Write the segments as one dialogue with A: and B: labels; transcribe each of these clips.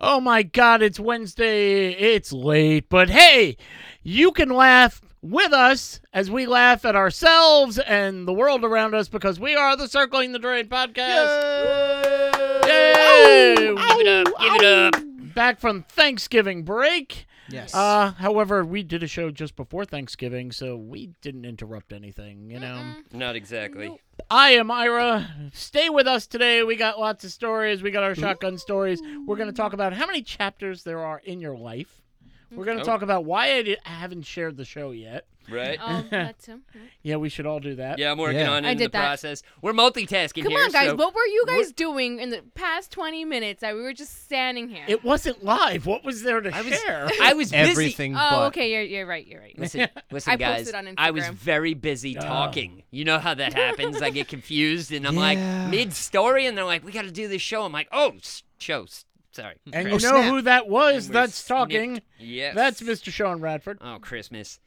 A: Oh my God, it's Wednesday. It's late, but hey, you can laugh with us as we laugh at ourselves and the world around us because we are the Circling the Drain podcast. Yay! Give it up, give it up. Back from Thanksgiving break.
B: Yes.
A: Uh, however, we did a show just before Thanksgiving, so we didn't interrupt anything, you know.
C: Not exactly.
A: I am Ira. Stay with us today. We got lots of stories. We got
C: Mm-hmm.
A: our shotgun stories. We're going to talk about how many chapters there are in your life. We're going to
C: Oh.
A: talk about why I, di- I haven't shared the show yet.
C: Right?
D: Oh, that too.
A: Yeah, we should all do that.
C: Yeah, I'm working
B: Yeah.
C: on it
D: I
C: in the
D: did that.
C: process. We're multitasking
D: Come
C: here.
D: on, guys.
C: so-
D: what were you guys doing in the past 20 minutes that we were just standing here?
A: It wasn't live. What was there to
C: I was,
A: share?
C: I was busy.
B: Everything
D: oh,
B: but
D: okay. You're, you're right. You're right.
C: Listen, listen,
D: I
C: guys.
D: posted on
C: I was
D: Instagram.
C: very busy talking. You know how that happens. I get confused, and I'm
B: Yeah.
C: like mid-story, and they're like, "We got to do this show." I'm like, "Oh, s- show." s- Sorry.
A: and
C: crap."
A: you know
B: snap.
A: who that was
C: And we're
A: that's talking?
C: snipped. Yes.
A: That's Mr. Sean Radford.
C: Oh, Christmas.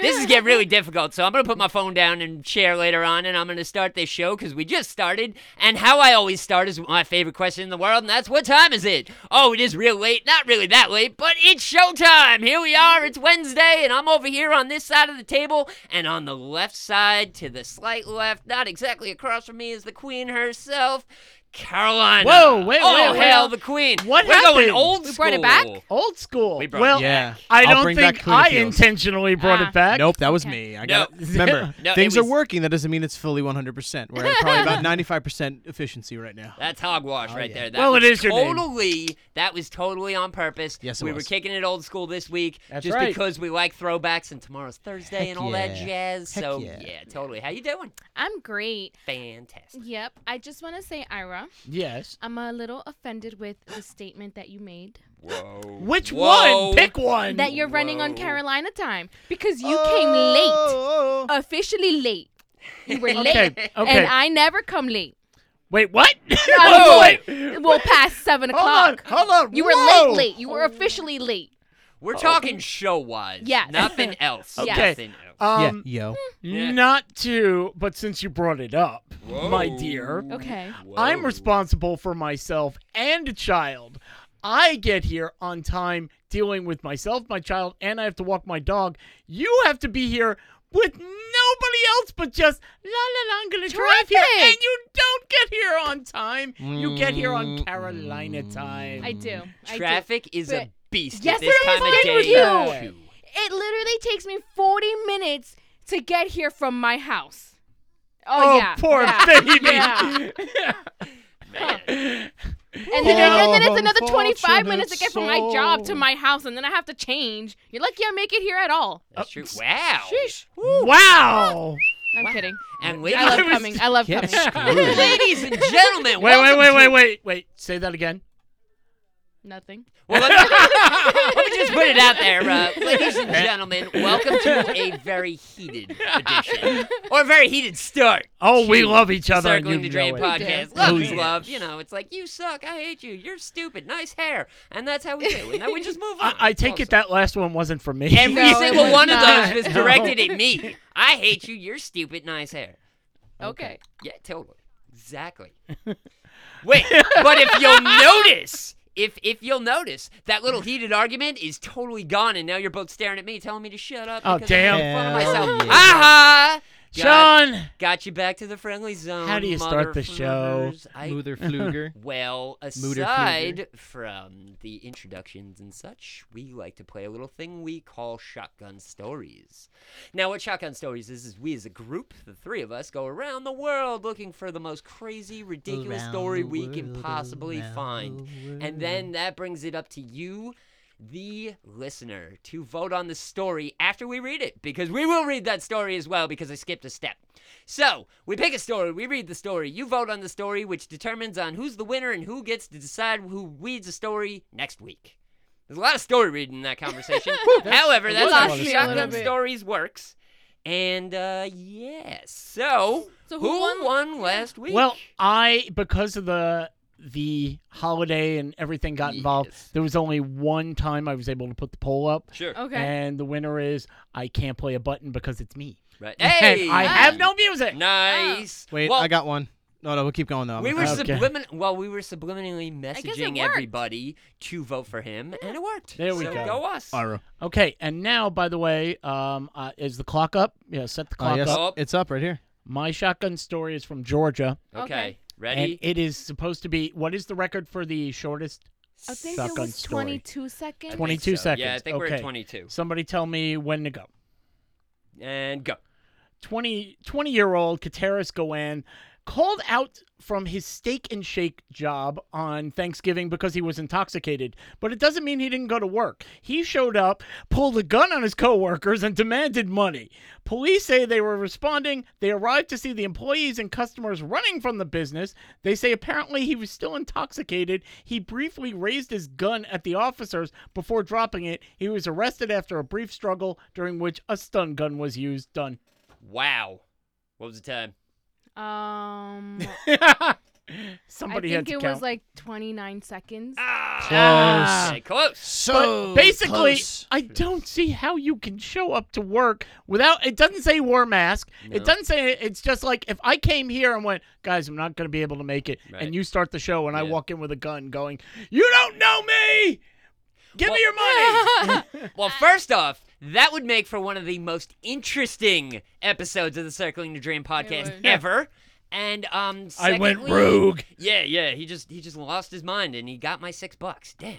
C: This is getting really difficult, so I'm going to put my phone down and share later on, and I'm going to start this show because we just started. And how I always start is my favorite question in the world, and that's what time is it? Oh, it is real late. Not really that late, but it's showtime. Here we are. It's Wednesday, and I'm over here on this side of the table, and on the left side, to the slight left, not exactly across from me, is the Queen herself, Carolina.
A: Whoa, wait,
C: Oh,
A: wait,
C: hail
A: wait.
C: the Queen.
A: What
C: We're going
A: happened?
C: old
D: We
C: school.
D: brought it back?
A: Old school.
C: We brought
A: well,
C: it
B: Yeah.
A: I
B: I'll
A: don't
B: bring back
A: think
B: Clean
A: I
B: Fields.
A: intentionally brought
D: Ah.
A: it back.
B: Nope, that was
D: Okay.
B: me. I
C: No.
B: got Remember,
C: No, it
B: things are
C: was-
B: working. That doesn't mean it's fully 100%. We're at probably about 95% efficiency right now.
C: That's hogwash right
B: Oh, yeah.
C: there. That
A: Well, it
C: was
A: is your name.
C: totally. That was totally on purpose.
B: Yes, it
C: we were
B: was.
C: kicking it old school this week,
A: That's
C: just
A: right.
C: because we like throwbacks and tomorrow's Thursday
B: Heck
C: and all that
B: yeah.
C: jazz.
B: Heck
C: so
B: yeah.
C: totally. How you doing?
D: I'm great.
C: Fantastic.
D: Yep. I just want to say, Ira,
A: Yes.
D: I'm a little offended with the statement that you made
C: Whoa.
A: Which
C: Whoa.
A: one? Pick one.
D: that you're running on
C: Whoa.
D: Carolina time because you
B: Oh,
D: came late, officially late. You were late,
A: okay. Okay.
D: and I never come late.
A: Wait, what?
D: Whoa.
A: Wait,
D: Well, past seven
A: Hold
D: o'clock.
A: on, hold on.
D: You were
A: Whoa.
D: late, late. You were officially late.
C: We're talking show wise.
D: Yes.
C: Nothing else.
D: Okay.
C: Nothing else.
B: Yeah,
A: Um,
B: yo.
C: Yeah.
A: Not to, but since you brought it up, Uh, my
C: Whoa.
A: dear,
D: Okay.
C: Whoa.
A: I'm responsible for myself and a child. I get here on time dealing with myself, my child, and I have to walk my dog. You have to be here with nobody else but just la la la. I'm gonna drive here, and
D: Traffic.
A: you don't get here on time. You get here
C: Mm.
A: on Carolina time.
D: I do. I do.
C: Traffic is a
D: But-
C: beast
D: Yes,
C: at this
D: it
C: time of
D: is.
C: day.
D: With
A: you.
C: too.
D: It literally takes me 40 minutes to get here from my house. Oh,
A: Oh,
D: yeah.
A: poor
D: yeah.
A: baby.
D: Yeah.
C: Man.
D: And
A: Oh,
D: then, and then it's
B: Poor
D: another 25
B: unfortunate
D: minutes to get from my job to
B: soul.
D: my house, and then I have to change. You're lucky I make it here at all.
C: That's true. Wow.
D: Sheesh.
A: Wow.
D: I'm
C: Wow.
D: kidding.
C: And
D: I love
A: I was-
D: coming. I love
B: Get
D: coming.
B: screwed.
C: ladies and gentlemen,
A: Wait, wait,
C: welcome
A: wait,
C: to-
A: wait, wait, wait. Say that again.
D: Nothing.
C: Well, let me, let me just put it out there, uh, ladies and gentlemen. Welcome to a very heated edition, or a very heated start.
A: Oh, we
C: to
A: love each
C: the
A: other. and
C: Circling
A: you
C: the
A: know
C: Drain
A: it.
C: podcast.
D: do.
C: Love
A: Oh,
C: is
A: yeah.
C: love. You know, it's like you suck. I hate you. You're stupid. Nice hair, and that's how we do. And then we just move on.
A: I, I take it
C: Also,
A: that last one wasn't for me.
C: every
D: No, it
C: single
D: was
C: one
D: not.
C: of those was
A: No.
C: directed at me. I hate you. You're stupid. Nice hair.
D: Okay.
C: Yeah, totally. Exactly. Wait, but if you'll notice, if if you'll notice, that little heated argument is totally gone, and now you're both staring at me, telling me to shut up.
A: Oh,
C: because I'm making
A: damn.
C: fun of
B: Hell
C: myself.
B: yeah.
C: Aha! Got,
A: Sean,
C: got you back to the friendly zone.
A: How do you start the show?
C: motherfuckers. I,
B: Muther Fluger.
C: well,
B: Mooter
C: aside from the introductions and such, we like to play a little thing we call Shotgun Stories. Now, what Shotgun Stories is, is we as a group, the three of us, go around the world looking for the most crazy, ridiculous
B: Around
C: story
B: the
C: we can
B: world,
C: possibly
B: around
C: find.
B: the
C: And then that brings it up to you. The listener to vote on the story after we read it because we will read that story as well because I skipped a step. So, we pick a story, we read the story, you vote on the story, which determines on who's the winner and who gets to decide who reads the story next week. There's a lot of story reading in that conversation. However, that's
D: Lost
C: how
D: me a little
C: Shotgun
D: bit.
C: Stories works. And, uh, yes. So,
D: So
C: who,
D: who won-
C: won? last week?
A: well, I because of the the holiday and everything got involved,
C: Yes.
A: there was only one time I was able to put the poll up.
C: sure.
D: Okay.
A: And the winner is I can't play a button because it's me.
C: Right. Hey!
A: And I have no music.
C: Nice.
B: Ah. Wait,
C: Well,
B: I got one. No, no, we'll keep going though.
C: We were
A: Um, Okay.
C: sublimin well, we were subliminally
D: guess it
C: messaging
D: worked.
C: everybody to vote for him, and it worked.
A: There we
C: So
A: go.
C: us.
B: Ira.
A: Okay, and now, by the way, um, uh, is the clock up? Yeah, set the
B: Uh,
A: clock
B: yes,
A: up.
C: up.
B: it's up right here.
A: My shotgun story is from Georgia,
C: Okay,
D: Okay.
A: and
C: ready?
A: it is supposed to be. What is the record for the shortest?
D: I think
A: Suck
D: it
A: on
D: was
A: story.
D: 22 seconds.
A: 20 22 seconds.
C: Yeah, I think we're
A: Okay.
C: at 22.
A: Somebody tell me when to go.
C: And go.
A: 20 year old Kateris Gowan called out from his steak and shake job on Thanksgiving because he was intoxicated, but it doesn't mean he didn't go to work. He showed up, pulled a gun on his coworkers and demanded money. Police say they were responding. They arrived to see the employees and customers running from the business. They say apparently he was still intoxicated. He briefly raised his gun at the officers before dropping it. He was arrested after a brief struggle during which a stun gun was used. Done.
C: Wow. What was the time?
D: Um, I
A: Somebody had
D: think
A: to
D: it
A: count.
D: was like 29 seconds.
A: Ah.
C: Okay, close.
B: So
A: but basically, I don't see how you can show up to work without. It doesn't say wear a mask. It
C: No.
A: doesn't say. It's just like if I came here and went, guys, I'm not going to be able to make it,
C: Right.
A: and you start the show, and I
C: Yeah.
A: walk in with a gun, going, "You don't know me. Give
C: Well-
A: me your money."
C: Well, first off, that would make for one of the most interesting episodes of the Circling the Dream podcast
D: would.
C: ever. And um,
A: I went
C: secondly-
A: rogue.
C: Yeah, yeah. He just he just lost his mind and he got my six bucks. Damn.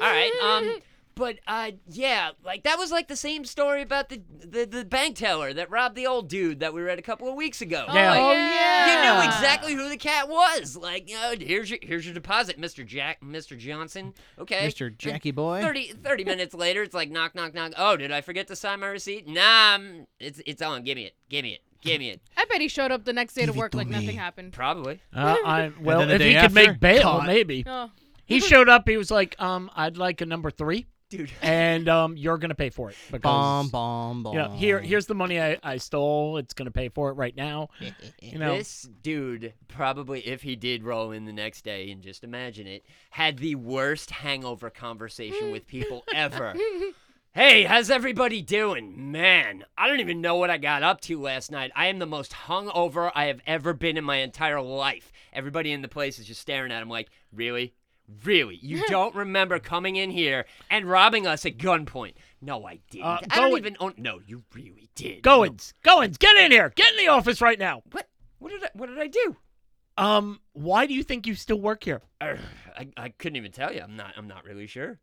C: All right. Um. But uh, yeah, like that was like the same story about the, the the bank teller that robbed the old dude that we read a couple of weeks ago.
A: Yeah.
D: Oh,
A: Oh,
D: yeah.
C: You knew exactly who the cat was. Like, you know, here's your here's your deposit, Mr. Jack, Mr. Johnson. Okay.
B: Mr. Jackie boy.
C: 30, 30 minutes later, it's like knock, knock, knock. Oh, did I forget to sign my receipt? Nah, I'm- it's it's on. Give me it. Give me it. Give me it.
D: I bet he showed up the next day to
B: Give it
D: work
B: to
D: like
B: me.
D: nothing happened.
C: Probably.
A: Uh, I, well,
B: then the
A: if he
B: day
A: could
B: after,
A: make bail,
B: caught.
A: maybe
D: Oh.
A: he showed up. He was like, "Um, I'd like a number three,
C: Dude.
A: and um, you're going to pay for it because."
B: Bomb, bomb, bomb.
A: you know, here, here's the money I, I stole. It's gonna pay for it right now. You know,
C: This dude probably, if he did roll in the next day, and just imagine it, had the worst hangover conversation with people ever. Hey, how's everybody doing? Man, I don't even know what I got up to last night. I am the most hungover I have ever been in my entire life. Everybody in the place is just staring at him like, really? Really? You don't remember coming in here and robbing us at gunpoint? No, I didn't.
A: Uh,
C: I don't
A: Goins-
C: even own. No, you really did.
A: Goins, Goins, get in here, get in the office right now.
C: What? What did I? What did I do?
A: Um, why do you think you still work here?
C: Arr, I, I couldn't even tell you. I'm not. I'm not really sure.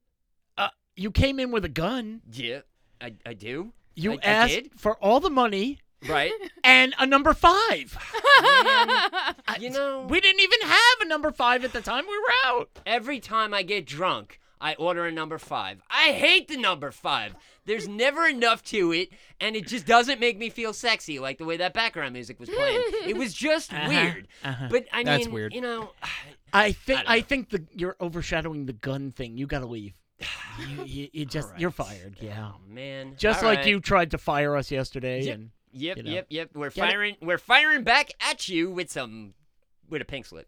A: Uh, you came in with a gun.
C: Yeah, I, I do.
A: You
C: I- I
A: asked
C: did?
A: for all the money
C: Right.
A: and a number five.
C: you know,
A: we didn't even have a number five at the time we were out.
C: every time I get drunk, I order a number five. I hate the number five. There's never enough to it, and it just doesn't make me feel sexy like the way that background music was playing. It was just
A: Uh-huh,
C: weird.
A: uh-huh.
C: But I mean,
B: That's weird.
C: You know,
A: I think
C: don't
A: I,
C: know.
A: think the, you're overshadowing the gun thing. You gotta leave. You, you, you just you're fired. Yeah.
C: oh, man.
A: Just
C: All
A: like
C: right.
A: you tried to fire us yesterday,
C: Yep.
A: and
C: Yep,
A: you know.
C: yep, yep. We're
A: Get it?
C: firing. We're firing back at you with some, with a pink slip.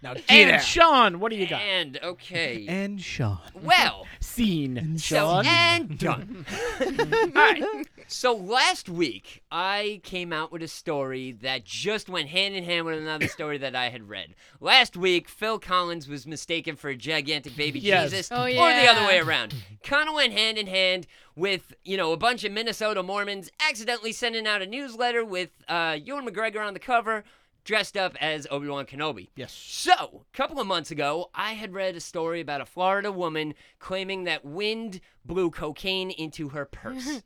B: now get
A: and
B: out.
A: Sean, what do you got?
C: And okay.
B: And Sean.
C: Well,
A: Scene.
C: so
A: Sean.
C: and done. All right. So last week I came out with a story that just went hand in hand with another story that I had read. Last week Phil Collins was mistaken for a gigantic baby
A: Yes.
C: Jesus,
D: Oh,
C: or the other
D: yeah.
C: way around. Kind of went hand in hand with you know a bunch of Minnesota Mormons accidentally sending out a newsletter with uh, Ewan McGregor on the cover, dressed up as Obi Wan Kenobi.
B: Yes.
C: So, a couple of months ago, I had read a story about a Florida woman claiming that wind blew cocaine into her purse.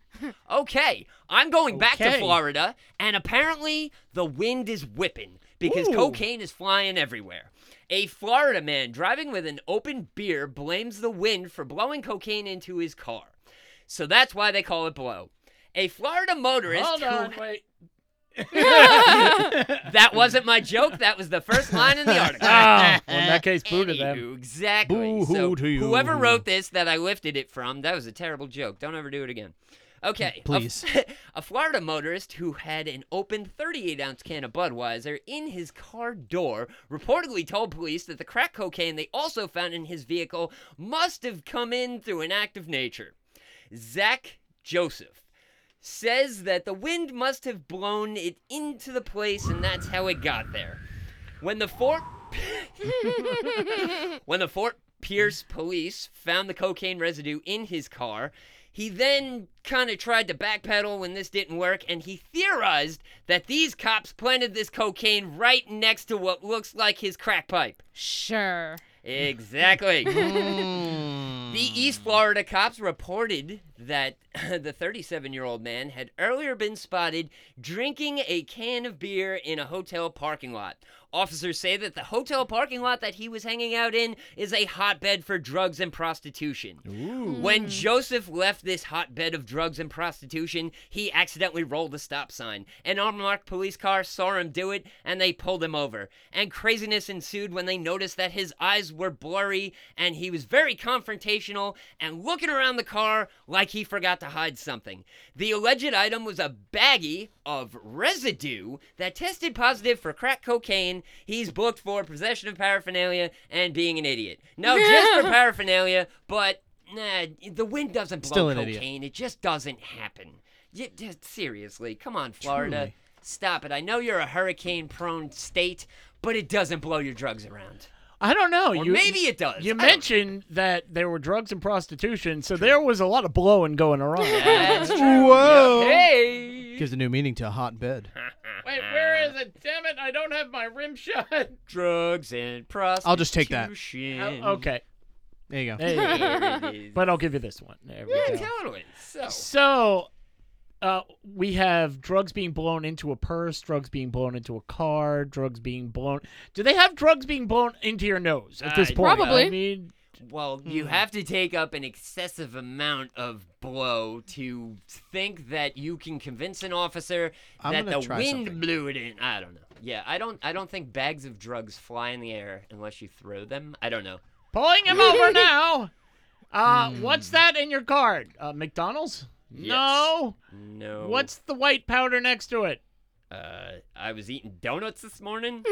C: okay, I'm going back to
A: Okay.
C: Florida, and apparently the wind is whipping because
A: Ooh.
C: cocaine is flying everywhere. A Florida man driving with an open beer blames the wind for blowing cocaine into his car. So that's why they call it blow. A Florida motorist
A: Hold
C: who
A: on, wait.
C: that wasn't my joke. That was the first line in the article.
A: Ah, well, in that case, boo to them.
C: Anywho, Exactly.
B: Boo-hoo
C: so
B: to you.
C: Whoever wrote this that I lifted it from, that was a terrible joke. Don't ever do it again. Okay. a-
B: Please.
C: a Florida motorist who had an open 38 ounce can of Budweiser in his car door reportedly told police that the crack cocaine they also found in his vehicle must have come in through an act of nature. Zach Joseph. says that the wind must have blown it into the place and that's how it got there. When the Fort When the Fort Pierce police found the cocaine residue in his car, he then kind of tried to backpedal when this didn't work, and he theorized that these cops planted this cocaine right next to what looks like his crack pipe.
D: Sure.
C: Exactly. The East Florida cops reported that the 37 year old man had earlier been spotted drinking a can of beer in a hotel parking lot. Officers say that the hotel parking lot that he was hanging out in is a hotbed for drugs and prostitution. When Joseph left this hotbed of drugs and prostitution, he accidentally rolled a stop sign. An unmarked police car saw him do it and they pulled him over. And craziness ensued when they noticed that his eyes were blurry and he was very confrontational and looking around the car like he forgot to hide something. The alleged item was a baggie of residue that tested positive for crack cocaine. He's booked for possession of paraphernalia and being an idiot. No, just for paraphernalia, but nah, the wind doesn't blow
B: Still an idiot.
C: cocaine. It just doesn't happen. Y- d- seriously, come on, Florida.
B: Truly.
C: Stop it. I know you're a hurricane prone state, but it doesn't blow your drugs around.
A: I don't know.
C: Or
A: you,
C: maybe it does.
A: You
C: I don't-
A: mentioned that there were drugs and prostitution, so there was a lot of blowing going around.
C: That's true.
B: Whoa.
C: Yeah. Hey.
B: Gives a new meaning to a hot bed.
A: Wait, where is it? Damn it! I don't have my rim shot.
C: Drugs and prostitution.
B: I'll just take that.
A: okay,
B: There you go.
A: There you go.
C: There it is.
A: Oh, but uh, I'll give you this one. There we
C: yeah,
A: go.
C: totally. So.
A: So, uh, we have drugs being blown into a purse, drugs being blown into a car, drugs being blown. Do they have drugs being blown into your nose at this
C: Uh,
A: point?
D: Probably.
A: I mean,
C: Well, you
A: hmm.
C: have to take up an excessive amount of blow to think that you can convince an officer
B: I'm
C: that
B: gonna
C: the
B: try
C: wind
B: something.
C: blew it in. I don't know. Yeah, I don't. I don't think bags of drugs fly in the air unless you throw them. I don't know.
A: pulling him over now. Uh, what's that in your card? Uh, McDonald's?
C: Hmm. Yes. Oh.
A: No.
C: No.
A: What's the white powder next to it?
C: Uh, I was eating donuts this morning.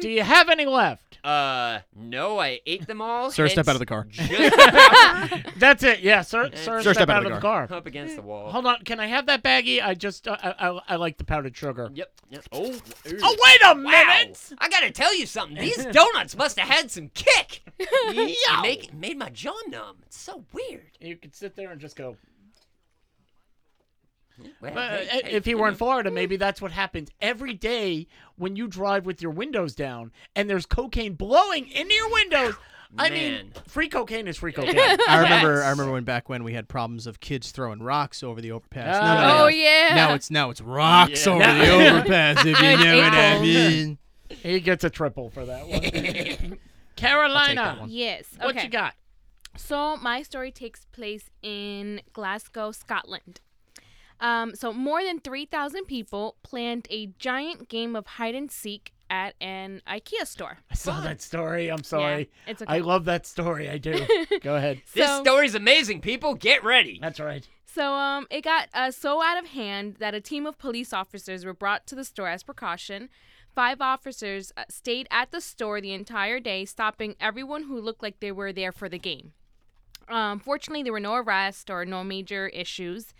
A: Do you have any left?
C: uh, no, I ate them all.
B: Sir, step
C: hence
B: out of the car.
C: Just the popper
A: That's it. Yeah, sir.
C: It's-
A: Sir,
B: Sir,
A: step, out, of the car.
C: up against the wall.
A: Hold on. Can I have that baggie? I just uh, I, I I like the powdered sugar.
C: Yep. yep. Oh. ooh.
A: Oh wait a
C: Wow.
A: minute!
C: I gotta tell you something. These donuts must have had some kick. It Make, it made my jaw numb. It's so weird.
A: You could sit there and just go.
C: Well,
A: But
C: hey,
A: uh,
C: hey,
A: if he
C: you
A: were
C: know.
A: in Florida, maybe that's what happens every day when you drive with your windows down and there's cocaine blowing into your windows. I mean,
C: Man.
A: free cocaine is free cocaine.
B: I remember. I remember when back when we had problems of kids throwing rocks over the overpass.
A: Ah.
B: no, no, no.
D: Oh yeah.
B: Now it's now it's rocks
C: Yeah.
B: over
A: Now-
B: the overpass. If you
D: it's
B: know what I
D: April.
B: mean.
A: he gets a triple for that one.
B: that
A: Carolina,
B: one.
D: yes. Okay.
A: what you got?
D: So my story takes place in Glasgow, Scotland. Um, so more than 3,000 people planned a giant game of hide and seek at an IKEA store.
A: I saw that story. I'm sorry.
D: Yeah, it's okay.
A: I love that story. I do. Go ahead.
C: This
D: So-
C: story's amazing, people. Get ready.
A: That's right.
D: So um, it got uh, so out of hand that a team of police officers were brought to the store as precaution. Five officers uh, stayed at the store the entire day, stopping everyone who looked like they were there for the game. Um, fortunately, there were no arrests or no major issues.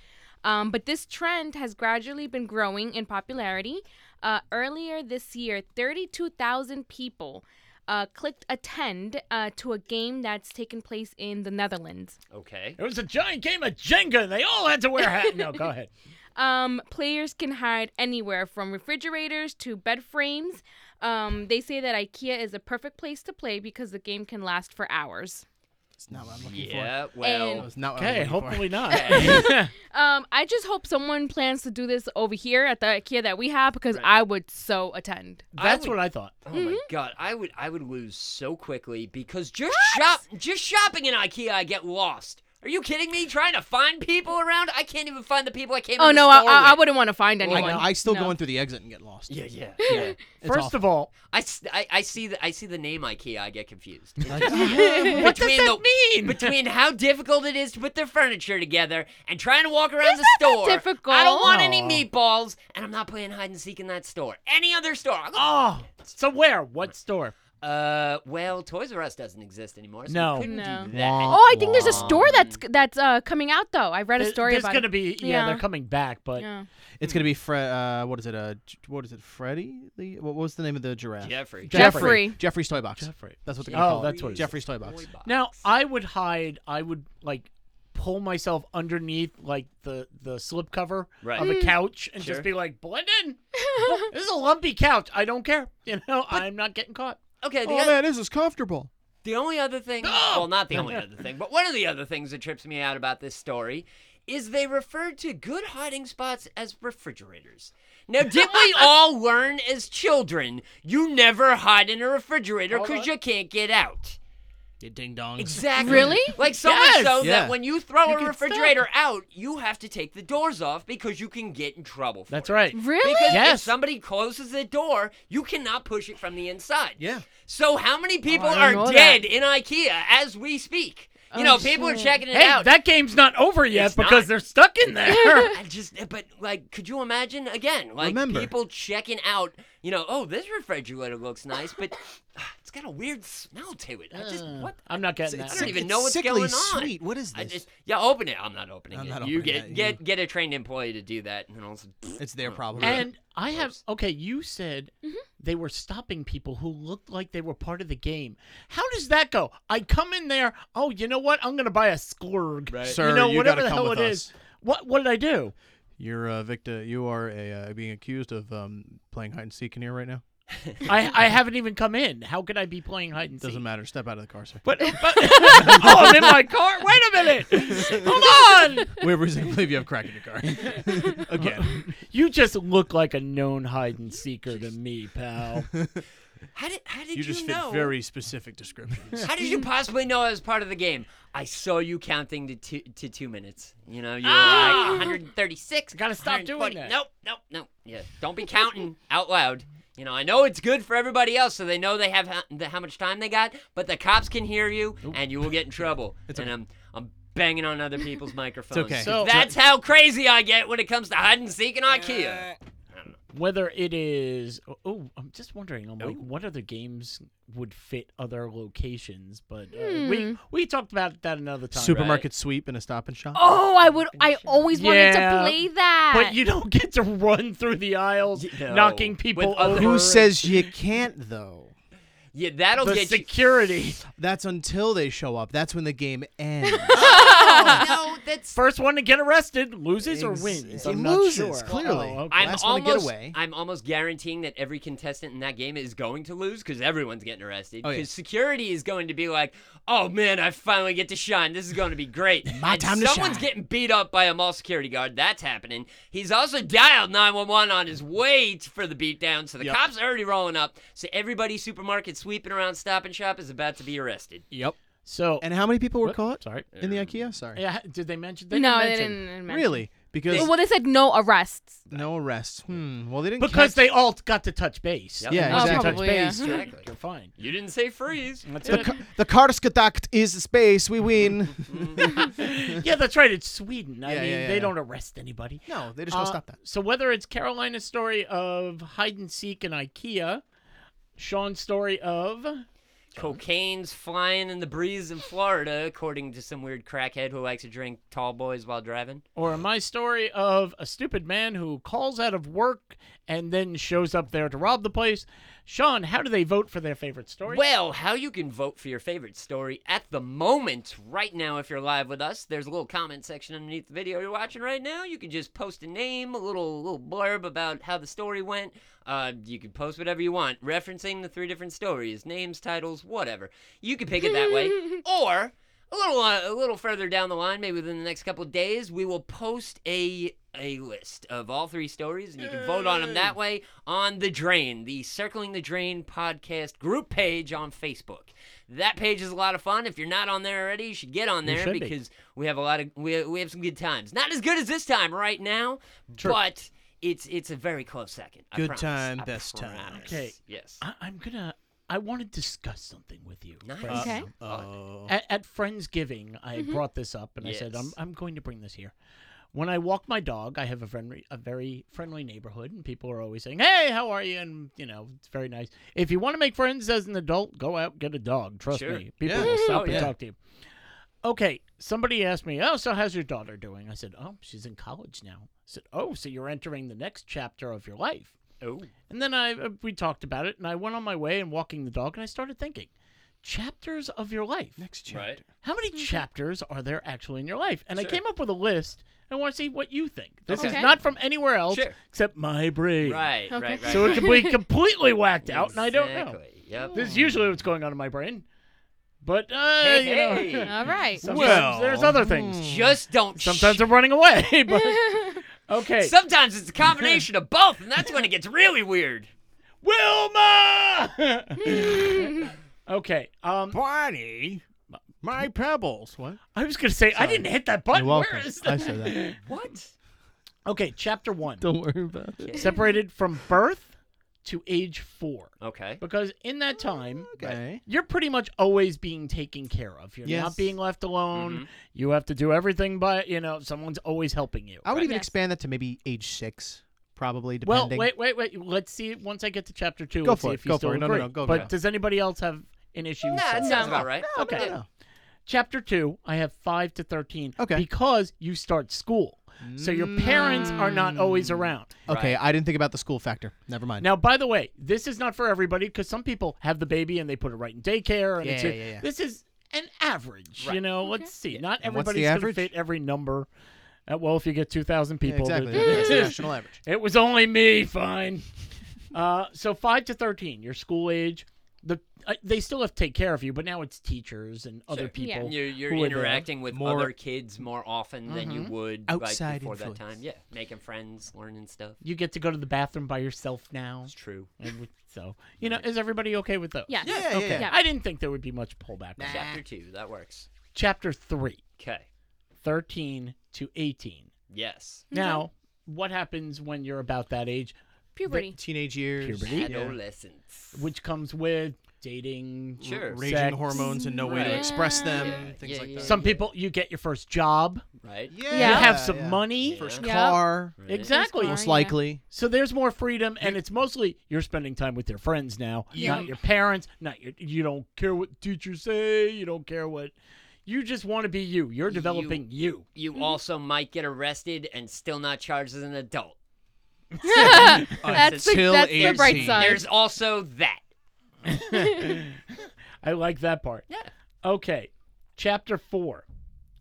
D: Um, but this trend has gradually been growing in popularity. Uh, earlier this year, 32,000 people uh, clicked attend uh, to a game that's taken place in the Netherlands.
C: Okay.
A: It was a giant game of Jenga, and they all had to wear hats. No, go ahead.
D: Um, players can hide anywhere from refrigerators to bed frames. Um, they say that IKEA is a perfect place to play because the game can last for hours.
B: It's not what I'm looking
C: Yeah.
B: for.
C: Well.
D: And-
B: It's not what
A: Okay,
B: I'm looking
A: hopefully
B: for.
A: not.
D: Um, I just hope someone plans to do this over here at the IKEA that we have because I would so attend.
A: That's
C: would-
A: what I thought.
C: Oh
D: mm-hmm.
C: my god, I would I would lose so quickly because just shop just shopping in IKEA I get lost. Are you kidding me? Trying to find people around? I can't even find the people I came.
D: Oh
C: in the
D: no, I,
C: store
D: I, I
C: with.
D: wouldn't want to find
B: Like,
D: anyone.
B: I still
D: No.
B: go in through the exit and get lost.
C: Yeah, yeah, yeah.
A: First of all,
C: I, s- I- I see the I see the name IKEA. I get confused.
A: what does
C: between
A: that mean?
C: Between how difficult it is to put their furniture together and trying to walk around the store.
D: difficult.
C: I don't want any
A: Aw.
C: meatballs, and I'm not playing hide and seek in that store. Any other store. I'll go-
A: Oh, so Ah, where? What store?
C: Uh, well, Toys R Us doesn't exist anymore. So
A: No.
C: we couldn't
D: No.
C: do that.
A: Wah.
D: Oh, I think there's a store that's that's uh, coming out though. I read a
A: Th-
D: story
A: There's
D: about
A: gonna
D: it.
A: be yeah,
D: Yeah.
A: they're coming back, but
D: Yeah.
B: It's gonna be Fre- uh, what is it? Uh, J- what is it? Freddy? The what was the name of the giraffe?
C: Jeffrey.
D: Jeffrey.
B: Jeffrey's toy box.
A: Jeffrey.
B: That's what they're
A: Oh,
B: gonna call
A: that's
B: it.
A: what it is.
B: Jeffrey's toy box.
C: Boy box.
A: now I would hide. I would like pull myself underneath like the the slipcover
C: Right.
B: Mm.
A: of a couch and
C: Sure.
A: just be like, Blendon, this is a lumpy couch. I don't care. You know, I'm not getting caught.
C: okay. The,
B: Oh
C: oth-
B: man, this is comfortable.
C: the only other thing, well, not the only other thing, but one of the other things that trips me out about this story is they referred to good hiding spots as refrigerators. Now, did we all learn as children you never hide in a refrigerator
A: Hold on.
C: because you can't get out?
B: You ding dongs.
C: Exactly.
D: Really?
C: Like so
A: Yes.
C: much so
B: Yeah.
C: that when you throw
A: You
C: a
A: get
C: refrigerator out, you have to take the doors off because you can get in trouble. For
A: That's
C: it.
A: right.
D: Really?
C: Because if
A: Yes.
C: somebody closes the door, you cannot push it from the inside.
B: Yeah.
C: So how many people
D: Oh, I didn't know
C: are
D: that.
C: dead in IKEA as we speak? You
D: Oh,
C: know, people are
D: shit.
C: checking it
A: Hey,
C: out.
A: that game's not over yet
C: It's
A: because
C: not.
A: they're stuck in there.
C: I just but like could you imagine again like
B: Remember.
C: people checking out you know oh this refrigerator looks nice but ah, it's got a weird smell to it I just
A: Uh,
C: what
A: I'm not getting
C: I
A: that.
C: don't even know what's
B: sickly
C: going on.
B: Sweet. What is
C: I
B: this?
C: just yeah open it I'm not opening
B: I'm
C: it
B: not
C: you
B: opening
C: get
B: that,
C: get get a trained employee to do that and then also
B: it's their problem.
A: And I have
C: Oops.
A: okay. You said
B: Mm-hmm.
A: they were stopping people who looked like they were part of the game. How does that go? I come in there. Oh, you know what? I'm gonna buy a sklurg.
B: Right.
A: You
B: Sir,
A: know
B: you
A: whatever
B: gotta
A: the
B: come
A: hell it
B: with
A: is.
B: us.
A: What what did I do?
B: You're uh, Victor. You are a, uh, being accused of um, playing hide and seek in here right now.
A: I I haven't even come in. How could I be playing hide and seek?
B: Doesn't matter. Step out of the car, sir.
A: But, but oh, I'm in my car. Wait a minute. Hold on.
B: We're believe you have crack in your car again.
A: You just look like a known hide and seeker to me, pal.
C: how did how did you,
B: You just fit
C: know
B: very specific descriptions.
C: how did you
A: Mm-hmm.
C: possibly know I was part of the game I saw you counting to two, to two minutes you know you're
A: Ah!
C: like 136
A: Gotta stop doing
C: 140.
A: that.
C: nope nope nope yeah don't be counting out loud you know I know it's good for everybody else so they know they have how, the, how much time they got but the cops can hear you and you will get in trouble and I'm I'm banging on other people's microphones
B: okay.
A: So-
C: that's how crazy I get when it comes to hide and seek in IKEA.
A: whether it is oh, oh i'm just wondering i'm like what other games would fit other locations but uh, we we talked about that another time
B: Supermarket sweep and a stop and shop.
D: Oh, I would. I always wanted
A: Yeah,
D: to play that.
A: but you don't get to run through the aisles
C: Y- no.
A: knocking people
C: With other-
A: over
C: Who
A: and-
B: you can't though?
C: Yeah, that'll
A: the
C: get you.
A: security
B: That's until they show up. That's when the game ends.
C: no, that's.
A: first one to get arrested loses or
B: Ex-
A: wins
B: it
A: i'm
B: loses,
A: not sure
B: clearly.
A: Oh, okay.
C: I'm
B: Last one to
C: almost.
B: get away.
C: I'm almost guaranteeing that every contestant in that game is going to lose because everyone's getting arrested.
B: Oh,
C: Because
B: yeah.
C: security is going to be like, "Oh man, I finally get to shine. This is going to be great."
B: My
C: And
B: time to
C: Someone's
B: shine.
C: getting beat up by a mall security guard. That's happening. He's also dialed 911 on his way t- for the beatdown, so the
B: Yep.
C: cops are already rolling up. So everybody supermarket sweeping around Stop and Shop is about to be arrested.
B: yep.
A: so
B: And how many people were
A: What?
B: caught
A: sorry
B: in the IKEA? Sorry.
A: yeah did they mention they
D: no,
A: didn't
D: they
A: mention.
D: didn't mention.
B: Really? Because
D: Well, they said no arrests.
B: no arrests. Hmm. Well, they didn't
A: because
B: catch-
A: they all got to touch base
C: Yep.
A: Once
B: Yeah,
A: you
B: exactly.
A: touch
D: Probably,
A: base
D: yeah.
A: you're-
C: Exactly.
A: you're fine
C: You didn't say freeze.
A: that's
B: the,
A: it.
B: Ka- the Karskadakt is space. We win.
A: yeah, that's right. It's Sweden. I
B: Yeah,
A: mean,
B: yeah, yeah,
A: they
B: yeah.
A: don't arrest anybody.
B: no, they just don't
A: Uh,
B: stop that.
A: So whether it's Carolina's story of hide and seek and IKEA, Sean's story of
C: Cocaine's flying in the breeze in Florida, according to some weird crackhead who likes to drink tall boys while driving.
A: or my story of a stupid man who calls out of work and then shows up there to rob the place. Sean, how do they vote for their favorite story?
C: Well, how you can vote for your favorite story at the moment, right now, if you're live with us, there's a little comment section underneath the video you're watching right now. You can just post a name, a little little blurb about how the story went. Uh, you can post whatever you want, referencing the three different stories, names, titles, whatever. You can pick it that way, or a little uh, a little further down the line, maybe within the next couple of days, we will post a a list of all three stories, and you can vote on them that way on the Drain, the Circling the Drain podcast group page on Facebook. That page is a lot of fun. If you're not on there already, you should get on
A: You
C: there
A: should be.
C: because we have a lot of we we have some good times. Not as good as this time right now, but. It's it's a very close second. I
B: Good
C: promise.
B: time,
C: I
B: best time.
C: promise.
A: Okay.
C: Yes.
A: I- I'm gonna. I want to discuss something with you. Um,
C: Nice.
A: right
D: Okay.
B: Oh.
A: uh, at, at Friendsgiving, I brought this up, and I said,
C: Mm-hmm. Yes.
A: I'm, I'm going to bring this here. When I walk my dog, I have a friendly, a very friendly neighborhood, and people are always saying, "Hey, how are you?" And you know, it's very nice. If you want to make friends as an adult, go out get a dog. Trust
C: Sure.
A: me, people
B: Yeah.
A: will stop
C: Oh,
A: and
B: yeah.
A: talk to you. Okay, somebody asked me, "Oh, so how's your daughter doing?" I said, "Oh, she's in college now." I said, "Oh, so you're entering the next chapter of your life."
C: Oh.
A: And then I uh, we talked about it, and I went on my way and walking the dog, and I started thinking, chapters of your life.
B: Next chapter.
C: Right.
A: How many chapters are there actually in your life? And I
C: Mm-hmm. Sure.
A: came up with a list. I want to see what you think. This
D: Okay.
A: is not from anywhere else
C: Sure.
A: except my brain.
C: Right,
D: Okay.
C: right, right.
A: So it
C: right.
A: could be completely whacked out, and I don't know.
C: Exactly. Yep.
A: This is usually what's going on in my brain. But uh,
C: Hey,
A: you
C: hey.
A: know,
D: All right.
A: sometimes
B: Well,
A: there's other things.
B: hmm.
C: Just don't.
A: Sometimes
C: sh-
A: I'm running away. But okay,
C: sometimes it's a combination of both, and that's when it gets really weird.
A: Wilma. okay. Um,
B: Barney, my pebbles. What?
A: I was gonna say I didn't hit that button.
B: You're welcome.
A: Where is
B: I
A: that?
B: said that.
C: What?
A: Okay, chapter one.
B: Don't worry about it.
A: separated from birth to age four.
C: Okay.
A: Because in that time,
B: Oh, Okay.
A: you're pretty much always being taken care of. You're
B: Yes.
A: not being left alone.
C: Mm-hmm.
A: You have to do everything, but you know someone's always helping you.
B: I would even
D: Yes.
B: expand that to maybe age six, probably
A: well,
B: depending.
A: wait, wait, wait. Let's see. Once I get to chapter two,
B: Go
A: let's
B: for
A: see
B: it,
A: if you
B: go
A: still
B: for it. No, no,
A: agree.
B: no, go
A: but
B: for it.
A: does anybody else have an issue?
C: Nah, it
A: so-
C: sounds
D: No.
C: about right.
B: No,
A: Okay.
B: no, no.
A: Chapter two, I have five to thirteen.
B: Okay.
A: Because you start school, so your parents are not
B: Mm.
A: always around.
B: Okay, I didn't think about the school factor. Never mind.
A: Now, by the way, this is not for everybody because some people have the baby and they put it right in daycare. And it's
B: Yeah, yeah, yeah.
A: This is an average, you
C: Right.
A: know. Let's see. Not
B: And what's
A: everybody's going
B: the
A: to
B: average?
A: fit every number. Uh, well, if you get two thousand
B: Yeah,
A: people,
B: exactly.
A: that-
B: That's the national average.
A: it was only me. Fine. Uh, so five to thirteen, your school age. The uh, they still have to take care of you, but now it's teachers and other
C: Sure.
D: Yeah.
A: people.
C: You're, you're
A: who are there.
C: interacting with
B: More-
C: other kids more often than you would like
B: Outside
C: before
B: influence.
C: that time. Yeah, making friends, learning stuff.
A: You get to go to the bathroom by yourself now.
C: It's true.
A: And we- so you know, is everybody okay with those?
D: Yes.
B: Yeah, yeah,
A: Okay.
B: yeah.
D: Yeah.
A: I didn't think there would be much pullback. on that.
C: Chapter two, that works.
A: Chapter three.
C: Okay.
A: 13 to 18.
C: Mm-hmm. Yes.
A: Now, what happens when you're about that age,
D: Puberty.
B: Teenage years.
A: Puberty.
B: yeah.
C: Adolescence.
A: which comes with dating?
C: Sure.
B: Raging
A: Sex.
B: hormones and no way to
C: Right.
B: express them.
C: Yeah,
B: Things
C: yeah,
B: like
C: yeah.
B: that.
A: Some people, you get your first job,
C: Right.
B: Yeah.
A: you have some
B: yeah.
A: money.
C: Yeah. First
D: Yeah.
B: Car.
C: Right.
A: Exactly.
D: First
B: Most
D: car, yeah.
B: likely.
A: So there's more freedom, and it's mostly you're spending time with your friends now,
D: Yeah.
A: not your parents. Not your, you don't care what teachers say. You don't care what. You just want to be you. You're developing you.
C: You also might get arrested and still not charged as an adult.
D: that's the,
B: Until
D: that's the bright
B: 18.
D: side.
C: There's also that.
A: I like that part.
C: Yeah.
A: Okay, chapter four.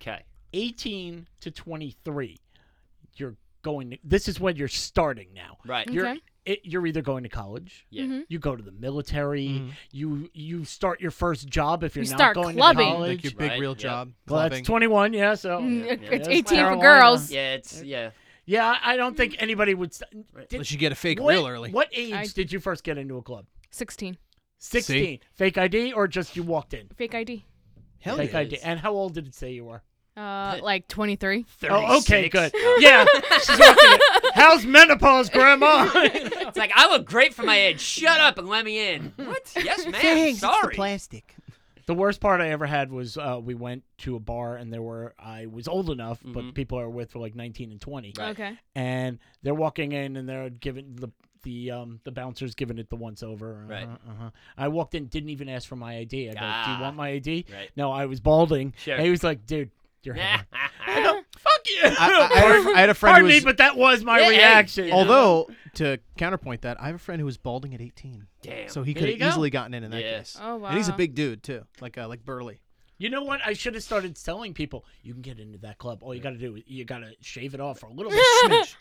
C: Okay.
A: 18 to 23 you're going to, this is when you're starting now
C: Right.
A: you're
D: Okay.
A: it, you're either going to college
C: Yeah.
A: you go to the military
B: Mm-hmm.
A: you you start your first job if you're
D: You
A: not
D: start
A: going
D: clubbing.
A: to
D: Like
A: college
B: Like your big
C: Right,
B: real
C: yep.
B: job.
A: well
B: clubbing.
A: that's 21 yeah so
D: Mm,
C: Yeah.
D: It's
A: Yeah.
D: 18 for
A: Marijuana.
D: girls.
C: Yeah. It's yeah.
A: yeah i don't think anybody would st- did,
B: Unless you get a fake
A: what,
B: real early.
A: what age
D: I-
A: did you first get into a club
D: 16.
A: 16 fake id or just you walked in
D: Fake ID.
B: Hell
A: fake
B: yeah.
A: id and how old did it say you were
D: Uh, like 23.
A: oh okay
C: 36.
A: good yeah she's walking in. how's menopause grandma
C: It's like I look great for my age. Shut up and let me in. What? Yes, ma'am. Sorry.
B: plastic.
A: The worst part I ever had was uh, we went to a bar and there were I was old enough, but the people I were with were like 19 and 20,
C: Right.
D: Okay.
A: and they're walking in and they're giving the the um the bouncers giving it the once over. Uh-huh,
C: Right.
A: Uh-huh. I walked in, didn't even ask for my ID. I go, "Do
C: Ah.
A: you want my ID?"
C: Right.
A: No, I was balding.
C: Sure.
A: And he was like, "Dude, you're hair." I go, "Fuck you."
B: I, I- I had a- I had a friend who
A: Pardon me,
B: was.
A: but that was Oh. my
C: Yeah, hey,
A: reaction.
C: you know.
B: Although to counterpoint that, I have a friend who was balding at 18.
C: Damn.
B: So he
A: There
B: could
A: you
B: have
A: go.
B: easily gotten in in that
C: Yeah.
B: case.
D: Oh,
B: And he's a
D: wow.
B: big dude too, like uh, like burly.
A: You know what? I should have started telling people you can get into that club. All you got to do is you got to shave it off for a little bit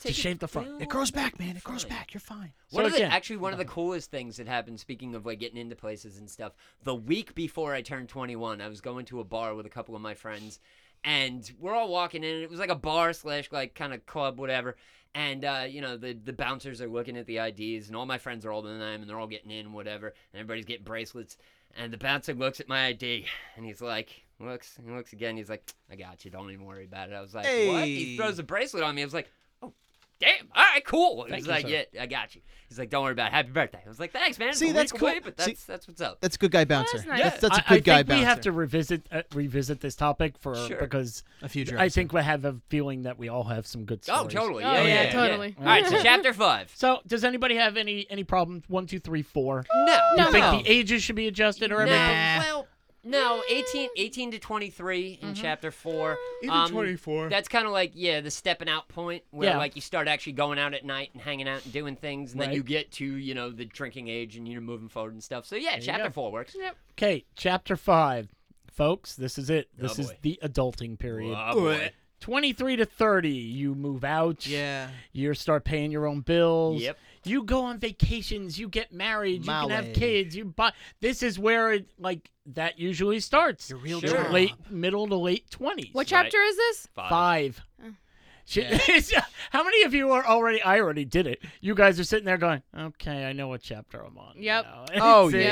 A: to shave the front.
B: It grows back, man. It grows back. You're fine.
A: So
C: One of the,
A: again-
C: actually, one of the coolest things that happened, speaking of like getting into places and stuff, the week before I turned 21, I was going to a bar with a couple of my friends, and we're all walking in. And it was like a bar slash like kind of club, whatever. And uh, you know, the the bouncers are looking at the IDs, and all my friends are older than I am, and they're all getting in, whatever. And everybody's getting bracelets. And the bouncer looks at my ID, and he's like, looks and looks again. He's like, I got you. Don't even worry about it. I was like, what? He
B: Hey.
C: throws a bracelet on me. I was like, oh, damn, all right, cool. He's
B: Thank you,
C: like,
B: sir.
C: yeah, I got you. He's like, don't worry about it. Happy birthday. I was like, thanks, man. It's
B: See,
C: a
B: that's
C: week
B: cool.
C: Away, but
B: See-
C: that's that's what's up.
B: That's a good guy bouncer.
D: that's nice.
B: That's, that's a
A: I, I
B: good guy
A: think
B: bouncer.
A: we have to revisit uh, revisit this topic for
C: Sure.
A: because
B: a future.
A: I
B: episode.
A: think we have a feeling that we all have some good
C: Oh,
A: stories.
C: totally.
D: Oh,
C: yeah,
D: yeah,
C: yeah,
D: totally.
C: All right, so chapter five.
A: So, does anybody have any any problems? One, two, three, four.
C: No,
A: You
D: No,
A: think
D: no.
A: the ages should be adjusted or
C: no.
A: everything?
C: Well, no, Mm-hmm. 18, 18 to twenty three in chapter four. Um,
B: four.
C: That's kind of like yeah, the stepping out point where
A: Yeah.
C: like you start actually going out at night and hanging out and doing things, and then
A: Right.
C: you get to you know the drinking age and you're moving forward and stuff. So yeah,
A: you
C: chapter
A: go.
C: four works.
D: Yep.
A: Okay, chapter five, folks. This is it. This is
C: Oh, boy.
A: the adulting period.
C: Oh, boy.
A: 23 to 30, you move out.
B: Yeah.
A: You start paying your own bills.
C: Yep.
A: You go on vacations. You get married. You can have
B: Mileage.
A: kids. You buy. This is where it like that usually starts.
B: Your real
A: Your
C: job.
A: late middle to late 20s.
D: What
C: Right.
D: chapter is this?
A: Five. Shit. It's- How many of you are already? I already did it. You guys are sitting there going, "Okay, I know what chapter I'm on."
D: Yep.
A: now."
B: Oh,
A: It's-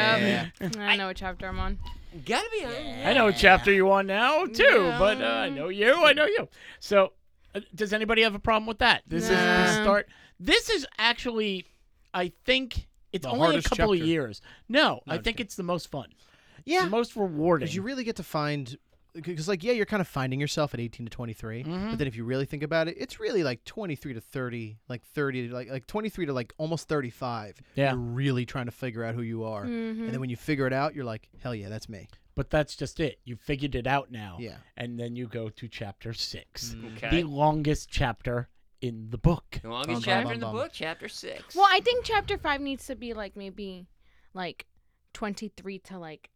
B: yeah.
D: I know what chapter I'm on.
C: Gotta be.
A: I know what chapter you on now too,
D: Yeah.
A: but uh, I know you. I know you. So, uh, does anybody have a problem with that? This is the
D: Nah.
A: start. This is actually, I think it's
B: The
A: only a
B: hardest
A: couple of
B: chapter.
A: years. No, I
B: I'm
A: think
B: kidding.
A: it's the most fun, It's
B: Yeah.
A: the most rewarding.
B: Because you really get to find, because like yeah, you're kind of finding yourself at 18 to 23. But then if you really think about it, it's really like 23 to 30, like 30 to like like 23 to like almost 35.
A: Yeah.
B: You're really trying to figure out who you are,
D: Mm-hmm.
B: and then when you figure it out, you're like, hell yeah, that's me.
A: but that's just it. You figured it out now.
B: Yeah.
A: And then you go to chapter six,
C: Okay.
A: the longest chapter in the book.
C: The longest
B: Bum, bum,
C: chapter
B: bum,
C: in the
B: bum.
C: book, chapter six.
D: Well, I think chapter five needs to be like maybe like 23 to like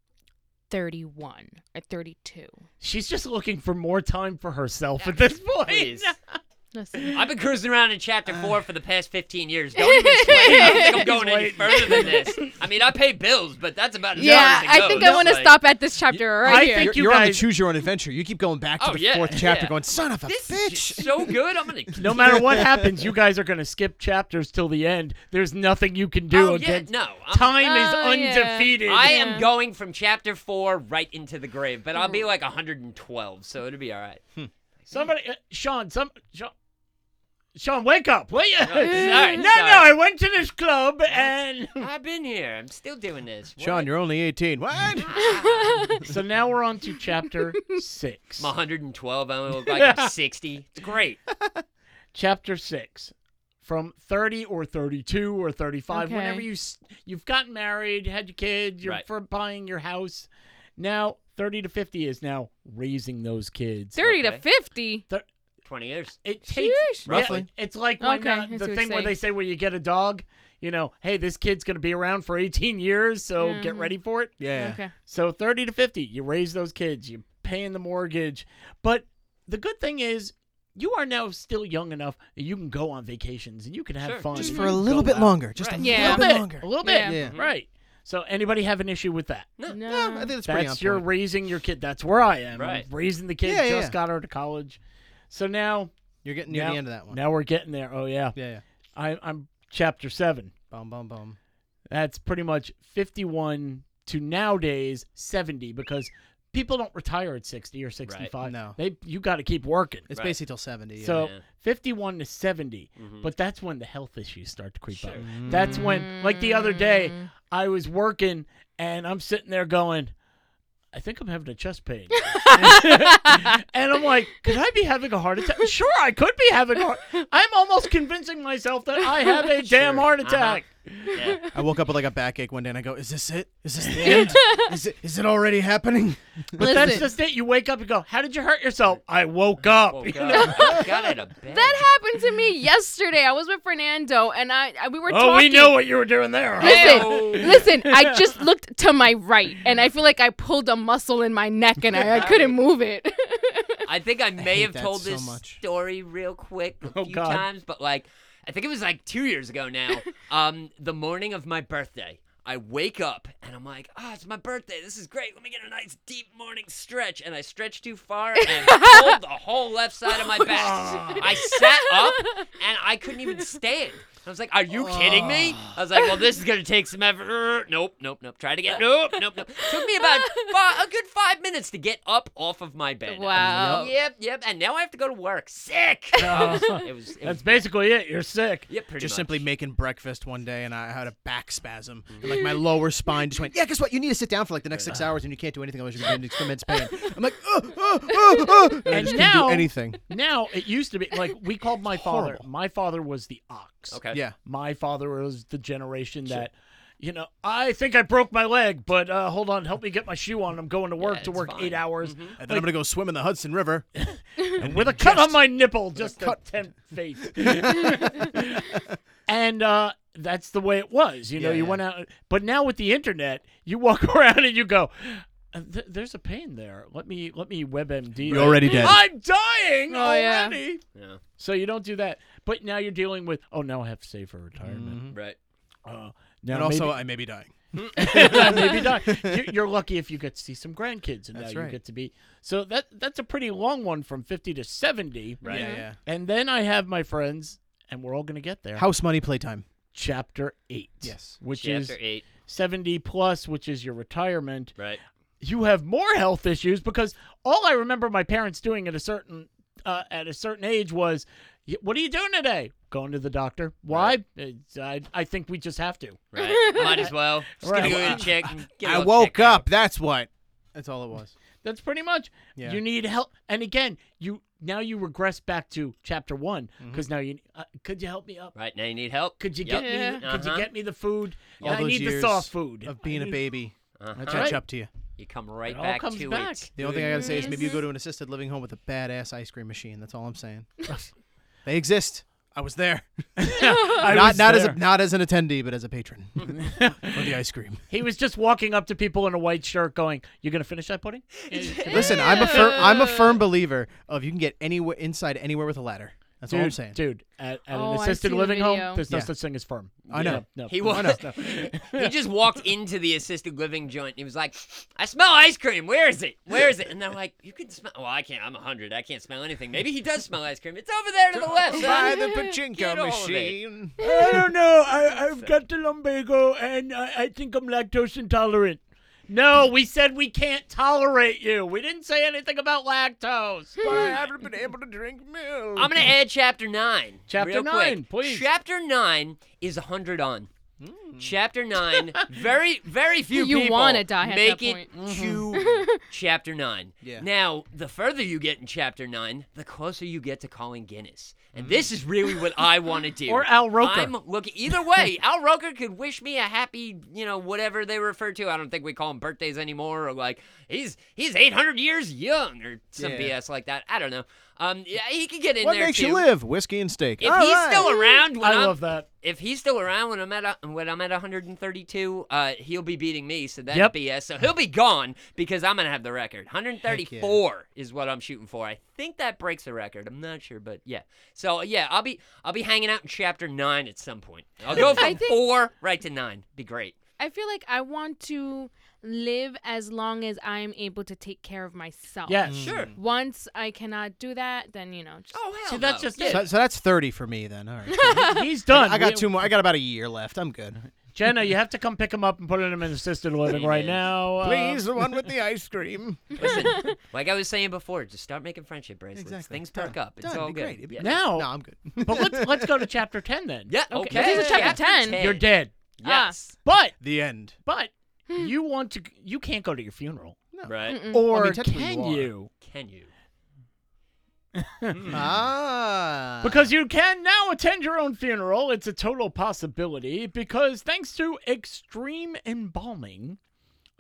D: 31 or 32.
A: She's just looking for more time for herself at this point.
C: Please.
D: Listen.
C: I've been cruising around in chapter four for the past 15 years. Don't even sweat. I don't think I'm going any further than this. I mean, I pay bills, but that's about as
D: yeah,
C: far as it
D: I think
C: goes.
D: I want to
C: Like,
D: stop at this chapter right
A: I
D: here.
A: think
B: You're,
A: you
B: you're on the
A: guys-
B: choose your own adventure. You keep going back to
C: Oh,
B: the
C: yeah,
B: fourth chapter,
C: yeah.
B: going son of a
C: This is
B: bitch.
C: just so good. I'm gonna.
A: No matter what happens, you guys are going to skip chapters till the end. There's nothing you can do
C: Oh, yeah,
A: against.
C: no. I'm,
A: Time
D: Oh, yeah.
A: is undefeated.
C: I
D: Yeah.
C: am going from chapter four right into the grave, but I'll be like 112, so it'll be all right.
A: Somebody, uh, Sean, some Sean, Sean, wake up, will you?
C: sorry,
A: no,
C: sorry.
A: no, I went to this club and
C: I've been here. I'm still doing this.
B: Sean, you're only 18. What?
A: so now we're on to chapter six.
C: I'm 112. I only look like I'm 60. It's great.
A: Chapter six, from thirty or thirty-two or thirty-five,
D: Okay.
A: whenever you s- you've gotten married, had your kid, you're
C: Right.
A: for buying your house. Now thirty to fifty is now raising those kids.
D: 30
C: okay.
D: to 50.
C: 20 years.
A: It takes
D: Sheesh.
A: yeah,
B: Roughly.
A: it's like when
D: Okay,
A: uh,
D: I see
A: the
D: what you're
A: thing where
D: saying.
A: they say where you get a dog, you know, hey, this kid's going to be around for 18 years, so get
D: mm-hmm.
A: ready for it.
B: Yeah.
D: Okay.
A: So 30 to 50, you raise those kids, you're paying the mortgage. But the good thing is, you are now still young enough that you can go on vacations and you can have
C: Sure.
A: fun.
B: Just
A: You
B: for a
A: can
B: little
A: go
B: bit
A: out.
B: longer. Just a
C: Right.
A: A little
D: Yeah.
B: little bit
A: bit.
B: longer.
A: A little bit.
D: Yeah.
A: Right. So anybody have an issue with that?
C: No.
B: Yeah, I think that's pretty on
A: That's your
B: point.
A: raising your kid. That's where I am. I'm
C: Right.
A: raising the kid,
B: Yeah, yeah,
A: just
B: yeah.
A: got her to college. So now,
B: You're getting near
A: now,
B: the end of that one.
A: now we're getting there. Oh, yeah.
B: Yeah, yeah.
A: I, I'm chapter seven.
B: Bum, bum, bum.
A: That's pretty much 51 to nowadays 70 because people don't retire at 60 or 65.
B: No.
A: they you got to keep working.
B: It's
C: Right.
B: basically till 70. yeah.
A: So
C: Yeah.
A: 51 to 70,
C: Mhm.
A: but that's when the health issues start to creep up.
C: Sure.
A: That's when, like the other day, I was working and I'm sitting there going, I think I'm having a chest pain. and I'm like, could I be having a heart attack? Sure, I could be having a heart. I'm almost convincing myself that I have a damn
B: Sure.
A: heart
C: Uh-huh.
A: attack.
C: Yeah.
B: I woke up with like a backache one day and I go, is this it? Is this the end? is, it, is it already happening?
A: But that's
D: Listen.
A: just it. You wake up and go, "How did you hurt yourself?" I woke up.
C: Woke
A: you
C: up.
A: know?
C: Oh, I got out of bed.
D: That happened to me yesterday. I was with Fernando and I, I we were talking.
A: Oh, we know what you were doing there. huh?
C: Hey-o.
D: Listen, listen, I just looked to my right and I feel like I pulled a muscle in my neck and I, I couldn't move it.
C: I think I may
B: hate
C: have
B: that
C: told
B: so
C: this
B: much.
C: story real quick a
A: Oh,
C: few
A: God.
C: times, but like I think it was like two years ago now. um, the morning of my birthday, I wake up and I'm like, ah, it's my birthday. This is great. Let me get a nice deep morning stretch. And I stretch too far and pulled the whole left side of my back. I sat up and I couldn't even stand. I was like, "Are you kidding me?" I was like, "Well, this is gonna take some effort." Nope, nope, nope. Try it again. Nope, nope, nope. Took me about fi- a good five minutes to get up off of my bed. I was
D: Wow.
C: like, yep, yep. And now I have to go to work. Sick. I was- it was. It
A: That's
C: was bad.
A: basically it. You're sick.
C: Yep, pretty
B: just
C: much. Mm-hmm.
B: simply making breakfast one day and I had a back spasm. And like my lower spine just went, yeah, guess what? You need to sit down for like the next six hours and you can't do anything unless you're going to immense pain. I'm like, oh, oh, oh, oh. And, I
A: And
B: just
A: now-
B: couldn't do anything.
A: Now it used to be like we called my father.
B: Horrible.
A: My father was the ox.
C: Okay.
B: Yeah.
A: My father was the generation that, you know, I think I broke my leg, but uh, hold on, help me get my shoe on. I'm going to work
C: Yeah,
A: to
C: it's
A: work eight
C: fine.
A: hours
B: And then I'm going to go swim in the Hudson River.
A: with a cut on my nipple, just cut tempt fate. and uh, that's the way it was. You know,
B: Yeah,
A: you
B: yeah.
A: went out, but now with the internet, you walk around and you go. "Uh, th- There's a pain there. Let me let me WebMD.
B: You're
A: it."
B: already dead.
A: I'm dying
D: Oh, yeah.
A: already.
C: Yeah.
A: So you don't do that. But now you're dealing with oh now I have to save for retirement.
C: Right.
A: Uh, now
B: Mm-hmm. And also,
A: maybe-
B: I may be dying.
A: maybe not. You're, you're lucky if you get to see some grandkids, and
B: That's
A: now you
B: right.
A: get to be. So that that's a pretty long one from 50 to 70.
C: Right.
B: Yeah, yeah.
A: And then I have my friends, and we're all going to get there.
B: House money playtime.
A: Chapter eight.
B: Yes.
A: Which is
C: Chapter eight.
A: 70 plus, which is your retirement.
C: Right.
A: You have more health issues because all I remember my parents doing at a certain uh, at a certain age was, "Y- "What are you doing today?" Going to the doctor. Why? It's- I, I think we just have to.
C: Right. Might as well. Just
A: Right.
C: gonna go in and check. and get a
B: I
C: little
B: woke
C: check out.
B: up. That's what. That's all it was.
A: That's pretty much.
B: Yeah.
A: You need help, and again, you now you regress back to chapter one
B: Mm-hmm.
A: because now you uh, could you help me up?
C: Right now you need help.
A: Could you get
C: Yep.
A: me?
D: Yeah.
A: Could you
C: Uh-huh.
A: get me the food?
B: All
A: I
B: those
A: need the
B: years
A: soft food
B: Of being
A: I
B: a
A: need-
B: baby.
C: Uh-huh.
A: That's
B: Catch
A: right.
B: up to you.
C: You come right
A: It all
C: back
A: comes
C: to
A: back.
C: it.
B: The only thing I gotta say is maybe you go
D: Mhm.
B: to an assisted living home with a badass ice cream machine. That's all I'm saying. they exist. I was there.
A: I
B: not
A: was
B: not as
A: there.
B: a, not as an attendee, but as a patron for the ice cream.
A: he was just walking up to people in a white shirt, going, "You're gonna finish that pudding?"
B: Listen, I'm a firm I'm a firm believer of you can get anywhere inside anywhere with a ladder. That's all I'm
A: Dude,
B: saying.
A: dude, at, at
D: Oh,
A: an
D: I've
A: assisted
D: seen the
A: living home,
D: video.
A: there's no
B: Yeah.
A: such thing as firm.
B: I know.
A: No, no.
C: He was. he just walked into the assisted living joint. And he was like, "I smell ice cream. Where is it? Where is it?" And they're like, "You can smell." Well, I can't. I'm hundred. I can't smell anything. Maybe he does smell ice cream. It's over there to the left.
B: By
C: son.
B: the pachinko
C: Get all of it.
B: machine.
A: I don't know. I, I've got the lumbago, and I, I think I'm lactose intolerant. No, we said we can't tolerate you. We didn't say anything about lactose.
B: I haven't been able to drink milk.
C: I'm gonna add chapter nine.
A: Chapter
C: real quick.
A: nine, please. Hmm.
C: Chapter nine is hundred on. Chapter nine. very, very few
D: You
C: people
D: wanna die at
C: make
D: that Mm-hmm.
C: it to chapter nine.
B: Yeah.
C: Now, the further you get in chapter nine, the closer you get to calling Guinness, and this is really what I want to do.
A: Mm. Or Al Roker.
C: I'm looking either way. Al Roker could wish me a happy, you know, whatever they refer to. I don't think we call him birthdays anymore, or like he's he's 800 years young, or some
B: Yeah.
C: BS like that. I don't know. Um, yeah, he could get in
B: what
C: there
B: makes
C: too.
B: you live? Whiskey and steak.
C: If
B: All
C: he's
B: right.
C: still around when
A: I
C: am
A: love that.
C: if he's still around when I'm at a, when I'm at 132, uh, he'll be beating me. So that's
A: Yep.
C: BS. So he'll be gone because I'm gonna have the record. 134 is what I'm shooting for. I think that breaks the record. I'm not sure, but yeah. So yeah, I'll be I'll be hanging out in chapter nine at some point. I'll go from
D: I think-
C: four right to nine. Be great.
D: I feel like I want to live as long as I'm able to take care of myself.
A: Yes.
C: Sure.
D: Once I cannot do that, then you know. Just,
C: Oh hell.
A: See, that's
C: no.
A: just
C: yeah.
A: it.
B: Mm. So, so that's 30 for me then. All right.
A: He's done.
B: I got
A: We-
B: two more. I got about a year left. I'm good.
A: Jenna, you have to come pick him up and put him in assisted living right now. uh,
B: the one with the ice cream.
C: Listen, like I was saying before, just start making friendship bracelets.
B: Exactly.
C: Things
B: Done.
C: perk up. It's
B: Done.
C: all
B: It'd be
C: good.
B: great. It'd be
C: yeah.
B: great.
A: Now,
B: No, I'm good.
A: but let's let's go to chapter ten then.
C: Yeah,
D: Okay,
C: Okay.
D: this is chapter 10.
A: You're dead.
D: Ah.
C: Yes.
A: But
B: The end.
A: but you want to you can't go to your funeral.
C: Right.
D: Mm-mm.
A: Or
B: technically
A: can
B: you Mm. are.
A: you?
C: Can you?
B: Ah.
A: Because you can now attend your own funeral. It's a total possibility because thanks to extreme embalming,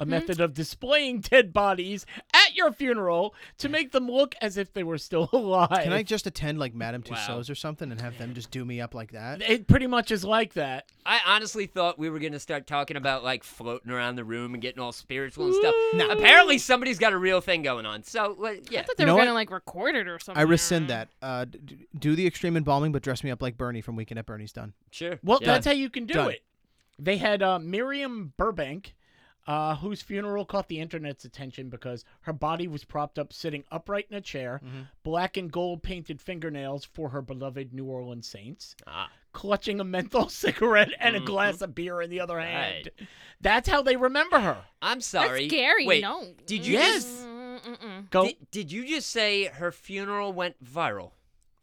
A: a method of displaying dead bodies at your funeral to make them look as if they were still alive.
B: Can I just attend like Madame
C: Wow.
B: Tussauds or something and have them just do me up like that?
A: It pretty much is like that.
C: I honestly thought we were gonna start talking about like floating around the room and getting all spiritual and stuff.
B: No.
C: Apparently, somebody's got a real thing going on. So like, yeah,
D: I thought they
B: You know
D: were
B: what?
D: gonna like record it or something.
B: I rescind that. Uh, d- d- do the extreme embalming, but dress me up like Bernie from Weekend at Bernie's done.
C: sure.
A: Well,
C: yeah.
A: that's how you can do
B: Done.
A: it. They had uh, Miriam Burbank, uh, whose funeral caught the internet's attention because her body was propped up sitting upright in a chair,
C: Mm-hmm.
A: black and gold painted fingernails for her beloved New Orleans Saints,
C: Ah.
A: clutching a menthol cigarette and a glass of beer in the other hand. That's how they remember her.
C: I'm sorry.
D: That's scary.
C: Wait,
D: no.
C: Did you
A: Yes.
C: just
D: Mm, mm, mm.
A: Go.
C: did, did you just say her funeral went viral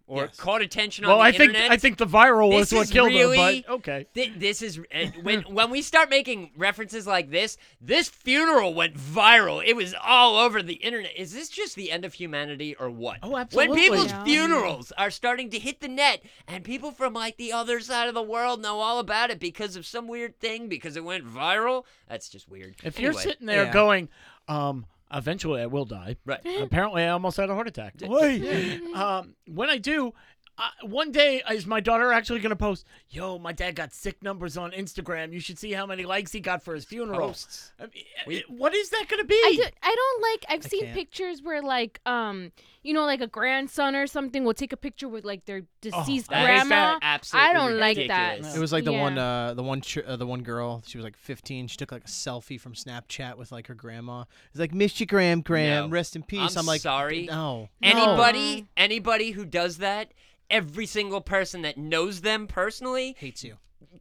C: or
B: Yes.
C: caught attention on
A: well,
C: the
A: I think
C: internet?
A: I think the viral was
C: This
A: what
C: is
A: killed her,
C: really-
A: but okay.
C: Thi- this is uh, when when we start making references like this. This funeral went viral. It was all over the internet. Is this just the end of humanity or what?
A: Oh, absolutely.
C: When people's
D: Yeah.
C: funerals are starting to hit the net, and people from like the other side of the world know all about it because of some weird thing because it went viral. That's just weird.
A: If you're
C: Anyway,
A: sitting there
B: Yeah.
A: going, um, eventually I will die.
C: right,
A: Apparently, I almost had a heart attack. Wait. um, when I do, uh, one day is my daughter actually going to post? Yo, my dad got sick numbers on Instagram. You should see how many likes he got for his
C: Oh.
A: funeral.
B: Oh,
C: Posts.
A: I mean,
C: We-
A: what is that going to
D: I,
A: be?
D: do, I don't like I've seen
B: can't.
D: pictures where like um you know like a grandson or something will take a picture with like
A: Oh,
D: their deceased
C: that is
D: grandma.
C: absolutely
D: I don't like that.
C: ridiculous.
B: It was like the one,
D: Yeah.
B: uh, the one, ch- uh, the one girl. She was like 15. She took like a selfie from Snapchat with like her grandma. It's like, "Miss you, Graham,
C: No.
B: Graham. Rest in peace."
C: I'm
B: I'm, like,
C: sorry.
B: No.
C: Anybody, anybody who does that, every single person that knows them personally
B: hates you.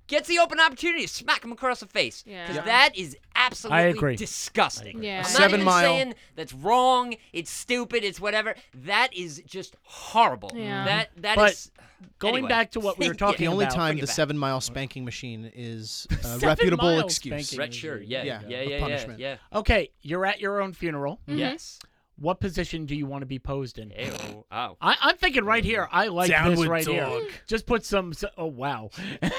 C: gets the open opportunity to smack them across the face. Because
D: Yeah.
C: that is absolutely
A: agree.
C: disgusting.
D: Yeah.
C: I'm not
B: Seven
C: even
B: Mile.
C: saying that's wrong, it's stupid, it's whatever. That is just horrible.
D: Yeah.
C: That that is
A: But Going
C: anyway.
A: back to what we were
C: Yeah.
A: talking
B: The only
A: about.
B: time
C: bring it
B: the
C: back.
B: seven mile spanking machine is a
A: Seven
B: reputable
A: miles
B: excuse.
A: spanking.
C: Right, sure. Yeah.
B: Yeah,
C: Yeah. Yeah.
B: the
C: Yeah.
B: punishment.
C: yeah.
A: Okay, you're at your own funeral.
D: Mhm.
C: Yes.
A: What position do you want to be posed in?
B: Eh.
C: Ew. Oh.
A: I, I'm thinking right here. I like this
B: Downward
A: right
B: dog.
A: here. Just put some. s- Oh wow,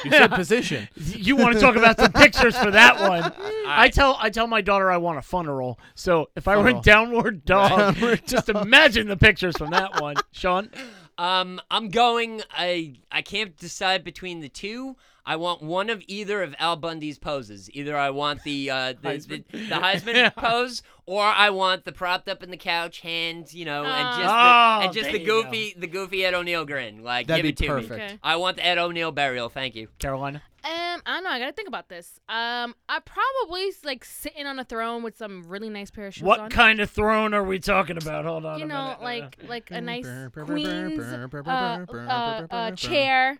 B: You said position.
A: you want to talk about some pictures for that one? I tell I tell my daughter I want a funeral. So if I were in
B: Funnel.
A: downward dog, just imagine the pictures from that one, Sean.
C: Um, I'm going. I I can't decide between the two. I want one of either of Al Bundy's poses. Either I want the uh, the,
A: Heisman.
C: the, the Heisman pose, or I want the propped up in the couch, hands, you know, and just
A: Ah.
C: the,
A: Oh,
C: and just
A: there
C: the
A: you go.
C: goofy the goofy Ed O'Neill grin. Like,
B: That'd
C: give
B: be
C: it to me.
B: perfect.
D: Okay.
C: I want the Ed O'Neill burial. Thank you.
A: Carolina.
D: Um, I don't know. I gotta think about this. Um, I probably like sitting on a throne with some really nice pair of shoes
A: What
D: on.
A: kind of throne are we talking about? Hold on.
D: you
A: a
D: know,
A: minute.
D: like like a nice
B: Brr, brr, brr,
D: queen's
B: brr, brr, brr,
D: uh,
B: brr,
D: uh,
B: brr,
D: uh,
B: brr.
D: chair.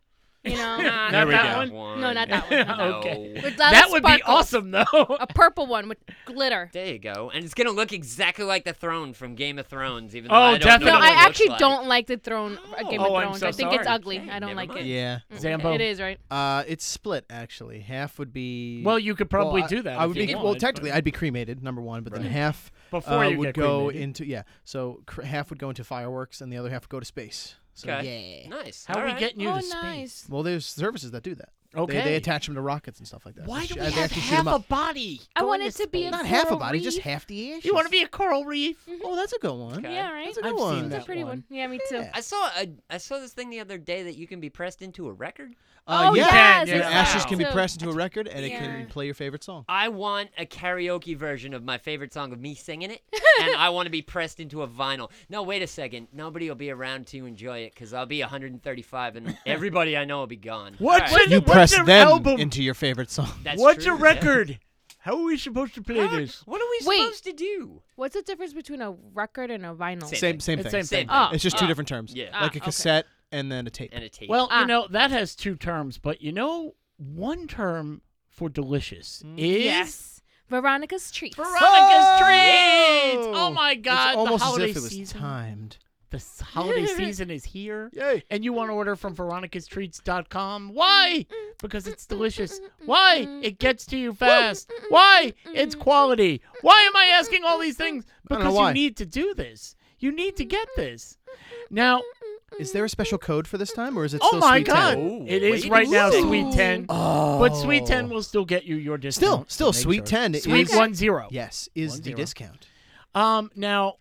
D: You know,
C: Nah,
A: There
C: not
A: we
C: that
A: go.
C: one.
D: No, not that one.
C: No.
A: Okay.
D: With a lot of
A: that would be
D: sparkles.
A: awesome though.
D: a purple one with glitter.
C: There you go. And it's gonna look exactly like the throne from Game of Thrones, even though
A: Oh,
C: I don't
A: definitely.
D: No,
C: know what
D: I
C: it looks
D: actually
C: like.
D: don't like the throne. uh, Game of
A: Oh, I'm
D: Thrones.
A: so
D: I think it's
A: sorry.
D: ugly.
C: Okay,
D: I don't
C: never
D: like
C: mind.
D: it. Mm,
B: Yeah.
A: Zambo.
D: It is right.
B: Uh, it's split actually. Half would be.
A: Well, you could probably
B: Well, I-
A: do that.
B: I
A: if
B: would
A: you
B: be. well,
A: wanted,
B: technically,
A: but-
B: I'd be cremated, number one, but then half
A: Before
B: uh,
A: you
B: would
A: get
B: go
A: cremated.
B: into yeah. So cr- half would go into fireworks, and the other half would go to space. So
C: Okay.
B: yeah.
C: Nice.
A: How
C: All
A: are we
C: right.
A: getting you
D: oh,
A: to space?
D: nice.
B: Well, there's services that do that.
A: Okay.
B: They, they attach them to rockets and stuff like that.
A: Why do
B: They sh- uh,
A: we
B: they
A: have
B: actually shoot 'em
A: half a
B: up.
A: body?
D: I
A: going
D: want
A: to
D: it to be
A: space?
D: a
B: Not half a
D: coral
B: body, just
D: reef.
B: half the ashes.
A: You want to be a coral reef?
B: Oh, that's a good one.
C: Okay.
D: Yeah, right.
B: That's a good
A: I've
B: one.
A: seen
D: That's a
A: that
D: pretty one. Yeah, me too.
B: Yeah.
C: I saw a, I saw this thing the other day that you can be pressed into a record.
B: Uh,
D: Oh,
B: yeah.
D: yes,
A: Yeah.
B: Your
A: it's
B: ashes
A: wow.
B: can be
D: So-
B: pressed into a record, and it
D: Yeah.
B: can play your favorite song.
C: I want a karaoke version of my favorite song of me singing it, and I want to be pressed into a vinyl. No, wait a second. Nobody will be around to enjoy it because I'll be 135, and everybody I know will be gone.
A: What
C: All
A: should-
B: You
A: What's
B: press
A: your
B: them
A: album?
B: into your favorite song.
C: that's
A: What's
C: true,
A: a
C: yeah.
A: record? How are we supposed to play
C: How-
A: this?
C: What are we
D: Wait.
C: supposed to do?
D: What's the difference between a record and a vinyl?
C: Same
B: Same, same
A: It's
B: thing.
A: same
C: Same
A: thing.
C: thing.
D: Oh,
B: It's just two different terms.
C: Yeah.
B: Like
D: Ah,
B: a
D: okay.
B: cassette and then a tape.
C: And a tape.
A: Well,
D: Ah.
A: you know that has two terms, but you know one term for delicious
B: Mm,
A: is
D: Yes. Veronica's treats.
A: Veronica's treats. Oh my God!
B: It's almost
A: the holiday
B: as if it was
A: season.
B: timed.
A: The s- holiday season is here.
B: Yay.
A: And you want to order from veronicastreats.com. Why? Because it's delicious. Why? It gets to you fast. Why? It's quality. Why am I asking all these things?
B: don't know
A: Because you
B: why.
A: need to do this. You need to get this. Now,
B: Is there a special code for this time, or is it
A: oh
B: still
A: my
B: Sweet
A: God.
B: 10?
C: Ooh,
A: it is
C: wait
A: right
C: a
A: now
C: second.
A: Sweet 10.
B: Oh.
A: But Sweet 10 will still get you your
B: Still,
A: discount.
B: still, Sweet 10
A: Sweet
B: is...
A: one zero.
B: Yes, is
A: One
B: the
A: zero.
B: discount.
A: Um. Now,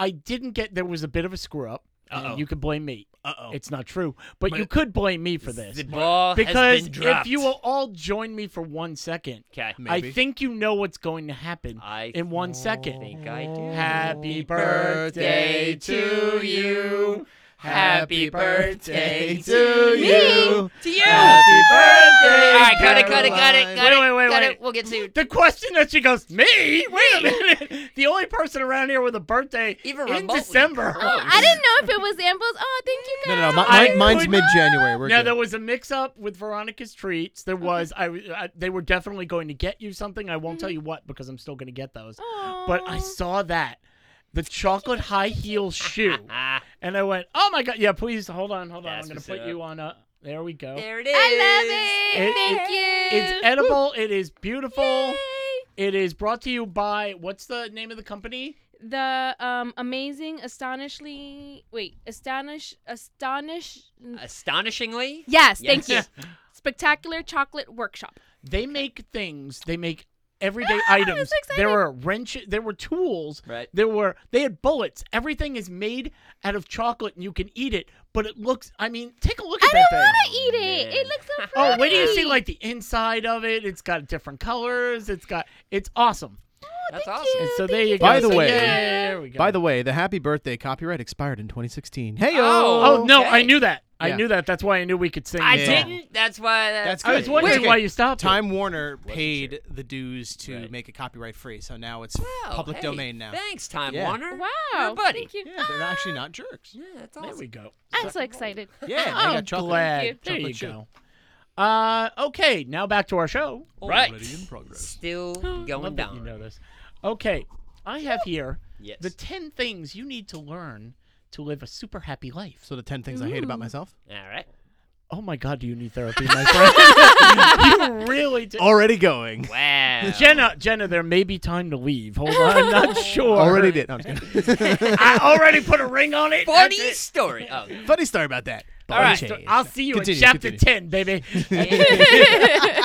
A: I didn't get. There was a bit of a screw up. and
C: Uh-oh.
A: You could blame me.
B: Uh-oh.
A: It's not true, but you could blame me for this.
C: The ball has
A: because
C: been
A: if
C: dropped.
A: you will all join me for one second, I
C: okay.
B: Maybe.
A: think you know what's going to happen
C: I
A: in one
C: I
A: second.
C: think I do.
A: Happy birthday
B: birthday
A: to you.
C: Happy birthday
B: to
D: Me?
B: you.
C: To you.
B: Happy birthday.
C: All right, cut it, cut it, cut it,
B: Caroline.
C: cut
A: Wait,
C: it,
A: wait, wait,
C: cut
A: wait.
C: it. We'll get sued.
A: The question that she goes, me? Wait a minute. The only person around here with a birthday
C: Even
A: in
C: remotely.
A: December.
D: Oh, I didn't know if it was Amble's. Oh, thank you
B: No,
D: guys.
B: no, no.
A: I
B: My, mine, mine's
A: would-
B: mid January. We're
A: Now
B: good.
A: there was a mix-up with Veronica's treats. There was I, I they were definitely going to get you something. I won't tell you what because I'm still going to get those.
D: Mm-hmm. Aw.
A: But I saw that the chocolate high heel shoe,
C: Ah,
A: and I went, "Oh my god, yeah, please hold on, hold on.
C: That's
A: I'm going to put
C: what's up.
A: you on a. There we go.
C: there it is.
D: I love it.
A: It-
D: thank
A: it-
D: you.
A: It's edible. It is beautiful.
D: Yay.
A: It is brought to you by what's the name of the company?
D: The um amazing, astonishingly wait, astonish, astonish.
C: Astonishingly.
D: Yes,
C: Yes.
D: thank you. Spectacular Chocolate Workshop.
A: They make things. They make everyday items. There
D: exciting.
A: were wrenches. There were tools.
C: Right.
A: There were. They had bullets. Everything is made out of chocolate, and you can eat it. But it looks. I mean, take a look at
D: I
A: that
D: don't
A: thing.
D: want to eat it. It looks so
A: Oh,
D: pretty.
A: wait till you see like the inside of it. It's got different colors. It's got. It's awesome.
C: That's
D: thank
C: awesome.
A: And so there you go.
B: By the
A: So,
B: way-
A: yeah, yeah, yeah, there we go.
B: By the way, the happy birthday copyright expired in 2016. Hey,
C: Oh.
A: Oh no, I
C: Okay.
A: knew that. I
B: Yeah.
A: knew that. That's why I knew we could sing.
C: I
A: the
B: Yeah.
A: song.
C: didn't. That's why. That,
B: That's
A: I was
B: Good.
A: wondering
B: Wait,
A: why
B: okay.
A: you stopped. it.
B: Time Warner
C: sure.
B: paid the dues to
C: Right.
B: make it copyright free, so now it's
C: Wow,
B: public
C: hey,
B: domain now.
C: Thanks, Time
B: Yeah.
C: Warner.
D: wow.
C: Your buddy.
D: Thank you.
B: Yeah, they're actually not jerks.
C: Yeah, that's
A: There
C: awesome.
A: we go.
D: I'm so excited.
B: Yeah, they
A: I'm
B: got chocolate.
A: glad.
D: Thank
A: There
B: you.
A: you
B: Chocolate chip.
A: go. Uh, okay, now back to our show.
C: Right.
B: Already in progress.
C: Still
A: Love
C: going
A: that you
C: down.
A: know this. Okay, I have here
C: Yes.
A: the ten things you need to learn to live a super happy life.
B: So the 10 things I hate about myself.
C: All right.
A: Oh my God, do you need therapy, my friend? you really do.
B: Already going.
C: Wow.
A: Jenna, Jenna, there may be time to leave. Hold on, I'm not sure.
B: Already did. No, I'm just kidding.
A: I already put a ring on it.
C: Funny
A: That's it.
C: story. Oh, yeah.
B: Funny story about that.
C: All right,
B: Body
A: I'll see you
B: Continue,
A: in chapter ten,
B: continue.
A: baby.
B: change.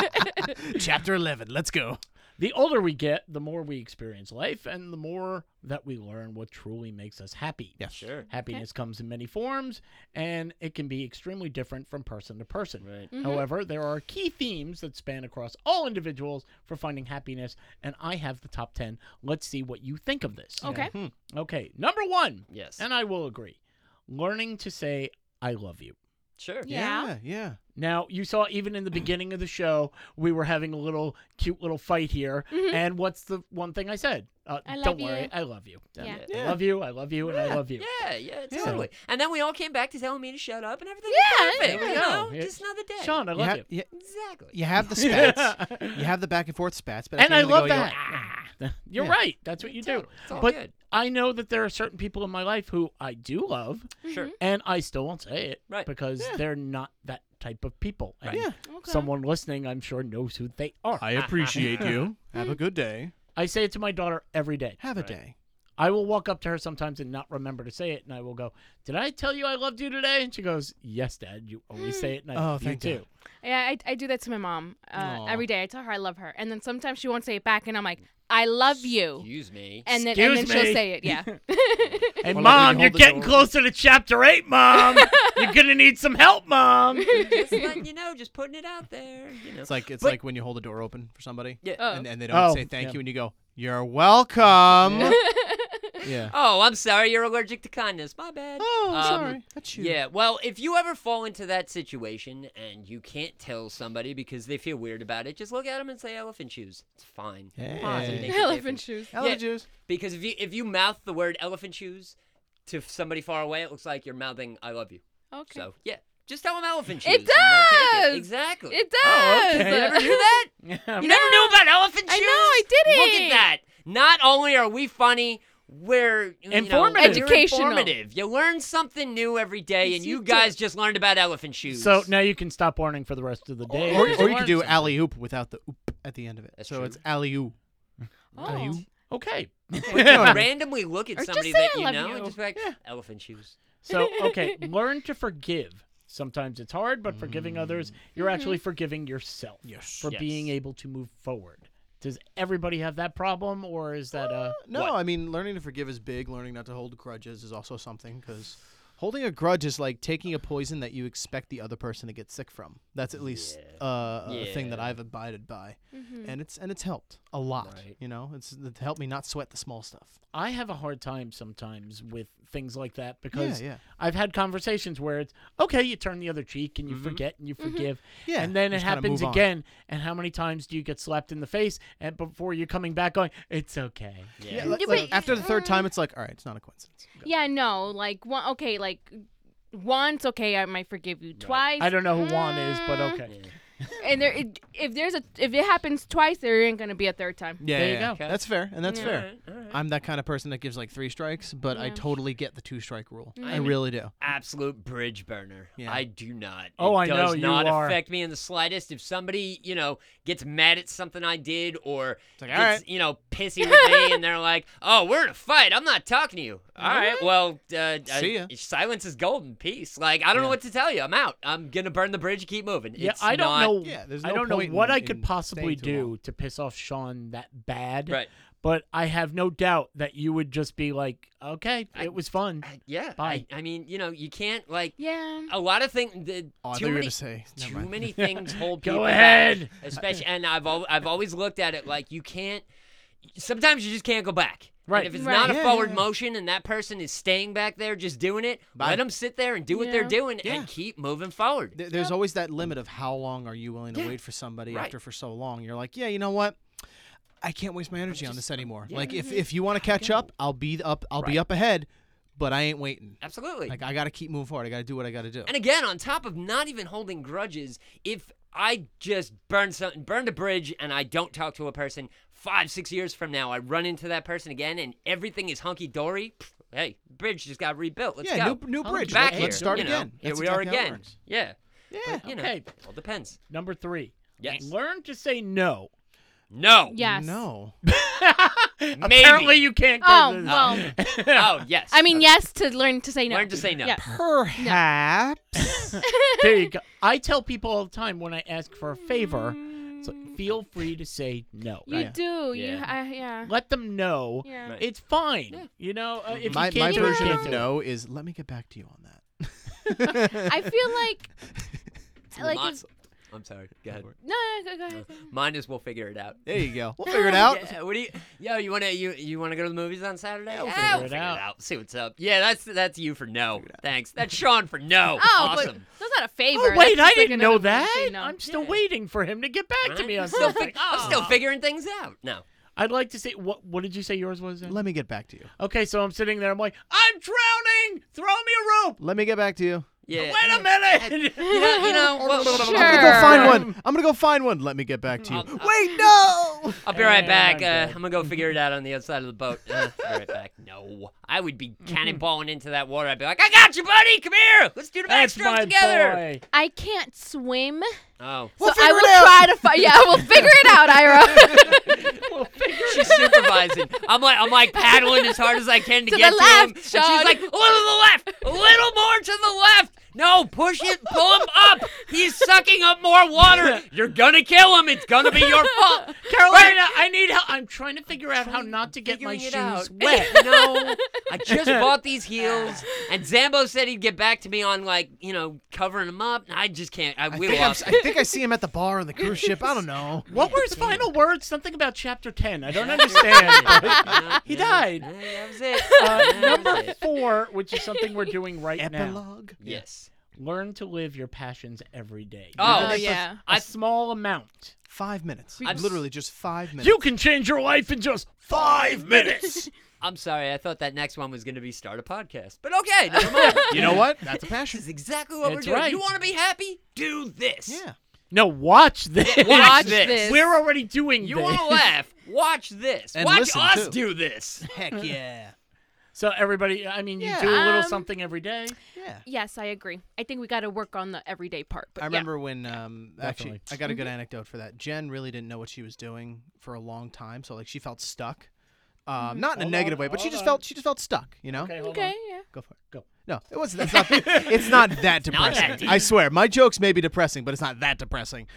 B: Chapter 11. Let's go.
A: The older we get, the more we experience life and the more that we learn what truly makes us happy.
B: Yeah.
C: sure.
A: Happiness comes in many forms and it can be extremely different from person to person.
C: Right.
D: Mm-hmm.
A: However, there are key themes that span across all individuals for finding happiness, and I have the top 10. Let's see what you think of this.
D: Okay.
A: Okay, number one,
C: Yes.
A: and I will agree learning to say, I love you.
C: Sure.
D: Yeah.
B: Yeah. yeah.
A: Now, you saw even in the beginning of the show, we were having a little cute little fight here. And what's the one thing I said? Uh,
D: Mm-hmm. I
A: don't
D: love you.
A: worry, I love you.
D: Yeah.
A: I
B: Yeah.
A: love you, I love you, and I love you.
C: Yeah, yeah,
B: Yeah.
C: totally. And then we all came back to telling me to shut up and everything
D: Yeah,
C: was perfect.
A: yeah.
C: You know,
A: Yeah.
C: just another day.
A: Sean, I
B: You,
A: love
B: have,
A: you.
B: you,
C: Exactly.
B: you have the spats.
A: and
B: you have the back and forth spats. But at the
A: I
B: end of the
A: love
B: go, you're
A: that. You're
B: Yeah.
A: right. That's what you do.
C: Totally. It's all
A: but
C: good.
A: I know that there are certain people in my life who I do love,
C: Mm-hmm. Sure.
A: and I still won't say it
C: Right.
A: because
B: Yeah.
A: they're not that type of people. And
B: Yeah.
D: Okay.
A: Someone listening, I'm sure, knows who they are. I,
B: appreciate you. Have a good day.
A: say it to my daughter every day.
B: Have a day.
A: I will walk up to her sometimes and not remember to say it, and I will go, "Did I tell you I loved you today?" And she goes, "Yes, Dad. You
C: Hmm.
A: always say it, and I
B: Oh,
A: love you
B: thank
A: too."
B: God.
D: Yeah, I, I do that to my mom uh,
B: Aw.
D: every day. I tell her I love her, and then sometimes she won't say it back, and I'm like, I love you,
C: Excuse me.
D: and then and
A: Excuse
D: then she'll
A: me.
D: say it. Yeah.
A: Hey,
B: Well, like,
A: Mom,
B: you
A: you're
B: hold the
A: getting
B: door.
A: closer to chapter eight, Mom. you're gonna need some help, Mom.
C: just letting you know, just putting it out there. You know.
B: It's like uh. it's
C: But-
B: like when you hold a door open for somebody.
C: Yeah.
D: Oh.
B: And, and they don't
A: Oh,
B: say thank
A: yeah.
B: you, and you go, "You're welcome." yeah.
C: oh, I'm sorry. You're allergic to kindness. My bad.
B: Oh,
C: Um,
B: sorry. That's you.
C: Yeah, well, if you ever fall into that situation and you can't tell somebody because they feel weird about it, just look at them and say elephant shoes. It's fine.
B: Hey.
C: Positive
B: Hey.
C: makes a
D: Elephant
C: difference.
D: shoes.
B: Hello, Jews.
C: Because if you if you mouth the word elephant shoes to f- somebody far away, it looks like you're mouthing "I love you."
D: Okay.
C: So yeah, just tell them elephant shoes.
D: It
C: and they'll take
D: does!
C: it. Exactly.
D: It does.
A: Oh, okay.
C: You never knew that? You never knew about elephant
D: I
C: shoes?
D: know, I
C: Look
D: didn't.
C: at that. Not only are we funny, we're you know,
A: Informative.
C: you're
D: Educational.
C: informative. You learn something new every day,
D: Yes,
C: and
D: you
C: you guys just learned about elephant shoes.
A: So now you can stop warning for the rest of the day.
B: Or, or you could do alley oop without the oop at the end of it.
C: That's
B: so
C: true.
B: it's alley oop.
D: Oh.
A: okay.
C: randomly look at
D: Or just
C: somebody
D: say,
C: that
D: "I
C: you
D: love
C: know
D: you."
C: and just be like, elephant shoes.
A: So okay, learn to forgive. Sometimes it's hard, but forgiving others, you're actually forgiving yourself
B: Mm-hmm. Yes.
A: for
C: Yes.
A: being able to move forward. Does everybody have that problem, or is that uh, a
B: Uh, No, I mean learning to forgive is big. Learning not to hold grudges is also something because Holding a grudge is like taking a poison that you expect the other person to get sick from. That's at least
A: Yeah.
B: uh, a thing that
C: Yeah.
B: I've abided by,
D: Mhm.
B: and it's and it's helped a lot.
A: Right.
B: You know, it's it helped me not sweat the small stuff.
A: I have a hard time sometimes with things like that because
B: yeah,
A: I've had conversations where it's okay, you turn the other cheek and you
C: Mhm.
A: forget and you forgive,
B: Mm-hmm. yeah,
A: and then it
B: Just kinda
A: happens
B: move on.
A: again. And how many times do you get slapped in the face and before you're coming back going, it's okay?
B: Yeah,
C: Yeah.
B: like-
D: Yeah,
B: like,
D: but-
B: after the third time, it's like, all right, it's not a coincidence.
D: Yeah, no, like one. Okay, like once. Okay, I might forgive you. Twice.
A: I don't know who Juan is, but
D: Mm.
A: okay.
C: Yeah.
D: And there, it, if there's a, if it happens twice, there ain't gonna be a third time.
B: Yeah,
A: There you go.
C: Okay.
B: That's fair, and that's
D: Yeah.
B: fair.
C: Alright, alright.
B: I'm that kind of person that gives like three strikes, but I
D: Yeah.
B: totally get the two strike rule.
D: Mm.
B: I
C: I mean-
B: really do.
C: absolute bridge burner.
B: Yeah.
C: I do not.
A: Oh,
C: it
A: I know
C: does
A: you
C: not
A: are.
C: affect me in the slightest. If somebody, you know, gets mad at something I did or
B: It's like, all
C: gets,
B: right,
C: you know, pissy with me and they're like, "Oh, we're in a fight. I'm not talking to you." All right. Well, uh, uh,
B: See ya.
C: silence is golden. Peace. Like, I don't
B: Yeah.
C: know what to tell you. I'm out. I'm going to burn the bridge and keep moving.
A: Yeah,
C: It's
A: I don't
C: not-
A: know.
B: yeah. There's no
A: I don't know
B: point
A: what
B: in-
A: I could
B: in
A: possibly
B: staying too
A: do
B: long.
A: to piss off Sean that bad.
C: Right.
A: But I have no doubt that you would just be like, okay,
C: I-
A: it was fun.
C: I- yeah.
A: Bye.
C: I, I mean, you know, you can't like
D: Yeah.
A: Uh,
C: a lot of things the
B: Oh, I thought
C: too
B: you were
C: many
B: gonna say never
C: too
B: mind.
C: many things hold
A: Go
C: people back,
A: ahead.
C: especially and i've al- i've always looked at it like you can't sometimes you just can't go back And
A: Right.
C: if it's
D: Right.
C: not
B: Yeah,
C: a
B: yeah,
C: forward
B: yeah.
C: motion and that person is staying back there just doing it let 'em let them sit there and do what they're
D: Yeah.
C: doing
B: Yeah.
C: and keep moving forward
B: There- There's always that limit of how long are you willing to
C: Yeah,
B: wait for somebody
C: right.
B: after for so long. You're like, yeah, you know what? I can't waste my energy on
C: just-
B: this anymore.
C: yeah.
B: Like if, if you want to catch up, I'll be up. I'll be
C: Right.
B: up ahead, but I ain't waiting.
C: absolutely
B: Like I gotta keep moving forward. I gotta do what I gotta do.
C: And again, on top of not even holding grudges, if I just burn something, burned a bridge, and I don't talk to a person five, six years from now, I run into that person again, and everything is hunky dory. Hey, bridge just got rebuilt. Let's
B: yeah,
C: go.
B: new, new
A: I'll
B: bridge.
A: get
C: Back
B: Let-
C: here.
B: Let's start
C: you know,
B: again.
C: Here
B: That's
C: we are
B: exactly how it
C: again.
B: works.
C: Yeah.
B: Yeah.
C: You know,
A: Okay.
C: all depends.
A: Number three.
C: Yes.
A: Learn to say no.
C: No.
D: Yes.
B: No.
A: Apparently, you can't go
D: Oh,
A: to this.
D: well.
C: Oh yes.
D: I mean, yes, to learn to say no.
C: Learn to say no.
D: Yeah.
B: Perhaps.
A: there you go. I tell people all the time when I ask for a favor, it's like, feel free to say no.
D: You
B: Yeah.
D: do. You.
C: Yeah.
D: I, yeah.
A: Let them know
D: Yeah.
C: Right.
A: it's fine.
C: Yeah.
A: You know, uh, if
B: my
A: you
B: my
A: can't do it, you
B: version
A: can't
B: of
A: do it.
B: no is let me get back to you on that.
D: I feel like, like,
C: Lots-
D: if,
C: I'm sorry. Go ahead. Uh,
D: no, no, go, go ahead. go ahead.
C: Mine is we'll figure it out.
B: There you go. We'll figure it out.
C: Oh, Yeah, what do you? Yo, you wanna you you wanna go to the movies on Saturday? Yeah,
A: we'll
C: we'll
A: figure it out.
C: See what's up. Yeah, that's that's you for no. Thanks. That's Sean for no.
D: Oh, but
C: awesome.
D: that's not a favor.
A: Oh,
D: That's
A: wait,
D: just
A: I
D: like
A: didn't
D: another
A: know
D: way
A: that.
D: to say no.
A: I'm still
C: Yeah.
A: waiting for him to get back to
C: Right?
A: me on
C: I'm still,
A: something.
C: fig- I'm
A: Oh.
C: still figuring things out. No.
A: I'd like to say what what did you say yours was?
D: Mm.
A: Then?
B: Let me get back to you.
A: Okay, so I'm sitting there. I'm like, I'm drowning. Throw me a rope.
B: Let me get back to you.
C: Yeah. Uh,
A: Wait a minute.
C: You know, you know, well,
B: I'm gonna go
D: Sure.
B: find one. I'm gonna go find one. Let me get back to you.
C: I'll-
B: Wait, no.
C: I'll be right
A: And I'm
C: back.
A: good.
C: Uh, I'm gonna go figure it out on the other side of the boat. Uh, be right back. No, I would be cannonballing into that water. I'd be like, I got you, buddy. Come here. Let's do the
A: That's
C: backstroke
A: my
C: together.
A: boy.
D: I can't swim,
C: Oh,
B: We'll
D: so I
B: figure
D: will
B: it
D: try
B: out.
D: to find. Yeah, we'll figure it out, Ira.
C: she's supervising. I'm like, I'm like paddling as hard as I can to,
D: To
C: get
D: the
C: to
D: left,
C: him. And
D: Sean.
C: she's like, a little to the left, a little more to the left. No, push it, pull him up. He's sucking up more water. You're gonna kill him. It's gonna be your fault.
A: Carolina, I need help. I'm trying to figure out how not to get my
C: Figuring it
A: shoes
C: out.
A: wet.
C: You know, I just bought these heels, and Zambo said he'd get back to me on like you know covering them up. I just can't. I
B: I
C: will.
B: think, I'm, I think I see him at the bar on the cruise ship. I don't know.
A: What were his final words? Something about chapter 10. I don't understand. He died.
C: That was it.
A: uh,
C: That was
A: number
C: it.
A: four, which is something we're doing right now.
B: Epilogue.
C: Yes.
A: Learn to live your passions every day.
C: Oh,
A: Even if it's
D: yeah.
A: A
C: I-
A: small amount.
B: Five minutes.
C: I'm s-
B: Literally just five minutes.
A: You can change your life in just five minutes.
C: I'm sorry. I thought that next one was going to be start a podcast, but okay, never mind.
B: You know what? That's a
C: This
B: passion.
C: is exactly what
A: That's
C: we're doing.
A: right.
C: You want to be happy? Do this.
B: Yeah.
A: no, watch this.
C: Watch
D: this.
C: this.
A: We're already doing
C: You
A: this.
C: want to laugh? Watch this.
B: And
C: Watch
B: listen,
C: us
B: too.
C: do this.
B: Heck yeah.
A: So everybody, I mean, you
B: Yeah.
A: do a little
D: Um,
A: something every day.
B: Yeah.
D: yes, I agree. I think we got to work on the everyday part. But
B: I
D: yeah.
B: remember when, um,
A: Definitely.
B: actually, I got a
D: Mm-hmm.
B: good anecdote for that. Jen really didn't know what she was doing for a long time, so like she felt stuck. Um, not in a
A: Hold
B: negative
A: on,
B: way, but she
A: hold
B: just
A: on.
B: felt she just felt stuck. You know,
A: Okay, hold
D: Okay,
A: on.
D: yeah.
B: go for it.
A: Go.
B: No, it wasn't. That's not, it's not that
C: not that
B: depressing.
C: deep.
B: I swear, my jokes may be depressing, but it's not that depressing.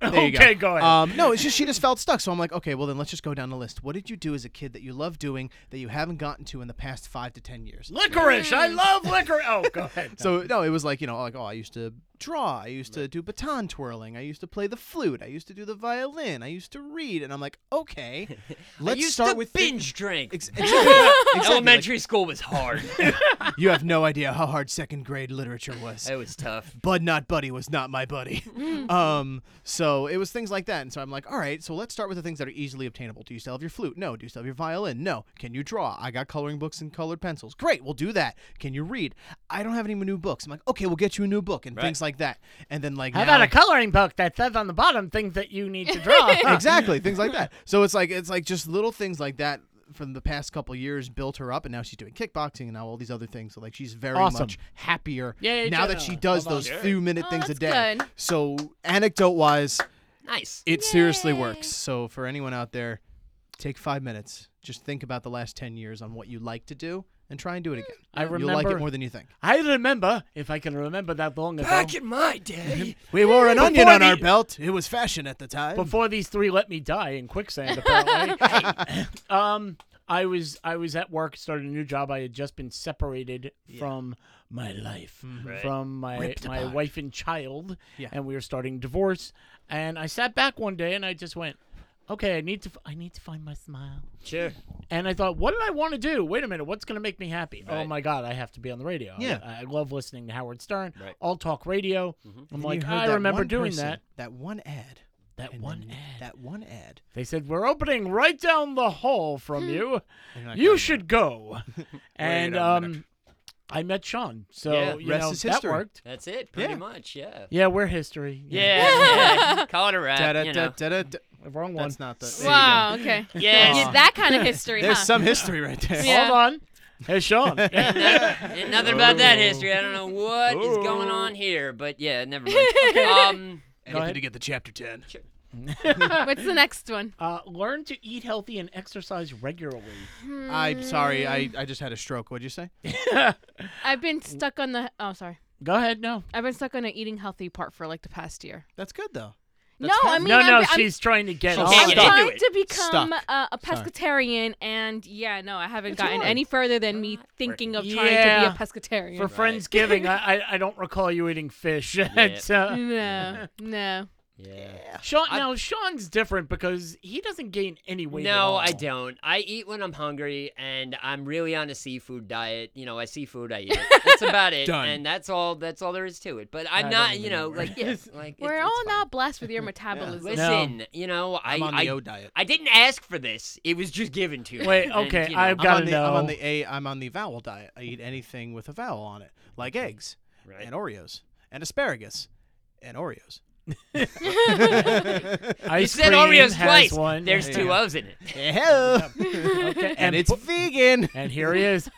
B: There you go.
A: Okay, go ahead.
B: Um, no, it's just she just felt stuck. So I'm like, okay, well then let's just go down the list. What did you do as a kid that you love doing that you haven't gotten to in the past five to ten years?
A: licorice. I love licorice. Oh, go ahead.
B: So no, it was like you know, like oh, I used to draw, I used to do baton twirling, I used to play the flute, I used to do the violin, I used to read, and I'm like, okay, let's
C: I used
B: start
C: to
B: with the-
C: binge drink.
B: Ex- exactly, exactly, like,
C: Elementary school was hard.
B: you have no idea how hard second grade literature was.
C: that was tough.
B: Bud Not Buddy was not my buddy. um, so it was things like that. And so I'm like, all right, so let's start with the things that are easily obtainable. Do you still have your flute? No. Do you still have your violin? No. Can you draw? I got coloring books and colored pencils. Great, we'll do that. Can you read? I don't have any new books. I'm like, okay, we'll get you a new book and
C: Right.
B: things like that. And then like
A: How
B: now,
A: about a coloring book that says on the bottom things that you need to draw?
B: exactly things like that so it's like it's like just little things like that from the past couple years built her up and now she's doing kickboxing and now all these other things so like she's very
A: Awesome.
B: much happier
A: Yay,
B: now that she
A: Jenna.
B: does
A: Well
B: those
A: done.
B: few minute
D: Oh,
B: things a
D: that's
B: day
D: good.
B: so anecdote wise
C: Nice.
B: it seriously
D: Yay.
B: works so for anyone out there take five minutes just think about the last 10 years on what you like to do and try and do it again
A: I
B: you'll like it
A: remember-
B: more than you think
A: I remember, if I can remember that long ago,
C: in my day.
B: we wore an
A: onion
B: onion
A: on
B: on
A: the-
B: our belt it was fashion at the time
A: before these three let me die in quicksand. Apparently, um, I was I was at work, started a new job. I had just been separated from my life,
C: Right.
A: from my
B: Mm-hmm. Ripped
A: my
B: apart.
A: wife and child,
B: Yeah.
A: and we were starting divorce. And I sat back one day and I just went, okay, I need to f- I need to find my smile.
C: Sure.
A: And I thought, what did I want to do? Wait a minute, what's going to make me happy? Oh
C: Right.
A: my God, I have to be on the radio. I-
B: Yeah. Mm-hmm.
A: I, love listening to Howard Stern,
C: Right.
A: all talk radio. I'm
B: And you
A: like,
B: heard
A: I
B: that
A: remember
B: one
A: doing
B: person,
A: that.
B: that one ad
A: That
B: and
A: one
B: then
A: ad.
B: That one ad.
A: They said, we're opening right down the hall from you.
B: And you're like, "Oh,
A: You should go. and
B: a
A: um, I met Sean. So,
C: Yeah.
A: you
B: Rest
A: know,
B: is
A: that
B: history.
A: worked.
C: That's it. Pretty
B: Yeah.
C: much. Yeah.
A: Yeah, we're history.
C: Yeah. yeah. Call it a wrap. You know.
B: da-da-da-da-da."
A: Wrong one.
B: That's not the. there you go.
D: Wow. Okay.
C: Yes.
D: Yeah, that kind of history,
B: There's
D: huh?
B: some history right there.
D: Yeah.
A: Hold on. Hey, Sean.
C: Ain't Nothing about that history. I don't know what is going
B: Oh.
C: on here, but yeah, never mind. Um,
A: Go ahead.
B: to get the chapter ten.
D: What's the next one?
A: uh, learn to eat healthy and exercise regularly.
B: I'm sorry. I, I just had a stroke. What'd you say?
D: I've been stuck on the. Oh, sorry.
A: Go ahead. No.
D: I've been stuck on the eating healthy part for like the past year.
B: That's good though.
D: No, I mean,
A: no,
D: I'm,
A: no,
D: I'm,
A: she's trying to get
C: She's
A: on.
C: taking
D: I'm
C: it.
D: trying
C: Into
D: to become
B: Stuck.
D: uh, a pescatarian, and yeah, no, I haven't gotten
B: hard.
D: any further than me thinking of trying
A: Yeah.
D: to be a pescatarian.
A: For Friendsgiving, I, I I don't recall you eating fish. It's, uh,
D: Mm. no, no.
C: yeah.
A: Sean
C: I-
A: now Sean's different because he doesn't gain any weight. at
C: No,
A: all.
C: I don't. I eat when I'm hungry, and I'm really on a seafood diet. You know, I see food, I eat. it. That's about it.
B: Done.
C: And that's all. That's all there is to it. But I'm
A: I don't
C: not.
A: even
C: You know,
A: remember.
C: like yes, like
D: We're
C: it's,
D: all
C: it's
D: not blessed with your metabolism.
C: fine. Listen, you know, I
B: I'm on the
C: I,
B: O diet.
C: I didn't ask for this. It was just given to me.
A: Wait,
C: And,
A: okay,
C: you know,
A: I've
B: I'm
A: gotta
B: on the I'm on
A: know.
B: the A. I'm on the vowel diet. I eat anything with a vowel on it, like eggs
C: Right.
B: and Oreos and asparagus and Oreos.
C: You
A: Ice
C: said
A: cream
C: Oreos
A: has
C: twice.
A: One.
C: There's
A: Yeah.
C: two O's in it.
B: Hello.
A: Okay, and,
B: and it's
A: pu-
B: vegan.
A: and here he is,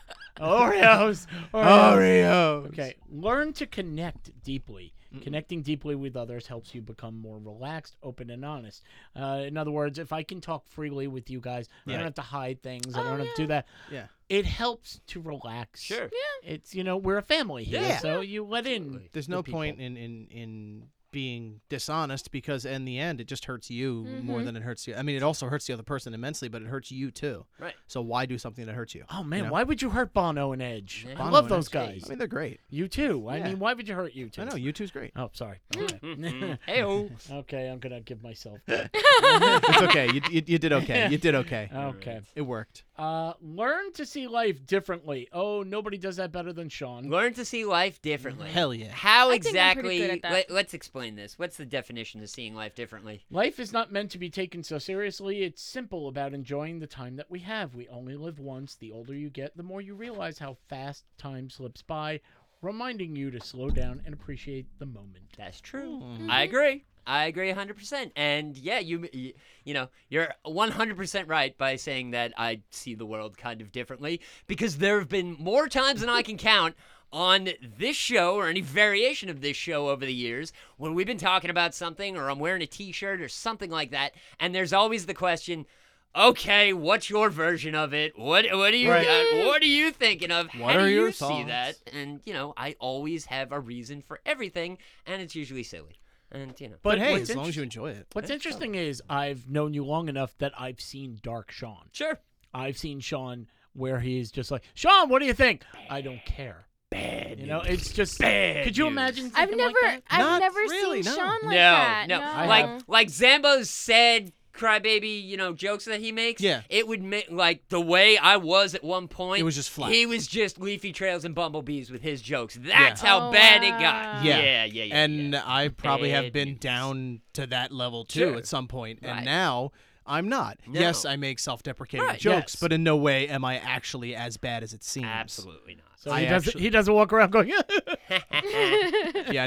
A: Oreos. Oreos.
B: Oreos.
A: Okay, learn to connect deeply. Connecting deeply with others helps you become more relaxed, open, and honest. Uh, in other words, if I can talk freely with you guys, I
B: Right.
A: don't have to hide things. I
D: Oh,
A: don't have to do
D: yeah.
A: that.
B: Yeah.
A: It helps to relax.
C: Sure.
A: It's you know we're a family here,
B: Yeah.
A: so you let in.
C: Absolutely.
B: there's
A: the
B: no
A: people.
B: point in in in being dishonest because in the end it just hurts you more than it hurts you. I mean, it also hurts the other person immensely, but it hurts you too.
C: Right.
B: So why do something that hurts you?
A: Oh man,
B: know?
A: why would you hurt Bono and Edge?
C: Yeah.
A: I
B: Bono
A: love
B: and
A: those
B: Edge.
A: guys.
B: I mean, they're great.
A: You too. I
B: Yeah.
A: mean, why would you hurt you two?
B: I know you two's great.
A: Oh, sorry. Okay.
C: Hey,
A: okay, I'm gonna give myself. that.
B: it's okay. You, you you did okay. You did okay.
A: Okay.
B: Uh, It worked.
A: Uh, learn to see life differently. Oh, nobody does that better than Sean.
C: learn to see life differently.
B: Hell yeah.
C: How
D: I think I'm pretty
C: exactly?
D: good at that.
C: Let, let's explain this. What's the definition of seeing life differently?
A: Life is not meant to be taken so seriously. It's simple about enjoying the time that we have. We only live once. The older you get, the more you realize how fast time slips by, reminding you to slow down and appreciate the moment.
C: That's true. I agree. I agree 100%. And yeah, you you, you know, you're 100% right by saying that I see the world kind of differently because there have been more times than I can count on this show or any variation of this show over the years when we've been talking about something or I'm wearing a t-shirt or something like that and there's always the question Okay, what's your version of it? What what do you
B: Right.
C: got? what are you thinking of?
B: What
C: How
B: are
C: do
B: your
C: you see
B: thoughts?
C: that? And you know, I always have a reason for everything, and it's usually silly. And you know,
A: But,
B: hey,
A: what's
B: as long as
A: inter-
B: you enjoy it.
A: What's interesting is I've known you long enough that I've seen Dark Sean.
C: sure.
A: I've seen Sean where he's just like, Sean, what do you think? I don't care. Bad. You know, it's just. Bad could you
C: news.
A: imagine?
D: I've
A: something
D: never,
A: Like that?
D: I've
B: Not
D: never
B: really,
D: seen
B: no.
D: Sean
C: no,
D: like that.
C: no,
D: no.
C: like like Zambo's sad crybaby, you know, jokes that he makes.
B: Yeah.
C: it would make like the way I was at one point.
B: It was just flat.
C: He was just leafy trails and bumblebees with his jokes. That's
D: Yeah.
C: how
D: Oh,
C: bad it
D: wow.
C: got.
B: Yeah.
C: yeah, yeah, yeah.
B: and uh, I probably have
C: Bad
B: been
C: news.
B: down to that level too
C: Sure.
B: at some point, and
C: Right.
B: now I'm not.
C: No.
B: Yes, I make self-deprecating
C: Right.
B: jokes,
A: Yes.
B: but in no way am I actually as bad as it seems.
C: yeah. absolutely not.
A: So
B: I
A: he doesn't.
B: actually-
A: He doesn't walk around going.
B: yeah,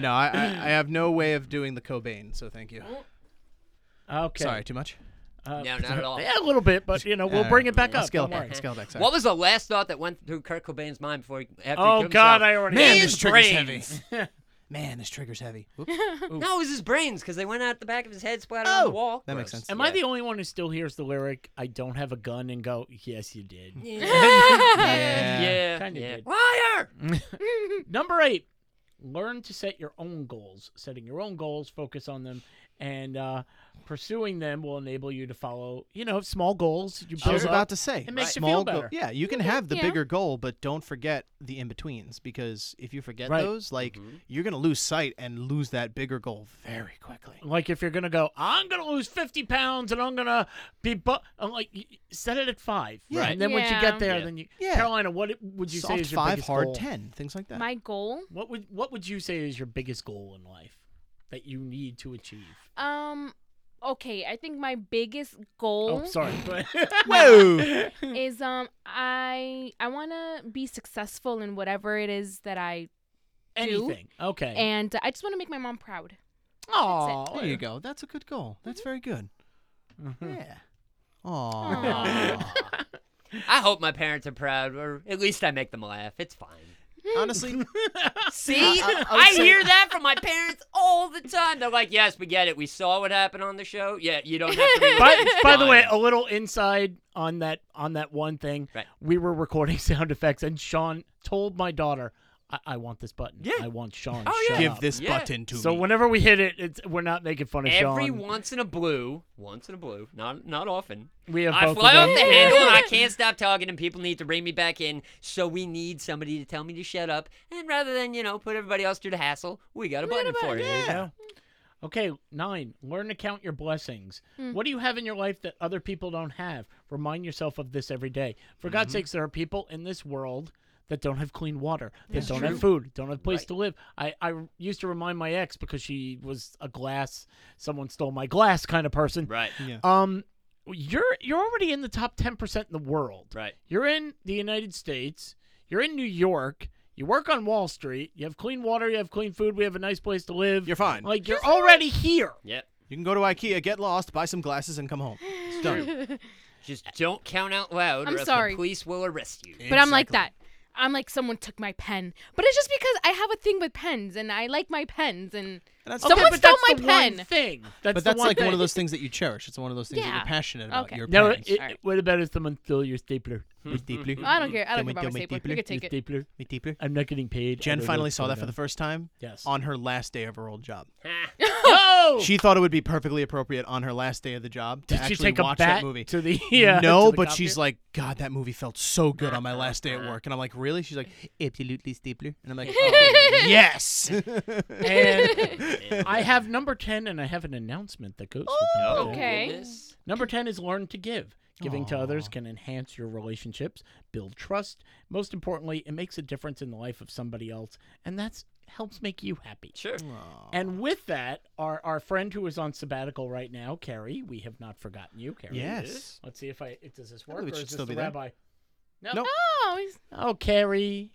B: no, I, I, I have no way of doing the Cobain, so thank you.
A: okay.
B: Sorry, too much.
A: Uh,
C: No, not at all.
A: Yeah, a little bit, but you know, we'll
B: Uh,
A: bring it back
B: let's
A: up.
B: Scale it
A: don't
B: back.
A: worry.
B: Scale it back. Sorry.
C: What was the last thought that went through Kurt Cobain's mind before he after
A: Oh,
C: he killed
A: God,
C: himself?
A: I already
B: Man,
A: know.
B: this
C: His
B: trigger's
C: brains.
B: heavy. Man, this trigger's heavy. Whoops.
C: No, it was his brains because they went out the back of his head, splattered on
B: Oh,
C: the wall.
B: that makes
C: Gross.
B: sense.
A: Am I the only one who still hears the lyric "I don't have a gun" and go, "Yes, you did"?
B: Yeah.
C: Yeah,
A: Kinda
C: yeah. Mm.
A: did.
C: Liar!
B: Mm-hmm.
A: Number eight, learn to set your own goals. Setting your own goals, focus on them, and uh, pursuing them will enable you to follow. You know, small goals. You
B: I was
A: build
B: about
A: up.
B: to say.
A: It makes you
B: small
A: feel
B: goal-
A: better.
B: Yeah, you can have the
D: Yeah.
B: bigger goal, but don't forget the in betweens because if you forget
A: Right.
B: those, like
A: Mm-hmm.
B: you're gonna lose sight and lose that bigger goal very quickly.
A: Like if you're gonna go, I'm gonna lose 50 pounds and I'm gonna be, bu-, I'm like, y- set it at five,
B: Yeah.
A: and then once you get
D: Yeah.
A: there,
C: Yeah.
A: then you,
B: Yeah.
A: Carolina, what it- would you say
B: Soft
A: is your
B: five,
A: biggest
B: hard
A: goal?
B: ten, things like that.
D: My goal,
A: What would what would you say is your biggest goal in life that you need to achieve?
D: um, okay, I think my biggest goal
A: Oh, sorry.
B: Whoa!
D: is um, I I want to be successful in whatever it is that I
A: Anything. Okay.
D: and I just want to make my mom proud.
A: Aw,
B: there you go. That's a good goal. That's
D: Mm-hmm.
B: very good.
A: Mm-hmm.
B: Yeah. Aww.
D: Aw.
C: I hope my parents are proud, or at least I make them laugh. It's fine.
B: Honestly,
A: Uh,
C: See, I, hear that from my parents all the time. They're like, "Yes, we get it. We saw what happened on the show. Yeah, you don't have to." Be
A: by, by the way, oh,
C: Fine.
A: a little inside on that on that one thing.
C: Right.
A: We were recording sound effects, and Sean told my daughter, "I, I want this button.
C: Yeah.
A: I want Sean.
C: Oh, yeah.
A: shut
B: give
A: up."
B: this
C: Yeah.
B: button to
A: So
B: me.
A: whenever we hit it, it's, we're not making fun of
C: every
A: Sean.
C: once in a blue, once in a blue, not not often.
A: We have
C: I
A: both
C: fly
A: of
C: off
A: them.
C: the handle and I can't stop talking, and people need to bring me back in. So we need somebody to tell me to shut up. And rather than you know put everybody else through the hassle, we got a button for it.
A: Yeah. Okay, nine. Learn to count your blessings. What do you have in your life that other people don't have? Remind yourself of this every day. For
C: Mm-hmm.
A: God's sakes, there are people in this world that don't have clean water, that don't have food, don't have a place to live. I, I used to remind my ex because she was a glass, someone stole my glass kind of person.
C: Right.
A: Um, you're you're already in the top ten percent in the world.
C: Right.
A: You're in the United States. You're in New York. You work on Wall Street. You have clean water. You have clean food. We have a nice place to live.
B: You're fine.
A: Like you're already here.
C: Yep.
B: You can go to IKEA, get lost, buy some glasses, and come home. It's done.
C: Just don't count out loud,
D: I'm
C: or else
D: sorry.
C: the police will arrest you.
D: But I'm like that.
B: Exactly.
D: I'm like someone took my pen, but it's just because I have a thing with pens and I like my pens and
B: that's-
D: someone
A: Okay, but
D: stole
A: that's
D: my
A: the
D: pen.
A: One thing. That's
B: But
A: the
B: that's
A: one
B: like
A: thing.
B: one of those things that you cherish. It's one of those things that
D: Yeah.
B: you're passionate about.
D: Okay.
B: Your
A: No, it,
B: parents.
A: it,
D: Alright.
A: what about if someone stole your stapler?
B: My stapler.
D: I don't care. I
B: Can
D: don't
B: we
D: care about my
B: do my
D: stapler.
B: deeply?
D: You can take
A: your
D: it.
A: stapler.
B: My stapler.
A: I'm not getting paid. I
B: Jen
A: don't know
B: finally
A: what's
B: saw that
A: going
B: for the
A: on.
B: first time
A: Yes.
B: on her last day of her old job.
A: Oh,
B: She thought it would be perfectly appropriate on her last day of the job to
A: did
B: actually
A: she take a
B: watch
A: bat
B: that movie.
A: to the? Yeah,
B: no,
A: to the
B: but
A: cop
B: she's
A: here?
B: like, God, that movie felt so good on my last day at work. And I'm like, really? She's like, absolutely stapler. And I'm like, "Oh, yes.
A: And I have number ten, and I have an announcement that goes. with number
B: Oh,
A: 10.
D: Oh, Okay.
C: Goodness.
A: Number 10 is learn to give. Giving to others can enhance your relationships, build trust. Most importantly, it makes a difference in the life of somebody else, and that's helps make you happy.
C: Sure.
A: And with that, our our friend who is on sabbatical right now, Carrie, we have not forgotten you, Carrie.
B: yes.
A: Let's see if I it does this
B: I
A: work or
B: believe it
A: is
B: should
A: this
B: still
A: the
B: be there.
A: rabbi? No.
B: Nope.
D: Oh, he's-
A: Oh, Carrie.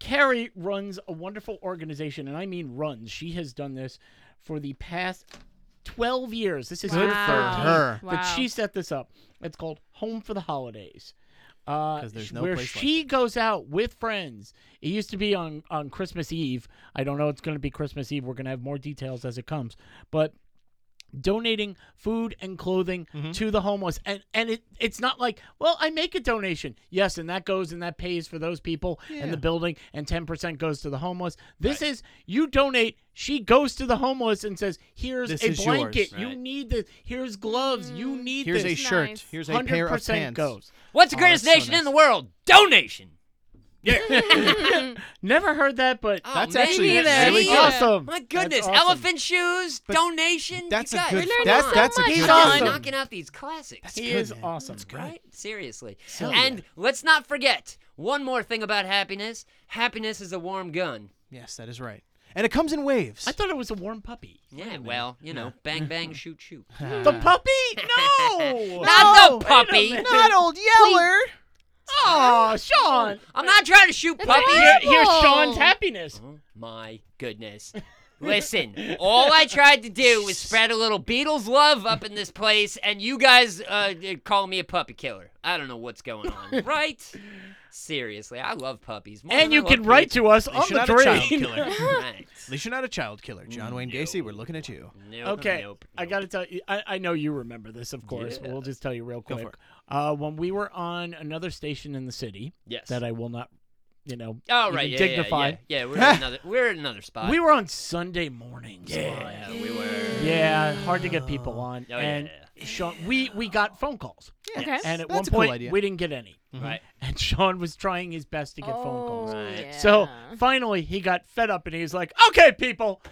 A: Carrie runs a wonderful organization, and I mean runs. She has done this for the past 12 years. This is
D: Good
A: her
D: for
A: 13th
B: her.
A: But
D: Wow.
A: she set this up. It's called Home for the Holidays. Uh,
B: 'Cause there's
A: sh-
B: no
A: where
B: place like
A: she goes out with friends. It used to be on, on Christmas Eve. I don't know. It's going to be Christmas Eve. We're going to have more details as it comes. But donating food and clothing
B: Mm-hmm.
A: to the homeless and and it it's not like well i make a donation yes and that goes and that pays for those people and the
B: Yeah.
A: building and 10% goes to the homeless this is you donate she goes to the homeless and says here's
B: This
A: a
B: is yours."
A: blanket you
C: Right.
A: need this here's gloves you need
B: Here's a
A: this
B: shirt.
D: nice.
B: Here's a pair of pants.
A: goes
C: What's the
B: Oh,
C: greatest
B: that's so
C: nation in
B: nice.
C: the world? Donation.
A: never heard that but
C: Oh,
B: That's
C: man,
B: actually
C: you
D: that's
C: see?
D: really good.
A: awesome
C: My
A: That's
C: goodness,
A: awesome.
C: elephant shoes,
B: But
C: donation.
B: That's
C: you
B: a
C: guys,
B: good.
D: learning
B: That's
D: so
B: that's a
D: much.
B: good.
A: He's
C: He's awesome.
A: awesome.
C: knocking out these classics.
B: That's
A: he
B: good,
A: is
B: man.
A: awesome
C: right? Seriously.
A: Hell
C: and let's not forget one more thing about happiness. Happiness is a warm gun.
B: Yes, that is right. And it comes in waves.
A: i thought it was a warm puppy
C: Yeah, well, you know, bang bang shoot shoot.
A: the puppy no
C: Not
B: No,
C: the
B: wait a
C: puppy.
B: Not old Yeller.
A: oh sean
C: I'm not trying to shoot puppies.
A: Here- here's
D: Apple.
A: sean's happiness
C: Oh my goodness. Listen, all I tried to do was spread a little Beatles love up in this place, and you guys uh, call me a puppy killer. I don't know what's going on, right? Seriously, I love puppies. more
A: and
C: than I
A: you
C: love
A: can write
C: people.
A: to us
B: You
A: on
B: should
A: the
B: not a child
A: dream.
B: killer.
C: Right.
B: At least you're not a child killer. John Wayne Gacy, we're looking at you.
C: Nope,
A: Okay,
C: nope,
A: I
C: nope.
A: got to tell you, I, I know you remember this, of course.
C: Yeah.
A: We'll just tell you real
B: Go for
A: quick. Uh, when we were on another station in the city
C: Yes.
A: that I will not, you know,
C: Oh
A: even
C: right, yeah, yeah,
A: dignify,
C: Yeah, yeah, we're at another. We're at another
B: Uh,
C: spot. Oh,
A: we were on Sunday mornings. live.
C: yeah, we were.
A: Yeah, hard to get people on.
C: Oh,
A: and Sean, we, we got phone calls.
D: Okay.
A: And at
B: That's a
A: one
B: cool
A: point,
B: idea. Mm-hmm.
A: we didn't get any.
C: Right.
A: And Sean was trying his best to get phone calls.
C: Right.
D: oh, yeah.
A: So finally, he got fed up and he was like, okay, people,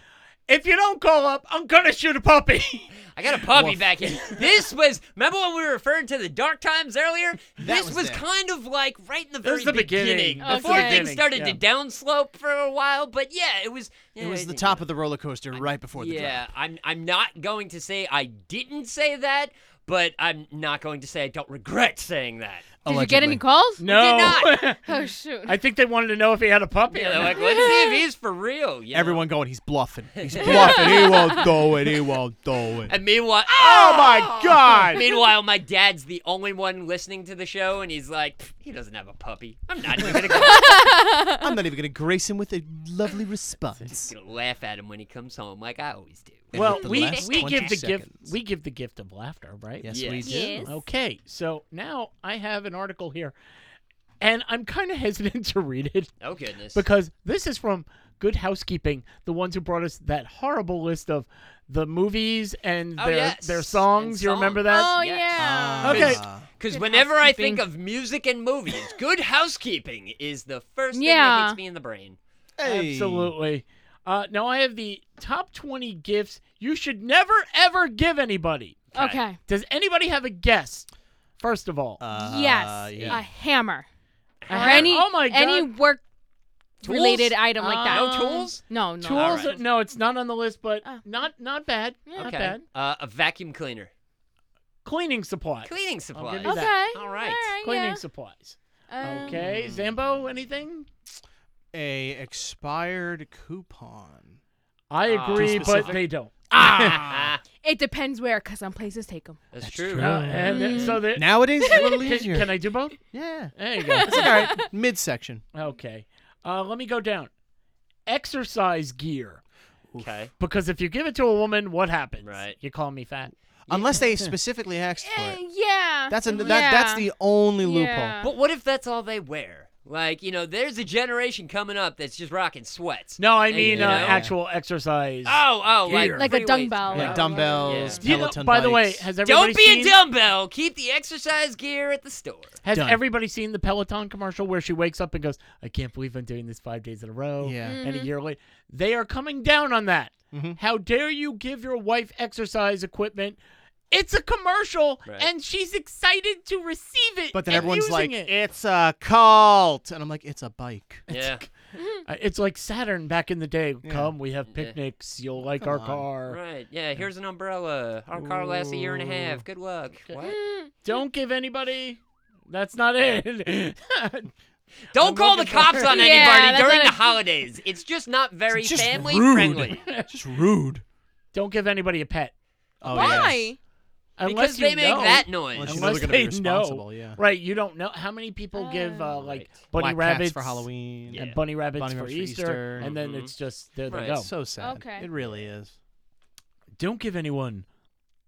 A: if you don't call up, I'm going to shoot a puppy.
C: I got a puppy
A: Woof.
C: back in. This was remember when we were referring to the dark times earlier? This
B: was
C: was
B: it.
C: kind of like right in the
A: This
C: very
A: is the beginning. That's
C: Before
D: the
C: things
A: beginning,
C: started
A: yeah.
C: to downslope for a while, but yeah, it was
B: It was the top of the roller coaster right before the drop.
C: Yeah, I'm I'm not going to say I didn't say that, but I'm not going to say I don't regret saying that.
D: Did you get any calls?
A: no.
C: not.
D: Oh shoot.
A: I think they wanted to know if he had a puppy.
C: Yeah,
A: or
C: they're
A: not.
C: like, let's see if he's for real. you know?
B: Everyone going, he's bluffing. He's bluffing. he won't do it. He won't do it.
C: And meanwhile,
B: Oh my God!
C: Meanwhile, my dad's the only one listening to the show, and he's like, "Pfft, he doesn't have a puppy. I'm not even gonna, go.
B: I'm not even gonna grace him with a lovely response.
C: Just gonna laugh at him when he comes home, like I always do.
B: And
A: well,
B: with the
A: we,
B: last
A: we
B: 20
A: give the gift
B: seconds-
A: we give the gift of laughter, right?
B: Yes,
C: Yes.
B: we do.
D: Yes.
A: Okay, so now I have an article here, and I'm kind of hesitant to read it
C: Oh goodness.
A: because this is from Good Housekeeping, the ones who brought us that horrible list of the movies and
C: Oh,
A: their
C: yes,
A: their
C: and
A: songs. You remember that?
D: oh
C: yes.
D: yeah.
B: Ah.
A: Okay.
C: Because
D: Good
C: whenever I think
D: housekeeping.
C: of music and movies, good housekeeping is the first thing that
D: Yeah.
C: hits me in the brain.
B: Hey.
A: Absolutely. Uh, now I have the top 20 gifts you should never ever give anybody.
D: Okay.
A: Does anybody have a guess? First of all,
B: Uh,
D: yes.
B: yeah.
D: A hammer.
A: A
D: Or
A: hammer.
D: any
A: oh my god,
D: any work
C: Tools?
D: related item like that.
A: Uh,
C: no tools?
D: No, no.
A: Tools?
C: All right.
A: No, it's not on the list, but
D: Oh.
A: not not bad. Ah, Not
C: okay.
A: bad.
C: Uh, a vacuum cleaner.
A: Cleaning supplies.
C: Cleaning supplies.
A: you
D: Okay.
A: that.
C: All right.
A: Cleaning
D: yeah.
A: supplies.
D: Um,
A: Okay. Zambo, anything?
B: A expired coupon.
A: I
C: Ah.
A: agree,
B: Too
A: but
B: specific.
A: they don't.
C: Ah,
D: It depends where, cause some places take them.
C: that's,
B: That's
C: true.
B: true.
A: Uh,
D: Mm.
A: and th- so the,
B: Nowadays, it's a little
A: can,
B: easier.
A: can I do both?
B: Yeah.
A: There you go.
B: All right. Midsection.
A: okay. Uh, let me go down. Exercise gear.
C: Okay.
A: Because if you give it to a woman, what happens?
C: Right.
A: You call me fat.
B: Unless they specifically asked for it.
D: Eh, yeah.
B: That's a, that,
D: yeah.
B: that's the only loophole.
D: Yeah.
C: But what if that's all they wear? Like, you know, there's a generation coming up that's just rocking sweats.
A: No, I
C: And,
A: mean
C: you
A: uh,
C: know-
A: actual exercise.
C: Oh, oh, like
A: Gear.
D: like
C: free
D: a
C: weights.
D: dumbbell.
B: Like
D: or
B: dumbbells,
A: Do you know-
B: Ah, Peloton
A: by the way,
B: bikes.
A: has everybody
C: Don't be
A: seen,
C: a dumbbell. Keep the exercise gear at the store.
A: has
B: Done.
A: everybody seen the Peloton commercial where she wakes up and goes, "I can't believe I'm doing this five days in a row."
B: Yeah.
A: and a year later. They are coming down on that.
B: Mhm.
A: How dare you give your wife exercise equipment? It's a commercial,
C: Right.
A: and she's excited to receive it.
B: But then
A: and
B: everyone's
A: using
B: like, "Eh."
A: it.
B: it's a cult. And I'm like, it's a bike.
C: Yeah.
A: Uh, it's like Saturn back in the day.
B: Yeah.
A: Come, we have
C: Yeah.
A: picnics. You'll like
B: Come
A: our
B: on.
A: car.
C: Right. Yeah. Here's an umbrella. Our car lasts a year and a half. Good luck. What?
D: Oh,
A: Don't give anybody. That's not it.
C: Don't
A: I'm
C: call the
A: looking for-
C: cops on
D: Yeah,
C: anybody
D: that's
C: during
D: not
C: the
D: a-
C: holidays. It's just not very
B: It's just
C: family
B: rude.
C: friendly.
B: Just rude.
A: Don't give anybody a pet
B: Oh,
D: Why?
A: unless
C: Because they
A: you
C: make
A: know.
C: that noise.
B: Unless you know
A: Unless
B: they're going to
A: they
B: be
A: know.
B: responsible. Yeah.
A: Right, you don't know how many people give uh,
D: Oh.
A: like
C: Right.
A: bunny
B: Black
A: rabbits
B: cats for Halloween.
C: Yeah.
A: and bunny rabbits,
B: Bunny
A: for,
B: rabbits for
A: Easter, Mm-hmm.
B: Easter.
A: and then
C: Mhm.
A: it's just there
C: Right.
A: they go.
B: So sad.
D: Okay.
B: It really is.
A: Don't give anyone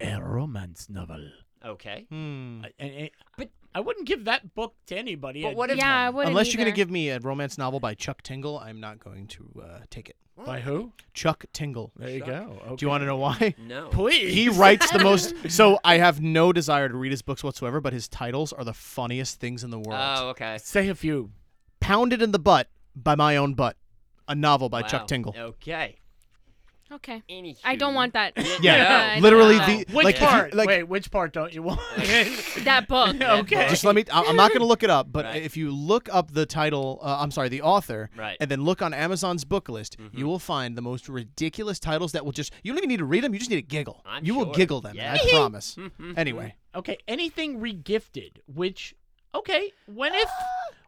A: a romance novel.
C: Okay.
B: Hmm.
A: I- and it-
C: But-
A: I wouldn't give that book to anybody.
C: But
A: I'd
C: what if-
D: yeah, I wouldn't.
B: Unless you're
D: either.
B: going to give me a romance novel by Chuck Tingle, I'm not going to uh, take it.
A: by who?
B: Chuck Tingle.
A: There you
C: Shuck.
A: go.
B: Do you want to know why?
C: No.
A: Please.
B: He writes the most. So I have no desire to read his books whatsoever, but his titles are the funniest things in the world.
C: Oh, okay.
A: Say a few.
B: Pounded in the Butt by My Own Butt, a novel by
C: Wow.
B: Chuck Tingle.
C: Okay.
D: Okay.
C: Anywho.
D: I don't want that.
B: Yeah,
D: I don't
B: literally
C: Oh.
D: want
B: the
A: Which
B: like, if you-
A: part?
B: like
A: Wait, which part don't you want?
D: that. that book.
A: okay.
B: Just let me. I- I'm not going to look it up, but
C: Right.
B: if you look up the title, uh, I'm sorry, the author,
C: Right. Mm-hmm.
B: and then look on Amazon's book list, you will find the most ridiculous titles that will just. You don't even need to read them. You just need to giggle.
C: I'm
B: you will
C: sure.
B: giggle them. and I
C: Yeah.
B: promise.
C: Mm-hmm.
B: anyway,
A: Mm. Okay, anything regifted, which okay, when if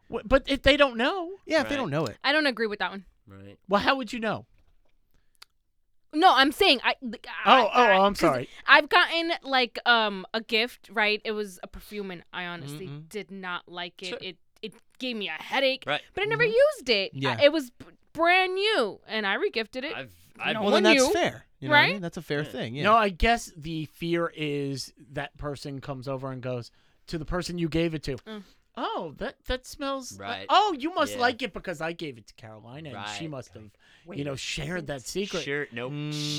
A: w- but if they don't know,
B: yeah, if they
C: Right.
B: don't know it,
D: I don't agree with that one.
C: Right.
A: well how would you know?
D: No, I'm saying I.
A: Oh, oh,
D: I-
A: I'm
D: 'cause
A: sorry.
D: I've gotten like um a gift, right? It was a perfume, and I honestly did not like it.
C: Sure.
D: It it gave me a headache,
C: Right.
D: but I never used it. I-
B: Yeah.
D: it was b- brand new, and I regifted it.
C: I've. I've
D: No
B: well,
D: one
B: then that's
D: knew,
B: fair. You know what I
D: right?
B: mean? That's a fair thing. Yeah.
A: No, I guess the fear is that person comes over and goes to the person you gave it to.
D: Mm.
A: Oh, that that smells. uh,
C: Right.
A: oh, you must
C: Yeah.
A: like it because I gave it to Carolina, and she
C: Right.
A: must have, you
C: Wait
A: know,
C: a
A: shared that secret.
C: Sure. Nope.
D: Mm.
B: Mm,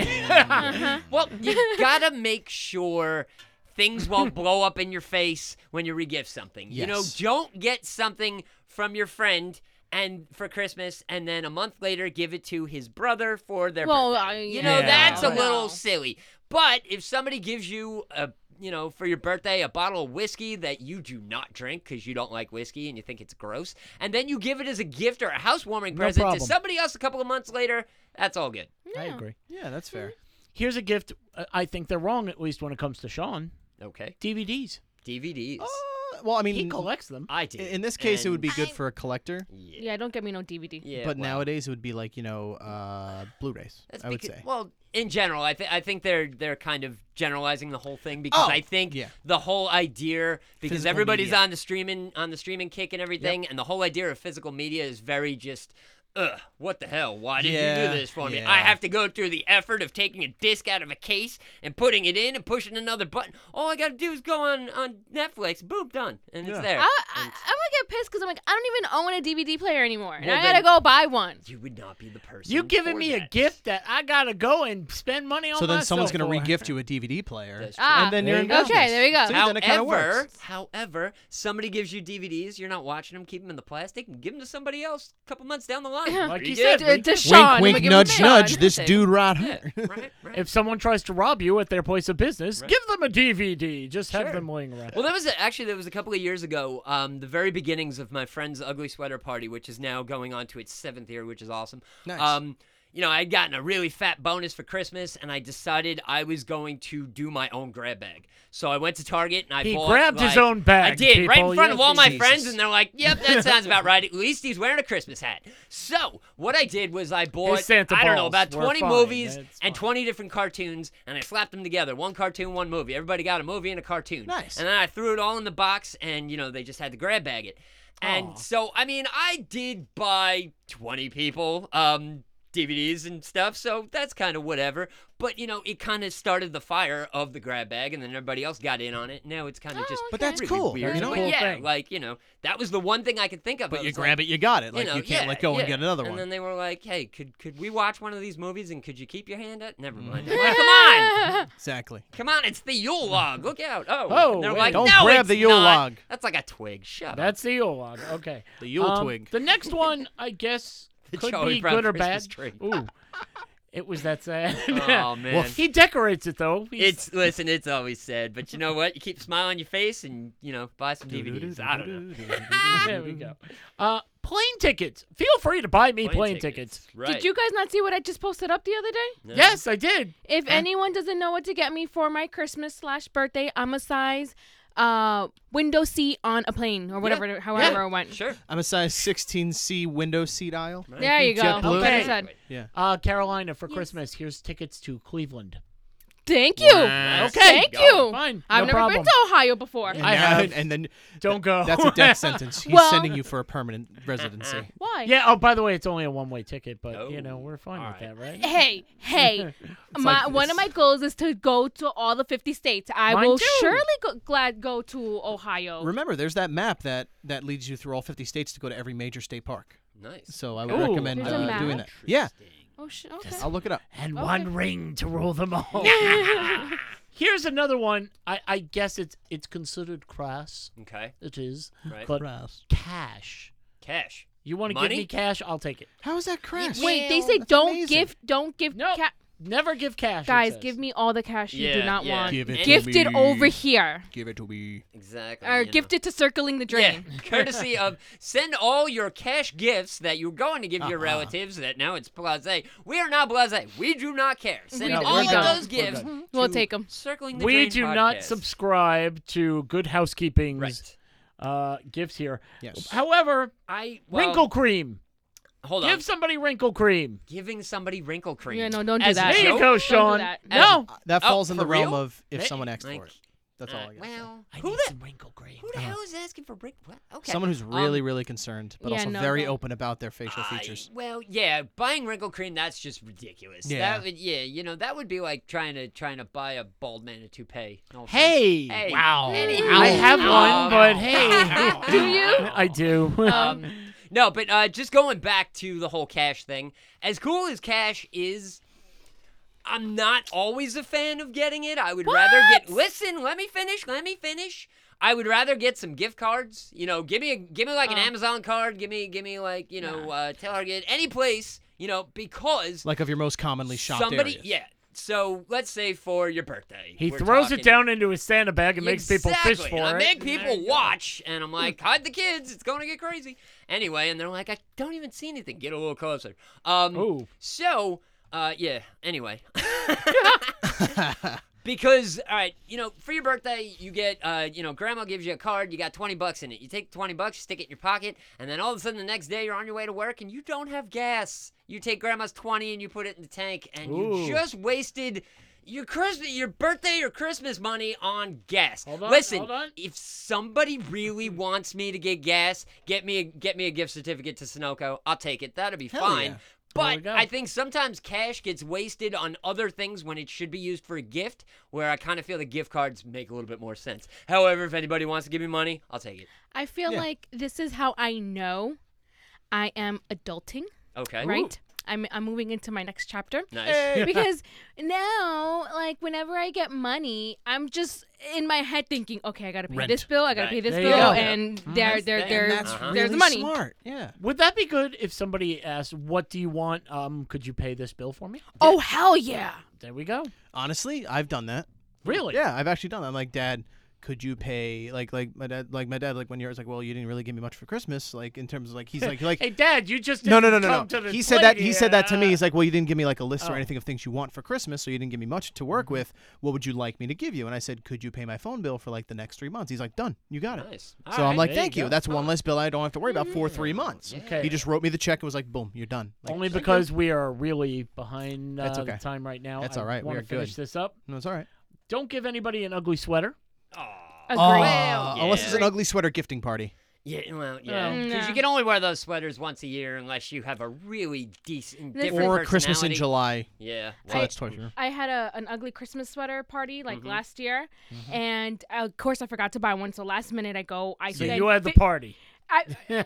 D: uh-huh.
C: Well, you gotta make sure things won't blow up in your face when you regift something. You know,
B: Yes.
C: don't get something from your friend and for Christmas, and then a month later give it to his brother for their.
D: Well,
C: birthday.
D: I-
C: you
D: yeah,
C: know that's a
D: no.
C: little silly. But if somebody gives you a, you know, for your birthday, a bottle of whiskey that you do not drink because you don't like whiskey and you think it's gross, and then you give it as a gift or a housewarming
A: No
C: present to
A: problem.
C: somebody else a couple of months later, that's all good.
A: I agree.
B: Yeah, that's fair.
A: Here's a gift. uh, I think they're wrong, at least when it comes to Sean.
C: Okay.
A: DVDs.
C: DVDs.
A: Oh,
B: Uh, well, I mean,
A: He collects them.
C: I do.
B: i- in this case, it would be
C: And-
B: good for a collector.
C: Yeah.
D: Yeah, don't get me no DVD.
C: yeah
B: but
C: well,
B: nowadays, it would be like you know, uh, Blu-rays.
C: that's
B: I would
C: becau-
B: say.
C: Well, in general, I think I think they're they're kind of generalizing the whole thing because
B: Oh,
C: I think
B: yeah.
C: the whole idea because
B: Physical
C: everybody's
B: media.
C: on the streaming on the streaming kick and everything, and the whole idea of physical media is very just. Ugh, what the hell? Why did you
B: Yeah,
C: do this for me?
B: yeah.
C: I have to go through the effort of taking a disc out of a case and putting it in and pushing another button. All I gotta do is go on on Netflix, boom, done, and it's
B: Yeah.
C: there.
D: I, I, I'm gonna get pissed because I'm like, I don't even own a DVD player anymore, and
C: Well,
D: I gotta
C: then-
D: go buy one.
C: you would not be the person.
A: You giving
C: for
A: me a
C: that.
A: gift that I gotta go and spend money on.
B: so then someone's
A: myself
B: gonna
A: for.
B: re-gift you a DVD player,
C: That's true.
D: Ah,
B: and then
A: There
B: you're
A: you
B: in
A: go.
B: business.
D: Okay, there you go.
B: See, then it kind
C: However,
B: of works.
C: however, somebody gives you DVDs, you're not watching them, keep them in the plastic, and give them to somebody else a couple months down the line.
A: Like you
C: Regift.
A: said,
D: To, to
A: Wink,
D: Sean,
B: wink, wink, nudge, nudge. This
C: Sean.
B: dude right
C: Yeah,
B: here.
C: right, right.
A: If someone tries to rob you at their place of business,
C: Right.
A: give them a DVD. Just have
C: Sure.
A: them laying around.
C: Well, that was a, actually that was a couple of years ago. Um, the very beginnings of my friend's ugly sweater party, which is now going on to its seventh year, which is awesome.
B: Nice.
C: Um, you know, I had gotten a really fat bonus for Christmas, and I decided I was going to do my own grab bag. So I went to Target and I
A: He
C: bought,
A: grabbed his
C: like-
A: own bag,
C: I did right
A: people.
C: in front of all my
A: Yes,
C: friends,
A: Jesus.
C: and they're like, "Yep, that sounds about right. At least he's wearing a Christmas hat." So what I did was I bought
A: Santa
C: I don't know
A: balls
C: about
A: were
C: twenty
A: fine.
C: movies
A: That's fine.
C: and twenty different cartoons, and I slapped them together. One cartoon, one movie. Everybody got a movie and a cartoon.
B: Nice.
C: And then I threw it all in the box, and you know they just had to grab bag it. And
A: Aw.
C: so I mean I did buy twenty people um, DVDs and stuff, so that's kind of whatever. But you know it kind of started the fire of the grab bag, and then everybody else got in on it. Now it's kind of
D: Oh,
C: just
B: But that's
C: really
B: cool,
C: weird.
B: you know?
C: But
A: Cool
C: yeah,
A: thing.
C: like you know that was the one thing I could think of. I
B: But you
C: was like,
B: grab it, you got it. Like
C: know,
B: you can't
C: yeah,
B: let go
C: yeah.
B: and get another
C: And then
B: one.
C: they were like, "Hey, could could we watch one of these movies? And could you keep your hand up? Never mind. I'm like, come on,
B: Exactly.
C: come on! It's the Yule log. Look out! Oh,
A: Oh,
C: And they're
A: wait.
C: like,
B: Don't
C: "No,
B: grab
C: it's
B: the Yule
C: not.
B: log."
C: That's like a twig. Shut up.
A: That's the Yule log. Okay.
B: The Yule
A: Um,
B: twig.
A: The next one, I guess,
C: The
A: could
C: Charlie
A: be
C: Brown
A: good or
C: Christmas
A: bad.
C: tree.
A: Ooh, it was that sad.
C: Oh man,
A: he decorates it though. He's-
C: it's listen. It's always sad, but you know what? You keep a smile on your face, and you know, buy some DVDs. I don't know.
A: there we go. Uh, plane tickets. Feel free to buy me plane, tickets.
C: Right.
D: Did you guys not see what I just posted up the other day?
C: No.
A: Yes, I did.
D: If anyone doesn't know what to get me for my Christmas slash birthday, I'm a size uh window seat on a plane or whatever however
A: yeah,
D: it went.
C: Sure.
B: I'm a size 16C window seat aisle.
D: There you go.
B: JetBlue.
D: Better
A: Okay.
D: said.
B: Yeah.
A: Uh, Carolina for Christmas. Here's tickets to Cleveland.
D: Thank you.
A: Okay.
D: Thank you.
A: Fine.
D: I've
A: no
D: never
A: problem.
D: been to Ohio before.
A: I have.
B: and then
A: Don't go.
B: that's a death sentence. He's
D: Well-
B: sending you for a permanent residency.
D: Why?
A: Yeah. Oh, by the way, it's only a one-way ticket, but you know
C: Oh,
A: we're fine with
C: alright.
A: that, right?
D: Hey, hey. my
B: like
D: one of
B: this.
D: my goals is to go to all the 50 states. I
A: Mine
D: will
A: too.
D: surely go, glad go to Ohio.
B: Remember, there's that map that that leads you through all 50 states to go to every major state park.
C: Nice.
B: So I would
A: Ooh.
B: recommend
D: There's a
B: uh,
D: map?
B: doing that. Yeah,
D: oh, sh- okay.
B: I'll look it up.
A: And
D: Okay.
A: one ring to rule them all. Here's another one. I, I guess it's it's considered crass.
C: Okay.
A: It is,
C: Right.
A: but cash.
C: Cash.
A: You want to give
C: Money?
A: me cash? I'll take it.
B: How is that crash?
D: Wait, they
C: Well,
D: say
B: that's
D: don't
B: amazing.
D: give, don't give.
A: No,
D: ca-
A: Never give cash. it
D: guys,
A: says.
D: give me all the cash you do
C: Yeah,
D: not
C: yeah.
D: want.
C: Give it to
D: Gifted
B: me.
D: over here,
B: Give it to me.
C: Exactly.
D: or
C: you know.
D: gifted to circling the
C: Yeah,
D: drain.
C: courtesy of send all your cash gifts that you're going to give your
B: Uh-uh.
C: relatives. That now it's blase. We are not blase. We do not care. Send
D: We do.
C: all
D: We're
C: of
D: done.
C: those
B: We're
C: gifts.
B: done.
D: We'll
C: to
D: take 'em.
C: Circling the
A: We
C: Drain
A: do not
C: podcast.
A: subscribe to Good Housekeeping's
C: Right.
A: uh, gifts here.
B: Yes.
A: However,
C: I well,
A: wrinkle cream.
C: Hold on.
A: Give somebody wrinkle cream.
C: Giving somebody wrinkle cream.
D: Yeah, no, don't do
C: As
D: that.
A: There
C: a
A: you
C: joke?
A: go,
D: do
A: Sean.
D: that.
A: No.
B: Uh, That
C: Oh,
B: falls in
C: for
B: the realm
C: real?
B: of if
A: May-
B: someone asks
C: Like,
B: for it. That's all
C: uh,
B: I got.
C: well,
A: I
C: who
A: need
C: the
A: some wrinkle cream.
C: who the hell is asking for wrinkle? What? Okay. Um,
B: Someone who's really, really concerned, but
D: Um, yeah,
B: also
D: no,
B: very
D: don't.
B: open about their facial
C: I-
B: features.
C: well, yeah, buying wrinkle cream that's just ridiculous.
B: Yeah.
C: That would yeah, you know, that would be like trying to trying to buy a bald man a toupee. No offense.
A: Hey.
C: Hey.
A: Wow.
C: Hey.
A: I have
C: Ow.
A: one, but
C: Ow.
A: hey.
D: Do you?
A: I do.
C: Um, no, but uh, just going back to the whole cash thing. As cool as cash is, I'm not always a fan of getting it. I would rather get. Listen, let me finish. Let me finish. I would rather get some gift cards. You know, give me a give me like
B: Uh.
C: an
D: Oh.
C: Amazon card. Give me give me like you know uh, Target, any place. You know, because
B: Like of your most commonly shopped
C: somebody
B: areas.
C: yeah. So let's say for your birthday,
A: he
C: we're
A: throws
C: talking-
A: it down into his Santa bag and makes people fish
C: Exactly,
A: for it.
C: and I make people watch, and I'm like, hide the kids. It's going to get crazy. Anyway, and they're like, I don't even see anything. Get a little closer. Um,
A: Ooh.
C: So, uh, yeah. Anyway. Because all right, you know, for your birthday, you get, uh, you know, grandma gives you a card. You got twenty bucks in it. You take twenty bucks, you stick it in your pocket, and then all of a sudden the next day you're on your way to work and you don't have gas. You take grandma's twenty and you put it in the tank, and
A: Ooh.
C: you just wasted your Christmas, your birthday, your Christmas money on gas.
A: Hold on,
C: Listen,
A: hold on.
C: if somebody really wants me to get gas, get me a, get me a gift certificate to Sunoco. I'll take it. That'll be
B: Hell
C: fine.
B: yeah.
A: we
C: But
A: go.
C: I think sometimes cash gets wasted on other things when it should be used for a gift, where I kind of feel the gift cards make a little bit more sense. However, if anybody wants to give me money, I'll take it.
D: I feel
B: Yeah.
D: like this is how I know I am adulting,
C: Okay.
D: right? I'm I'm moving into my next chapter. Uh,
C: Nice.
D: because now, like, whenever I get money, I'm just in my head thinking, okay, I gotta pay
B: Rent.
D: this bill, I gotta
C: Right.
D: pay this
A: There you
D: bill,
A: go.
D: and there,
C: Nice
D: there,
C: thing.
D: there,
B: And that's
C: Uh-huh.
D: there's
B: really
D: the money.
B: smart. Yeah.
A: Would that be good if somebody asked, "What do you want? Um, could you pay this bill for me?"
D: Oh hell yeah!
A: There we go.
B: Honestly, I've done that.
A: Really?
B: Yeah, I've actually done that. I'm like, Dad, could you pay like like my dad like my dad like when you're like, well, you didn't really give me much for Christmas, like in terms of like he's like like
A: Hey, Dad, you just
B: no no no
A: didn't
B: no
A: come to
B: no.
A: the
B: He said
A: plate
B: that he said that to me.
A: here.
B: He's like, well, you didn't give me like a list
A: Oh.
B: or anything of things you want for Christmas, so you didn't give me much to
A: Mm-hmm.
B: work with. What would you like me to give you? And I said, could you pay my phone bill for like the next three months? He's like, done. You got it.
C: Nice.
B: So
C: All
B: I'm
C: right.
B: like,
A: there you
B: thank you.
A: go.
B: That's one less bill I don't have to worry about for three months.
A: Okay.
B: He just wrote me the check and was like, boom, you're done. Like,
A: Only because we are really behind uh,
B: That's
A: the
B: okay.
A: time right now.
B: That's
A: I
B: all right. We
A: wanna
B: are good.
A: finish this up.
B: no, it's all right.
A: Don't give anybody an ugly sweater.
C: Aw.
D: Agreed.
C: Well,
B: Unless it's an
C: yeah.
B: ugly sweater gifting party.
C: Yeah, well, yeah.
A: Oh.
C: Because
D: Nah.
C: you can only wear those sweaters once a year unless you have a really decent,
D: Listen-
C: different
B: Or Christmas in
C: personality.
B: July.
C: Yeah.
B: So
D: I-
B: that's torture.
D: I had a, an ugly Christmas sweater party like last year, and uh, of course I forgot to buy one. So last minute I go, I
A: So
D: think I
A: you had the
D: fi-
A: party.
D: I,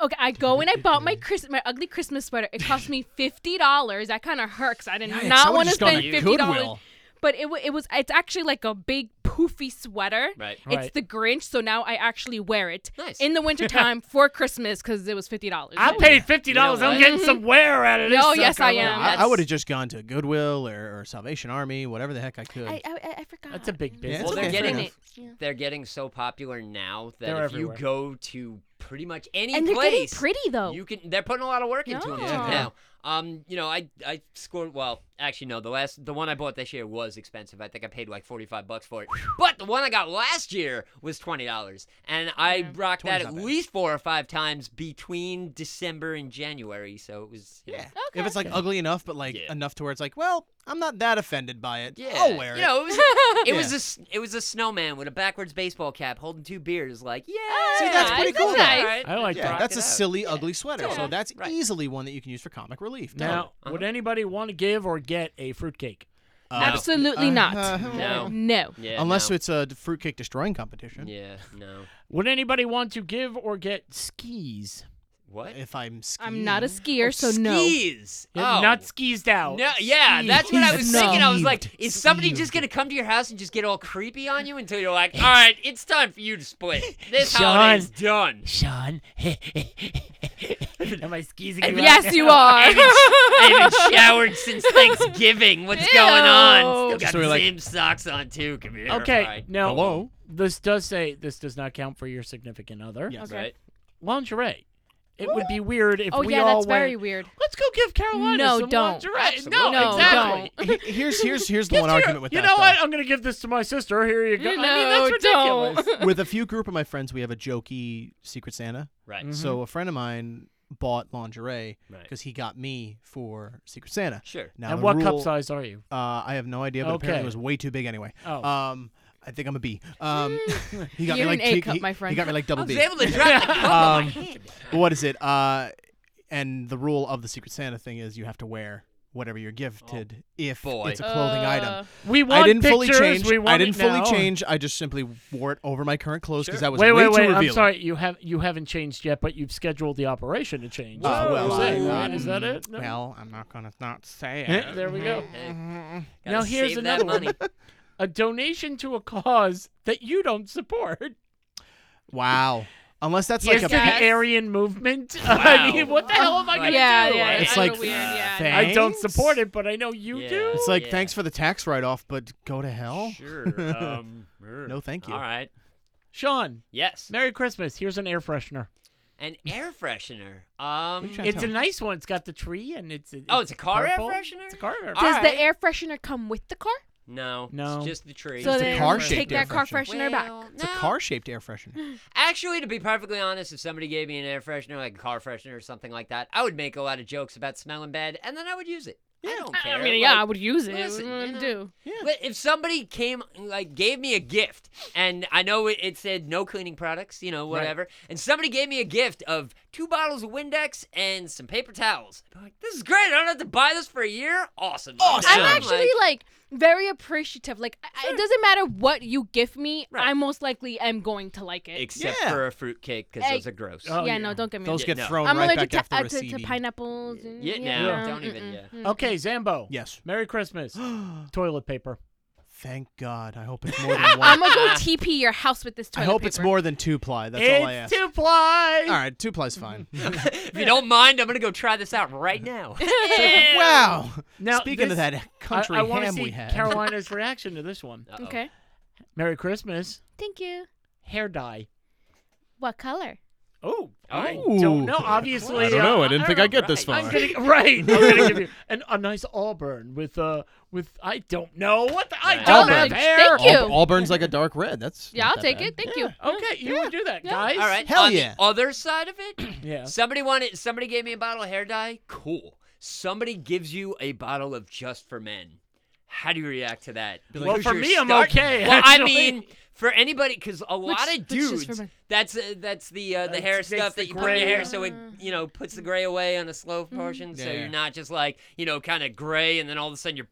D: okay, I go and I bought my Chris, my ugly Christmas sweater. It cost me fifty dollars. That kind of hurts. I did
B: Yikes, I
D: not
B: would've
D: want to
B: just gone
D: spend
C: to
D: fifty dollars.
B: Goodwill.
D: But it, wa- it was it's actually like a big poofy sweater.
C: Right.
A: Right.
D: It's the Grinch, so now I actually wear it
C: Nice.
D: in the wintertime for Christmas because it was fifty dollars.
A: I paid fifty dollars.
C: You know
A: I'm
C: what?
A: getting some wear out of this.
D: No, Oh, yes,
A: sucker.
D: I am.
B: I,
C: That's-
B: would have just gone to Goodwill or, or Salvation Army, whatever the heck I could.
D: I, I, I forgot.
A: That's a big
B: Yeah,
A: business.
B: it's
C: Well, they're
B: okay, fair
C: getting
B: enough.
C: They're getting so popular now that
A: They're
C: if
A: everywhere.
C: you go to pretty much any
D: and they're
C: place,
D: getting pretty though.
C: you can. They're putting a lot of work into them
D: Yeah.
C: now. Um, you know, I I scored well. Actually, no, the last the one I bought this year was expensive. I think I paid like forty five bucks for it. But the one I got last year was twenty dollars, and I
D: Yeah.
C: rocked that
B: 20's
C: at
B: not bad.
C: least four or five times between December and January. So it was you know,
D: Okay.
B: If it's like ugly enough, but like
C: Yeah.
B: enough to where it's like, well, I'm not that offended by it.
C: Yeah,
B: I'll wear
C: you
B: it.
C: know, it was it was
B: Yeah.
C: a s- it was a snowman with a backwards baseball cap holding two beers. Like yeah,
D: See,
B: that's
C: nice,
B: pretty cool, though.
C: all right.
A: I like
B: Yeah,
A: that.
B: that's
C: Rocked it
B: a
C: out.
B: silly, ugly sweater.
D: Yeah.
B: So that's
C: Right.
B: easily one that you can use for comic relief.
A: Now,
C: Uh-huh.
A: would anybody want to give or get a fruitcake?
B: Uh,
D: Absolutely
B: uh,
D: not.
C: No.
D: No.
C: Yeah,
B: Unless
C: no.
B: it's a fruitcake destroying competition.
C: yeah, no.
A: Would anybody want to give or get skis?
C: What?
B: If I'm skiing.
D: I'm not a skier, so no.
C: Oh, Skis. Oh.
A: Not skeezed out.
C: No, yeah, that's what I was
D: No.
C: thinking. I was like, is somebody
B: Steve.
C: just gonna come to your house and just get all creepy on you until you're like, all right, it's time for you to split. This
A: Sean.
C: holiday's done.
A: Sean, am I skeezing
C: And
A: you? out
D: Yes,
A: now?
D: you are.
C: I haven't, I haven't showered since Thanksgiving. What's going on? Still
D: Ew.
C: got
B: So
C: the
B: we're like-
C: same socks on too. Come here.
A: Okay,
C: All right.
A: now
B: Hello?
A: this does say this does not count for your significant other.
B: Yes.
D: Okay.
C: Right.
A: Lingerie. It would be weird if
D: Oh
A: we
D: yeah,
A: all
D: that's
A: went.
D: very weird.
A: Let's go give Carolina
D: No,
A: some
D: don't.
A: lingerie. No,
C: Absolutely. No,
A: exactly.
B: He- Here's here's here's the
A: Get
B: one
A: your-
B: argument with
A: you
B: that.
A: know
B: though.
A: what? I'm gonna give this to my sister. Here you go. I mean,
D: No,
A: that's ridiculous.
D: don't.
B: with a few group of my friends, we have a jokey Secret Santa.
C: Right.
A: Mhm.
B: So a friend of mine bought lingerie
C: Right.
B: because he got me for Secret Santa.
C: Sure.
B: Now
A: and
B: the
A: what cup
B: rule-
A: size are you?
B: Uh, I have no idea, but apparently
A: Okay.
B: it was way too big anyway.
A: Oh. Mm.
B: Um, I think I'm a B. Um, he got me
D: You're
B: like
D: an A
B: two-
D: cup,
B: he-
D: my friend.
B: He got me like
C: I
B: double
C: was
B: B.
C: able to drop the cup on my
B: Um,
C: head.
B: But what is it? Uh, and the rule of the Secret Santa thing is you have to wear whatever you're gifted
A: Oh,
B: if
C: boy.
B: it's a clothing
D: Uh,
B: item.
A: we want
B: I didn't fully
A: pictures,
B: change.
A: We want
B: I didn't
A: it
B: fully
A: now.
B: change. I just simply wore it over my current clothes because
C: Sure.
B: that was
A: Wait,
B: way
A: wait,
B: too
A: wait! I'm
B: revealing.
A: sorry, you have you haven't changed yet, but you've scheduled the operation to change.
C: Whoa.
A: Is
B: Uh,
A: what
B: well,
A: you're saying,
B: I-
A: right? Is that
B: mm,
A: it? No?
B: Well, I'm not gonna not say
A: Eh,
B: it. Mm-hmm.
A: there we go.
C: Hey,
A: Now
C: gotta
A: here's
C: save
A: another
C: that
A: one.
C: money.
A: A donation to a cause that you don't support.
B: wow. Unless that's
A: Yes,
B: like
A: to
B: a
A: the
D: Yes.
A: Aryan movement. I
C: Wow.
A: mean, what the hell am I gonna
D: yeah,
A: do?
D: yeah,
A: I-
D: it's
B: It's
D: kinda
B: like
D: weird, yeah.
A: I, I don't
B: thanks?
A: support it, but I know you
C: Yeah.
A: do.
B: It's like
C: Yeah.
B: thanks for the tax write-off, but go to hell.
C: Sure. Um, er.
B: No, thank you.
C: All right.
A: Sean,
C: Yes.
A: Merry Christmas. Here's an air freshener.
C: An air freshener.
B: What are
C: Um.
B: you trying to
A: It's
B: tell
A: a
B: me?
A: nice one. It's got the tree and it's a,
C: Oh, it's a car air
A: purple.
C: freshener?
A: It's a car air.
C: All
A: freshener.
D: Does the
C: right.
D: air freshener come with the car?
C: No.
A: No.
C: It's just the tree.
D: So
B: It's a
D: then
B: car
D: we take
B: shaped air
D: that car
B: freshener.
D: freshener back.
C: Well,
B: It's a
C: no.
B: car-shaped air freshener.
C: Actually, to be perfectly honest, if somebody gave me an air freshener, like a car freshener or something like that, I would make a lot of jokes about smelling bad, and then I would use it. I don't care.
D: I mean, yeah, I
C: like-
D: would use it.
C: listen,
D: What am I
C: you
D: gonna do?
C: But if somebody came, like, gave me a gift, and I know it, it said no cleaning products, you know, whatever, and somebody gave me a gift of two bottles of Windex and some paper towels, I'd be like, this is great. I don't have to buy this for a year. Awesome.
B: Awesome.
D: I'm
B: Yeah.
D: actually like very appreciative. Like I- I- it doesn't matter what you give me,
C: Right.
D: I most likely am going to like it.
C: except
B: Yeah.
C: for a fruitcake because
D: Hey.
C: those are gross.
A: Oh,
D: yeah,
A: yeah.
D: no, don't get me.
B: Those
D: wrong.
B: get
C: no.
B: thrown
D: I'm
B: right
D: allergic
B: back
D: to,
B: after
D: uh,
B: a
D: to, to
B: CD.
D: pineapples. And,
C: Yeah, no,
D: yeah,
C: don't even,
D: mm-mm,
C: yeah.
B: Mm-hmm.
D: mm.
A: Okay, Zambo.
B: Yes.
A: Merry Christmas. Toilet paper.
B: Thank God. I hope it's more than
D: I'm
B: one.
D: gonna go TP your house with this
B: I
D: toilet
B: hope it's
D: paper.
B: more than two ply. That's all I
A: it's
B: ask.
A: two ply.
B: All right, two ply's fine.
C: if you don't mind, I'm gonna go try this out right now.
B: wow.
A: Now,
B: Speaking
A: this-
B: of that country
A: I, I wanna
B: ham
A: see
B: we had.
A: Carolina's reaction to this one.
C: Uh-oh.
D: Okay,
A: Merry Christmas.
D: thank you.
A: Hair dye.
D: What color?
A: Oh, I
B: Ooh.
A: don't know. Obviously,
B: I don't know. I
A: uh,
B: didn't think I'd get this
C: Alright.
A: I'm
B: far.
A: gonna right. I'm gonna give you an, a nice auburn with uh with I don't know what the, I
C: Right.
A: don't have
D: Auburn.
A: hair.
D: Thank you.
B: Aub- Auburn's like a dark red. That's
D: Yeah,
B: not
D: I'll
B: that
D: take
B: bad.
D: it. Thank
B: Yeah.
D: you.
A: Okay, you would do that,
D: Yeah.
A: guys.
C: All right.
B: Hell
C: on
B: yeah.
C: The other side of it,
A: Yeah.
C: somebody wanted. Somebody gave me a bottle of hair dye. Cool. Somebody gives you a bottle of Just for Men. How do you react to that?
B: Be like,
A: Well,
C: Because
A: for
C: you're
A: me, I'm
C: start-
A: okay,
C: Well,
A: actually.
C: I mean, for anybody, because a lot of
D: which Just for
C: dudes,
D: Men?
C: that's uh, that's the uh, the
A: That's-
C: hair
A: that's
C: stuff
A: the
C: that you put in your
A: gray.
C: hair, so it you know puts the gray away on a slow
D: Mm-hmm.
C: portion, so
B: Yeah.
C: you're not just like you know kind of gray, and then all of a sudden you're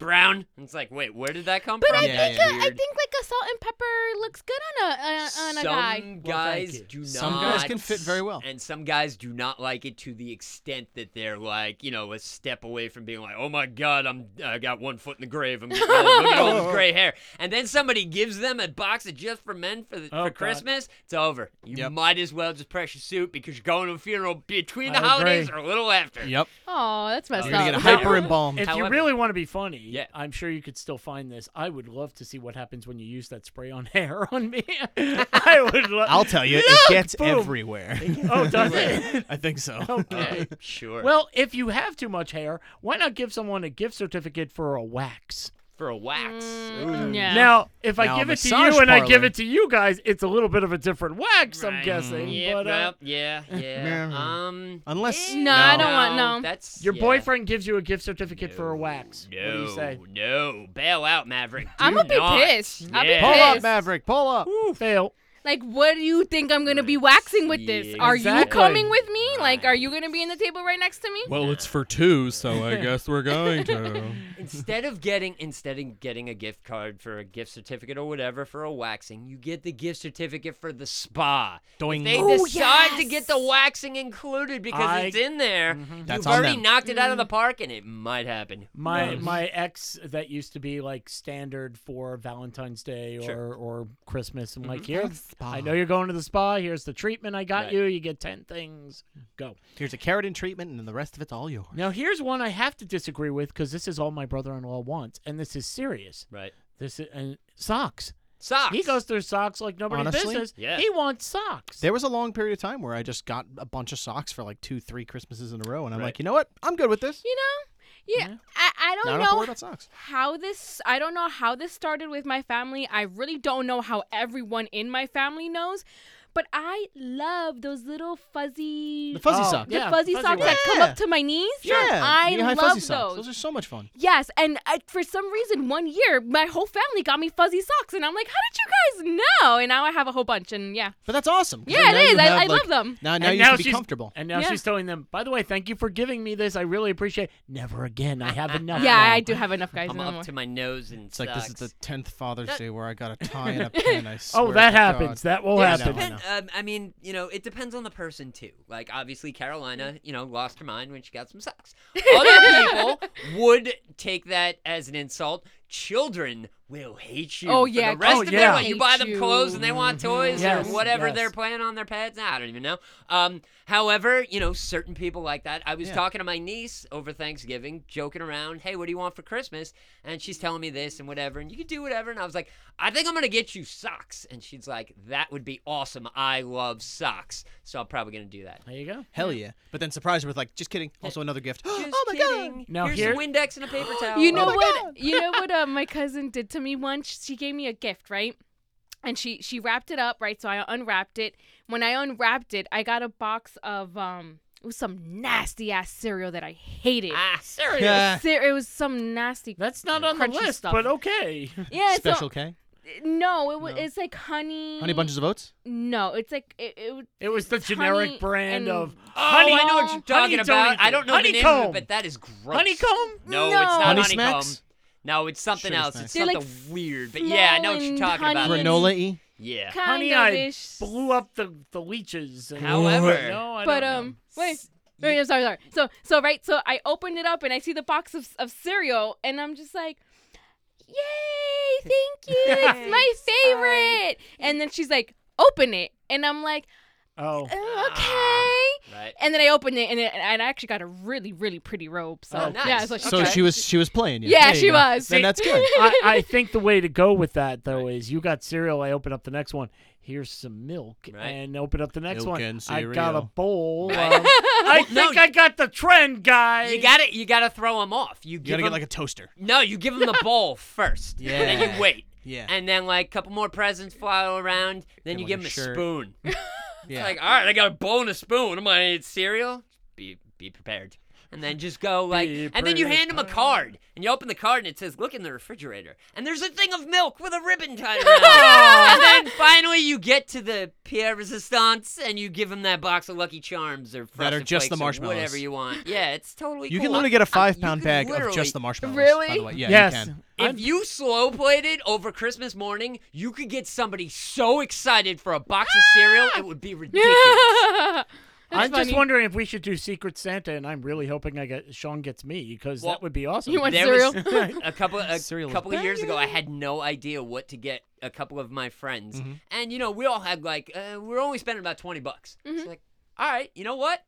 C: brown. And it's like, wait, where did that come
D: But
C: from?
D: I
B: Yeah,
D: think
B: yeah.
D: uh, I think like a salt and pepper looks good on a on Uh, a, on a
C: some
D: guy.
A: thank
C: guys
A: you.
C: do not.
B: Some guys can fit very well.
C: and some guys do not like it to the extent that they're like, you know, a step away from being like, "Oh my God, I'm I got one foot in the grave. I'm getting old. look at all this gray hair." And then somebody gives them a box of just for men for the,
A: Oh,
C: for
A: God.
C: Christmas. It's over. You
B: Yep.
C: might as well just press your suit because you're going to a funeral between
A: I
C: the
A: agree.
C: holidays or a little after.
B: Yep.
D: Oh, that's messed
B: You're
D: up.
B: gonna get
C: Now-
B: hyper embalmed.
A: If you
C: Mm. However-
A: really want to be funny,
C: Yeah.
A: I'm sure you could still find this. I would love to see what happens when you use that spray on hair on me. I would love.
B: I'll tell you,
A: Look,
B: it gets
A: boom.
B: everywhere.
A: Oh, does it? Oh,
B: I think so.
A: Okay.
C: sure.
A: Well, if you have too much hair, why not give someone a gift certificate for a wax?
C: for a wax.
D: Mm, no.
A: Now, if
B: Now,
A: I give
B: a
A: it to you
B: massage
A: and I give
B: parlor-
A: it to you guys, it's a little bit of a different wax, I'm
C: Right.
A: guessing.
C: Yeah,
A: but, uh,
C: well, yeah, yeah.
B: Yeah.
C: Um,
B: Unless
D: No, I don't want- no.
C: That's
A: Your
C: yeah.
A: boyfriend gives you a gift certificate for a wax.
C: No,
A: What do you say?
C: no, bail out, Maverick. Do
D: I'm gonna be
C: not.
D: pissed. I'll be
C: Yeah.
B: Pull
D: Yes.
B: up, Maverick. Pull up.
A: Fail.
D: Like, what do you think I'm gonna be waxing with this? Are you
A: Exactly.
D: coming with me? Like, are you gonna be in the table right next to me?
E: Well, it's for two, so I guess we're going to.
C: Instead of getting instead of getting a gift card for a gift certificate or whatever for a waxing, you get the gift certificate for the spa.
B: Doing.
C: If they
D: Oh,
C: decide to get
D: yes.
C: the waxing included because
A: I-
C: it's in there,
B: That's
C: you've
B: on
C: already
B: them.
C: knocked it out
D: Mm.
C: of the park, and it might happen. Who
A: My
C: knows?
A: my ex that used to be like standard for Valentine's Day or
C: Sure.
A: or Christmas. I'm
B: Mm-hmm.
A: like, here, I know you're going to the spa. Here's the treatment I got
C: Right.
A: you. You get ten things. Go.
B: Here's a keratin treatment, and then the rest of it's all yours.
A: Now here's one I have to disagree with because this is all my brother-in-law wants, and this is serious.
C: right
A: This is and socks.
C: socks.
A: He goes through socks like nobody's
B: Honestly?
A: business.
C: Yeah.
A: He wants socks.
B: There was a long period of time where I just got a bunch of socks for like two, three Christmases in a row, and I'm
C: Right.
B: like, you know what? I'm good with this.
D: You know? Yeah. I, I
B: Now I
D: don't
B: don't have to worry
D: know
B: about socks.
D: how this I don't know how this started with my family. I really don't know how everyone in my family knows, but I love those little fuzzy
B: The fuzzy
A: Oh,
B: socks.
D: the
A: yeah,
D: fuzzy,
A: fuzzy
D: socks
A: ones.
D: that come up
B: Yeah.
D: to my knees.
B: Yeah,
D: I
B: knee-high
D: love
B: fuzzy socks.
D: those.
B: Those are so much fun.
D: Yes, and I, for some reason, one year my whole family got me fuzzy socks, and I'm like, "How did you guys know?" And now I have a whole bunch, and yeah,
B: But that's awesome. 'cause
D: Yeah,
B: then
D: it
B: now you
D: is. I-
B: have,
D: I
B: like-
D: love them.
B: Now, now
A: and
B: you
A: now
B: can be
A: she's-
B: comfortable.
A: And now
D: Yeah.
A: she's telling them, by the way, thank you for giving me this. I really appreciate Never again. I have enough.
D: yeah,
A: now.
D: I do have enough guys.
C: I'm
D: no
C: up
D: more.
C: to my nose and
B: It's like this is the tenth Father's
C: That-
B: Day where I got a tie and a pen. I
A: Oh,
B: swear
A: that
B: to
A: happens.
B: God.
A: That will
B: Yeah, I
A: happen.
B: know.
C: Depend- um, I mean, you know, it depends on the person too. Like, obviously,
D: Mm-hmm.
C: Carolina, you know, lost her mind when she got some socks. Other people would take that as an insult. Children will hate you.
D: Oh,
C: for
D: yeah,
C: the rest
A: oh,
C: of
A: yeah.
C: their life. You buy
D: Hate
C: them
D: you.
C: clothes and they want toys
A: Yes,
C: or whatever
A: yes.
C: they're playing on their pets. I don't even know. Um, however, you know, certain people like that. I was
B: Yeah.
C: talking to my niece over Thanksgiving, joking around. Hey, what do you want for Christmas? And she's telling me this and whatever, and you can do whatever. And I was like, I think I'm gonna get you socks. And she's like, That would be awesome. I love socks, so I'm probably gonna do that.
A: There you go.
B: Hell yeah! But then surprise her with like, just kidding. Also another gift.
C: Just
B: oh my
C: kidding.
A: Now
C: Here's
A: here-
C: a Windex and a paper towel. Oh
D: You know
B: my
D: what?
B: God.
D: You know what? Uh, my cousin did to me once. She gave me a gift, right? And she she wrapped it up, right? So I unwrapped it. When I unwrapped it, I got a box of um, it was some nasty ass cereal that I hated.
C: Ah, serious.
B: Yeah.
D: Cer- it was some nasty.
A: That's not on the
D: Crunchy
A: list,
D: stuff.
A: but okay.
D: yeah,
B: god! Special K.
D: So, no, it was.
B: No.
D: It's like honey.
B: Honey bunches of oats.
D: No, it's like it. it would-
A: It was the
D: It's
A: generic
D: honey
A: brand
D: and-
A: of
C: Oh,
A: honey.
C: I know what you're
A: honey
C: talking about. I don't know the name of
A: Honeycomb.
C: it, but that is gross.
A: honeycomb.
C: No, it's
D: No.
C: not
B: Honey
C: Oh, honeycomb.
B: smacks?
C: No, it's something
B: Sugar
C: else.
B: smacks.
C: It's
D: They're,
C: something
D: like,
C: weird. But yeah, I know what you're
D: small
C: talking
D: and
C: about.
D: honey.
B: Granola e.
C: Yeah.
D: Kind
A: Honey,
D: of
A: I
D: ish.
A: blew up the the leeches. And
C: However-
A: no, I
D: But
A: don't know.
D: um, wait. Wait, I'm sorry, sorry. So, so right, so I opened it up and I see the box of, of cereal and I'm just like, "Yay, thank you! It's my favorite!" And then she's like, "Open it," and I'm like,
A: oh,
D: "Oh, "Okay."
C: Right.
D: And then I opened it and, it and I actually got a really, really pretty robe. So
C: Oh, nice.
D: yeah, so she,
B: So
C: Okay.
B: she was she was playing you.
D: yeah,
B: There you
D: she
B: go.
D: was.
B: Then that's good.
A: I, I think the way to go with that though is you got cereal. I open up the next one. Here's some milk,
C: Right.
A: and open up the next
B: Milk
A: one.
B: and
A: I got a
B: cereal.
A: bowl.
C: Right.
A: Um, I
C: no,
A: think I got the trend, guys.
C: You got to You got to throw them off. You,
B: You gotta
C: give
B: get
C: 'em-
B: like a toaster.
C: no. You give them the ball first. And then
B: Yeah.
C: you wait.
B: Yeah.
C: And then like a couple more presents fly around. Then
B: Give
C: you give
B: 'em, like,
C: them
B: a
C: a
B: shirt.
C: spoon.
B: yeah.
C: It's like, all right, I got a bowl and a spoon. I'm gonna eat cereal. Be be prepared. And then just go like,
A: Be
C: and then you hand them a card, and you open the card, and it says, "Look in the refrigerator." And there's a thing of milk with a ribbon tied around. it. and then finally, you get to the Pierre Resistance, and you give them that box of Lucky Charms or
B: That are
C: Frosted
B: just the
C: Flakes or whatever
B: marshmallows.
C: you want. Yeah, it's totally.
B: You
C: cool.
B: can literally get a
C: I'm-
B: five
C: you
B: pound
C: can
B: bag of
C: literally-
B: just the marshmallows. By
D: Really?
B: the way. Yeah,
A: yes.
B: you can.
A: I'm-
C: If you slow played it over Christmas morning, you could get somebody so excited for a box of cereal, it would be ridiculous.
D: That's
A: I'm
D: funny.
A: just wondering if we should do Secret Santa, and I'm really hoping I get Sean gets me because
C: Well,
A: that would be awesome.
D: you want
C: There
D: cereal?
C: was a couple a
B: Cereal is
C: couple of years ago. I had no idea what to get a couple of my friends,
B: Mm-hmm.
D: Mm-hmm.
C: and you know we all had like uh, we are only spending about twenty bucks. It's like, all right, you know what?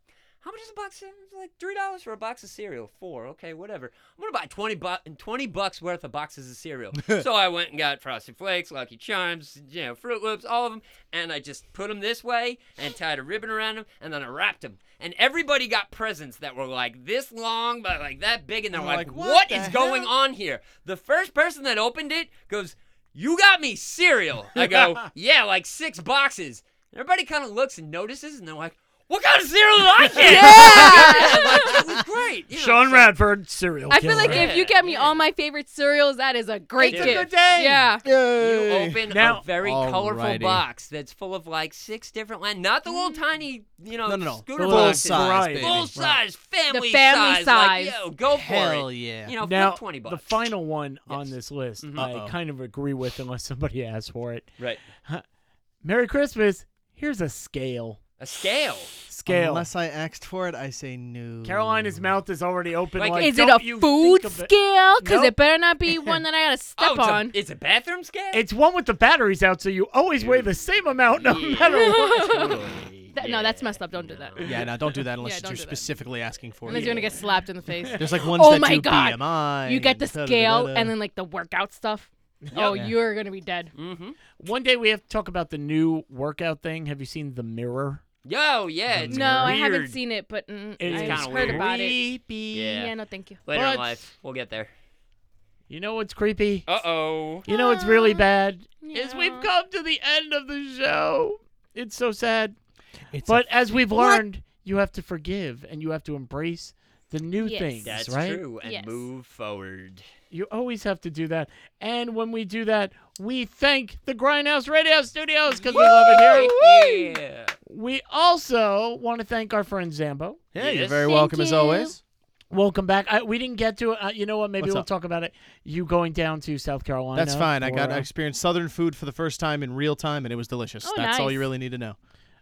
C: How much is a box? of- Like three dollars for a box of cereal. Four, okay, whatever. I'm gonna buy twenty bu- twenty bucks worth of boxes of cereal. so I went and got Frosted Flakes, Lucky Charms, you know, Fruit Loops, all of them, and I just put them this way and tied a ribbon around them, and then I wrapped them. And everybody got presents that were like this long, but like that big, and they're
B: Oh,
C: like,
B: like, what
C: "What
B: the
C: is going
B: hell?"
C: on here?" The first person that opened it goes, "You got me cereal." I go, "Yeah, like six boxes." Everybody kind of looks and notices, and they're like, "What kind of cereal did I get?" yeah, like, it was great. you know,
A: Sean
C: so-
A: Radford, serial
D: I
A: killer.
D: feel like if you get me all my favorite cereals, that is a great
C: It's a
D: gift.
C: good
D: day. Yeah.
C: You
B: Yay.
C: open
A: Now-
C: a very colorful
B: Alrighty.
C: box that's full of like six different ones, not the little tiny, you know,
B: No, no, no.
C: scooter
A: Full
C: boxes.
A: size,
B: baby.
C: full
B: Right.
C: size, family,
D: family
C: size. like,
D: size.
C: yo, go
B: Hell
C: for it.
B: yeah.
C: You know, flip
A: now,
C: twenty bucks.
A: the final one on
C: Yes.
A: this list,
C: Mhm.
A: I
B: Mm-hmm. Uh-oh.
A: kind of agree with, unless somebody asks for it.
C: right,
A: Merry Christmas. Here's a scale.
C: a scale.
A: Scale.
B: Unless I asked for it, I say no.
A: Carolina's mouth is already open. Like,
C: Like,
D: Is it a
A: don't you
D: food
A: think of it-
D: scale? Because
A: Nope.
D: it better not be one that I gotta step
C: oh, it's
D: on.
C: A, it's a bathroom scale.
A: It's one with the batteries out, so you always weigh the same amount no matter what.
C: Totally.
D: That- no, that's messed up. Don't do that.
B: Yeah, no, don't do that unless
D: Yeah, don't
B: you're
D: do that.
B: specifically asking for
D: Unless
B: it.
D: you're gonna get slapped in the face.
B: There's like ones
D: Oh
B: that
D: my
B: do
D: God.
B: BMI.
D: you get the
B: and da-da-da-da.
D: scale
C: uh,
D: and then like the workout stuff. Oh,
B: Yeah.
D: you're gonna be dead.
C: Mm-hmm.
A: One day we have to talk about the new workout thing. Have you seen the mirror?
C: Yo, yeah. It's
D: No, I haven't
C: weird.
D: seen it, but mm,
A: It
D: I
A: is
D: just
C: kinda
D: heard
C: weird.
D: about it.
A: Creepy.
C: Yeah.
D: Yeah, no, thank you.
C: Later in
A: But-
C: life, we'll get there.
A: You know what's creepy?
C: Uh oh.
A: You know what's really
D: Aw.
A: bad? Is
D: Yeah.
A: we've come to the end of the show. It's so sad.
B: It's
A: But as we've learned, you have to forgive and you have to embrace the new
D: Yes.
A: things,
C: That's
A: right?
C: true. And
D: Yes.
C: move forward.
A: You always have to do that. And when we do that, we thank the Grindhouse Radio Studios because we love it here.
C: Yeah.
A: We also want to thank our friend Zambo.
B: yeah, you're
C: Yes.
B: very
D: Thank
B: welcome as
D: you.
B: always.
A: Welcome back. I, we didn't get to it. Uh, you know what? Maybe
B: What's
A: we'll
B: up?
A: talk about it. You going down to South Carolina.
B: That's fine. I
A: for,
B: got
A: uh,
B: I experienced southern food for the first time in real time, and it was delicious.
D: Oh,
B: That's all
D: nice.
B: you really need to know.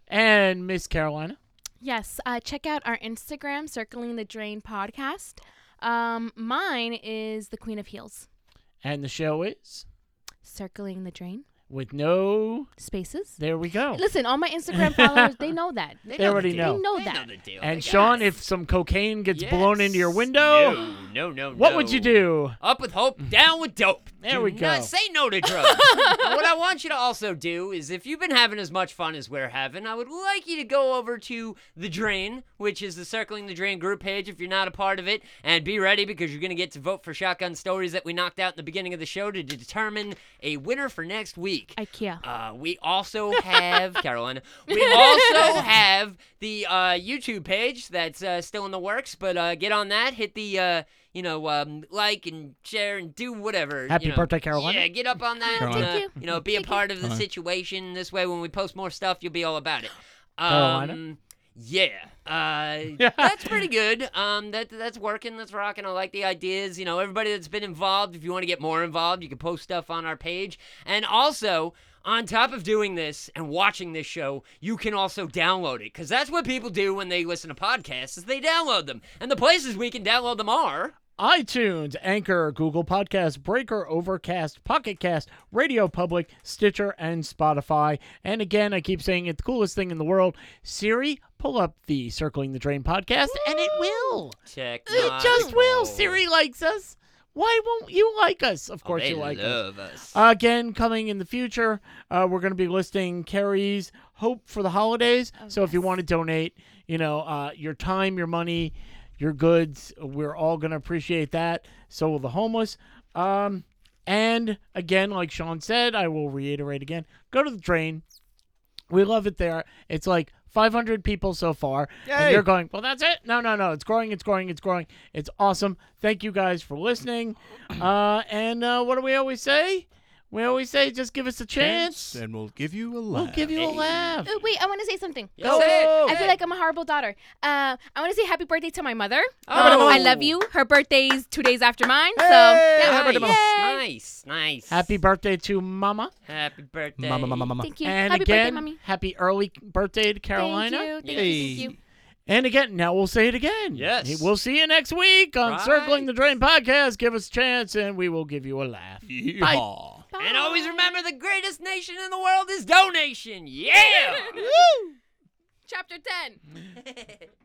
A: and Miss Carolina.
D: Yes, uh, check out our Instagram, Circling the Drain podcast. Um, mine is the Queen of Heels.
A: And the show is
D: Circling the Drain
A: with no.
D: spaces.
A: There we go.
D: Listen, all my Instagram followers, they know that.
C: They,
A: They
C: know
A: already
C: the
A: know.
C: deal.
D: They know
C: They
D: that.
C: the deal. They
A: And
C: got
A: Sean,
C: it.
A: if some cocaine gets blown into your
C: Yes.
A: window,
C: No, no, no.
A: what would you
C: no.
A: do?
C: Up with hope, down with dope.
A: There
C: do
A: we go.
C: Not say no to drugs. And what I want you to also do is, if you've been having as much fun as we're having, I would like you to go over to the Drain, which is the Circling the Drain group page. If you're not a part of it, and be ready because you're gonna get to vote for shotgun stories that we knocked out in the beginning of the show to determine a winner for next week.
D: IKEA.
C: Uh, we also have Carolina. We also have the uh, YouTube page that's uh, still in the works, but uh, get on that. Hit the uh, you know um, like and share and do whatever.
A: Happy
C: you know.
A: birthday, Carolina.
C: Yeah, get up on that. and,
E: Carolina.
C: uh,
D: Thank you.
C: you know, be a part of the
E: Carolina.
C: situation. This way, when we post more stuff, you'll be all about it. Um,
A: Carolina?
C: Yeah. Uh, that's pretty good. Um, that that's working. That's rocking. I like the ideas. You know, everybody that's been involved. If you want to get more involved, you can post stuff on our page. And also, on top of doing this and watching this show, you can also download it because that's what people do when they listen to podcasts. Is they download them. And the places we can download them are.
A: iTunes, Anchor, Google Podcast, Breaker, Overcast, Pocket Cast, Radio Public, Stitcher, and Spotify. And again, I keep saying it, the coolest thing in the world. Siri, pull up the Circling the Drain podcast, and it will.
C: Check.
A: It just will. Siri likes us. Why won't you like us? Of course
C: they
A: you like us.
C: love us.
A: Again, coming in the future, uh, we're going to be listing Carrie's Hope for the Holidays. so if you want to donate, you know, uh, your time, your money, your goods, we're all going to appreciate that. So will the homeless. Um, and again, like Sean said, I will reiterate again go to the train. We love it there. It's like 500 people so far. And
B: Yay.
A: you're going, well, that's it. No, no, no. It's growing. It's growing. It's growing. It's awesome. Thank you guys for listening. Uh, and uh, what do we always say? We always say, just give us a chance.
B: and we'll give you a
A: We'll
B: laugh.
A: give you a
C: Hey.
A: laugh.
D: Oh, wait, I want to say something.
C: Yes, hey,
D: I feel
C: hey.
D: like I'm a horrible daughter. Uh, I want to say happy birthday to my mother.
C: Oh.
D: I love you. Her birthday's two days after mine, so
B: Hey,
D: yeah.
B: happy birthday, Mama.
D: Yay.
C: Nice, nice.
A: Happy birthday to Mama.
C: happy birthday.
B: Mama, mama, mama.
D: Thank you.
A: And
D: happy
A: again,
D: birthday, mommy.
A: happy early birthday to Carolina.
D: Thank you. Thank
B: Yay.
D: you. Thank you.
A: And again, now we'll say it again.
C: Yes.
A: We'll see you next week on
C: Right.
A: Circling the Drain podcast. Give us a chance and we will give you a laugh.
B: Yeehaw.
C: And always remember, the greatest nation in the world is donation. Yeah.
D: Chapter ten.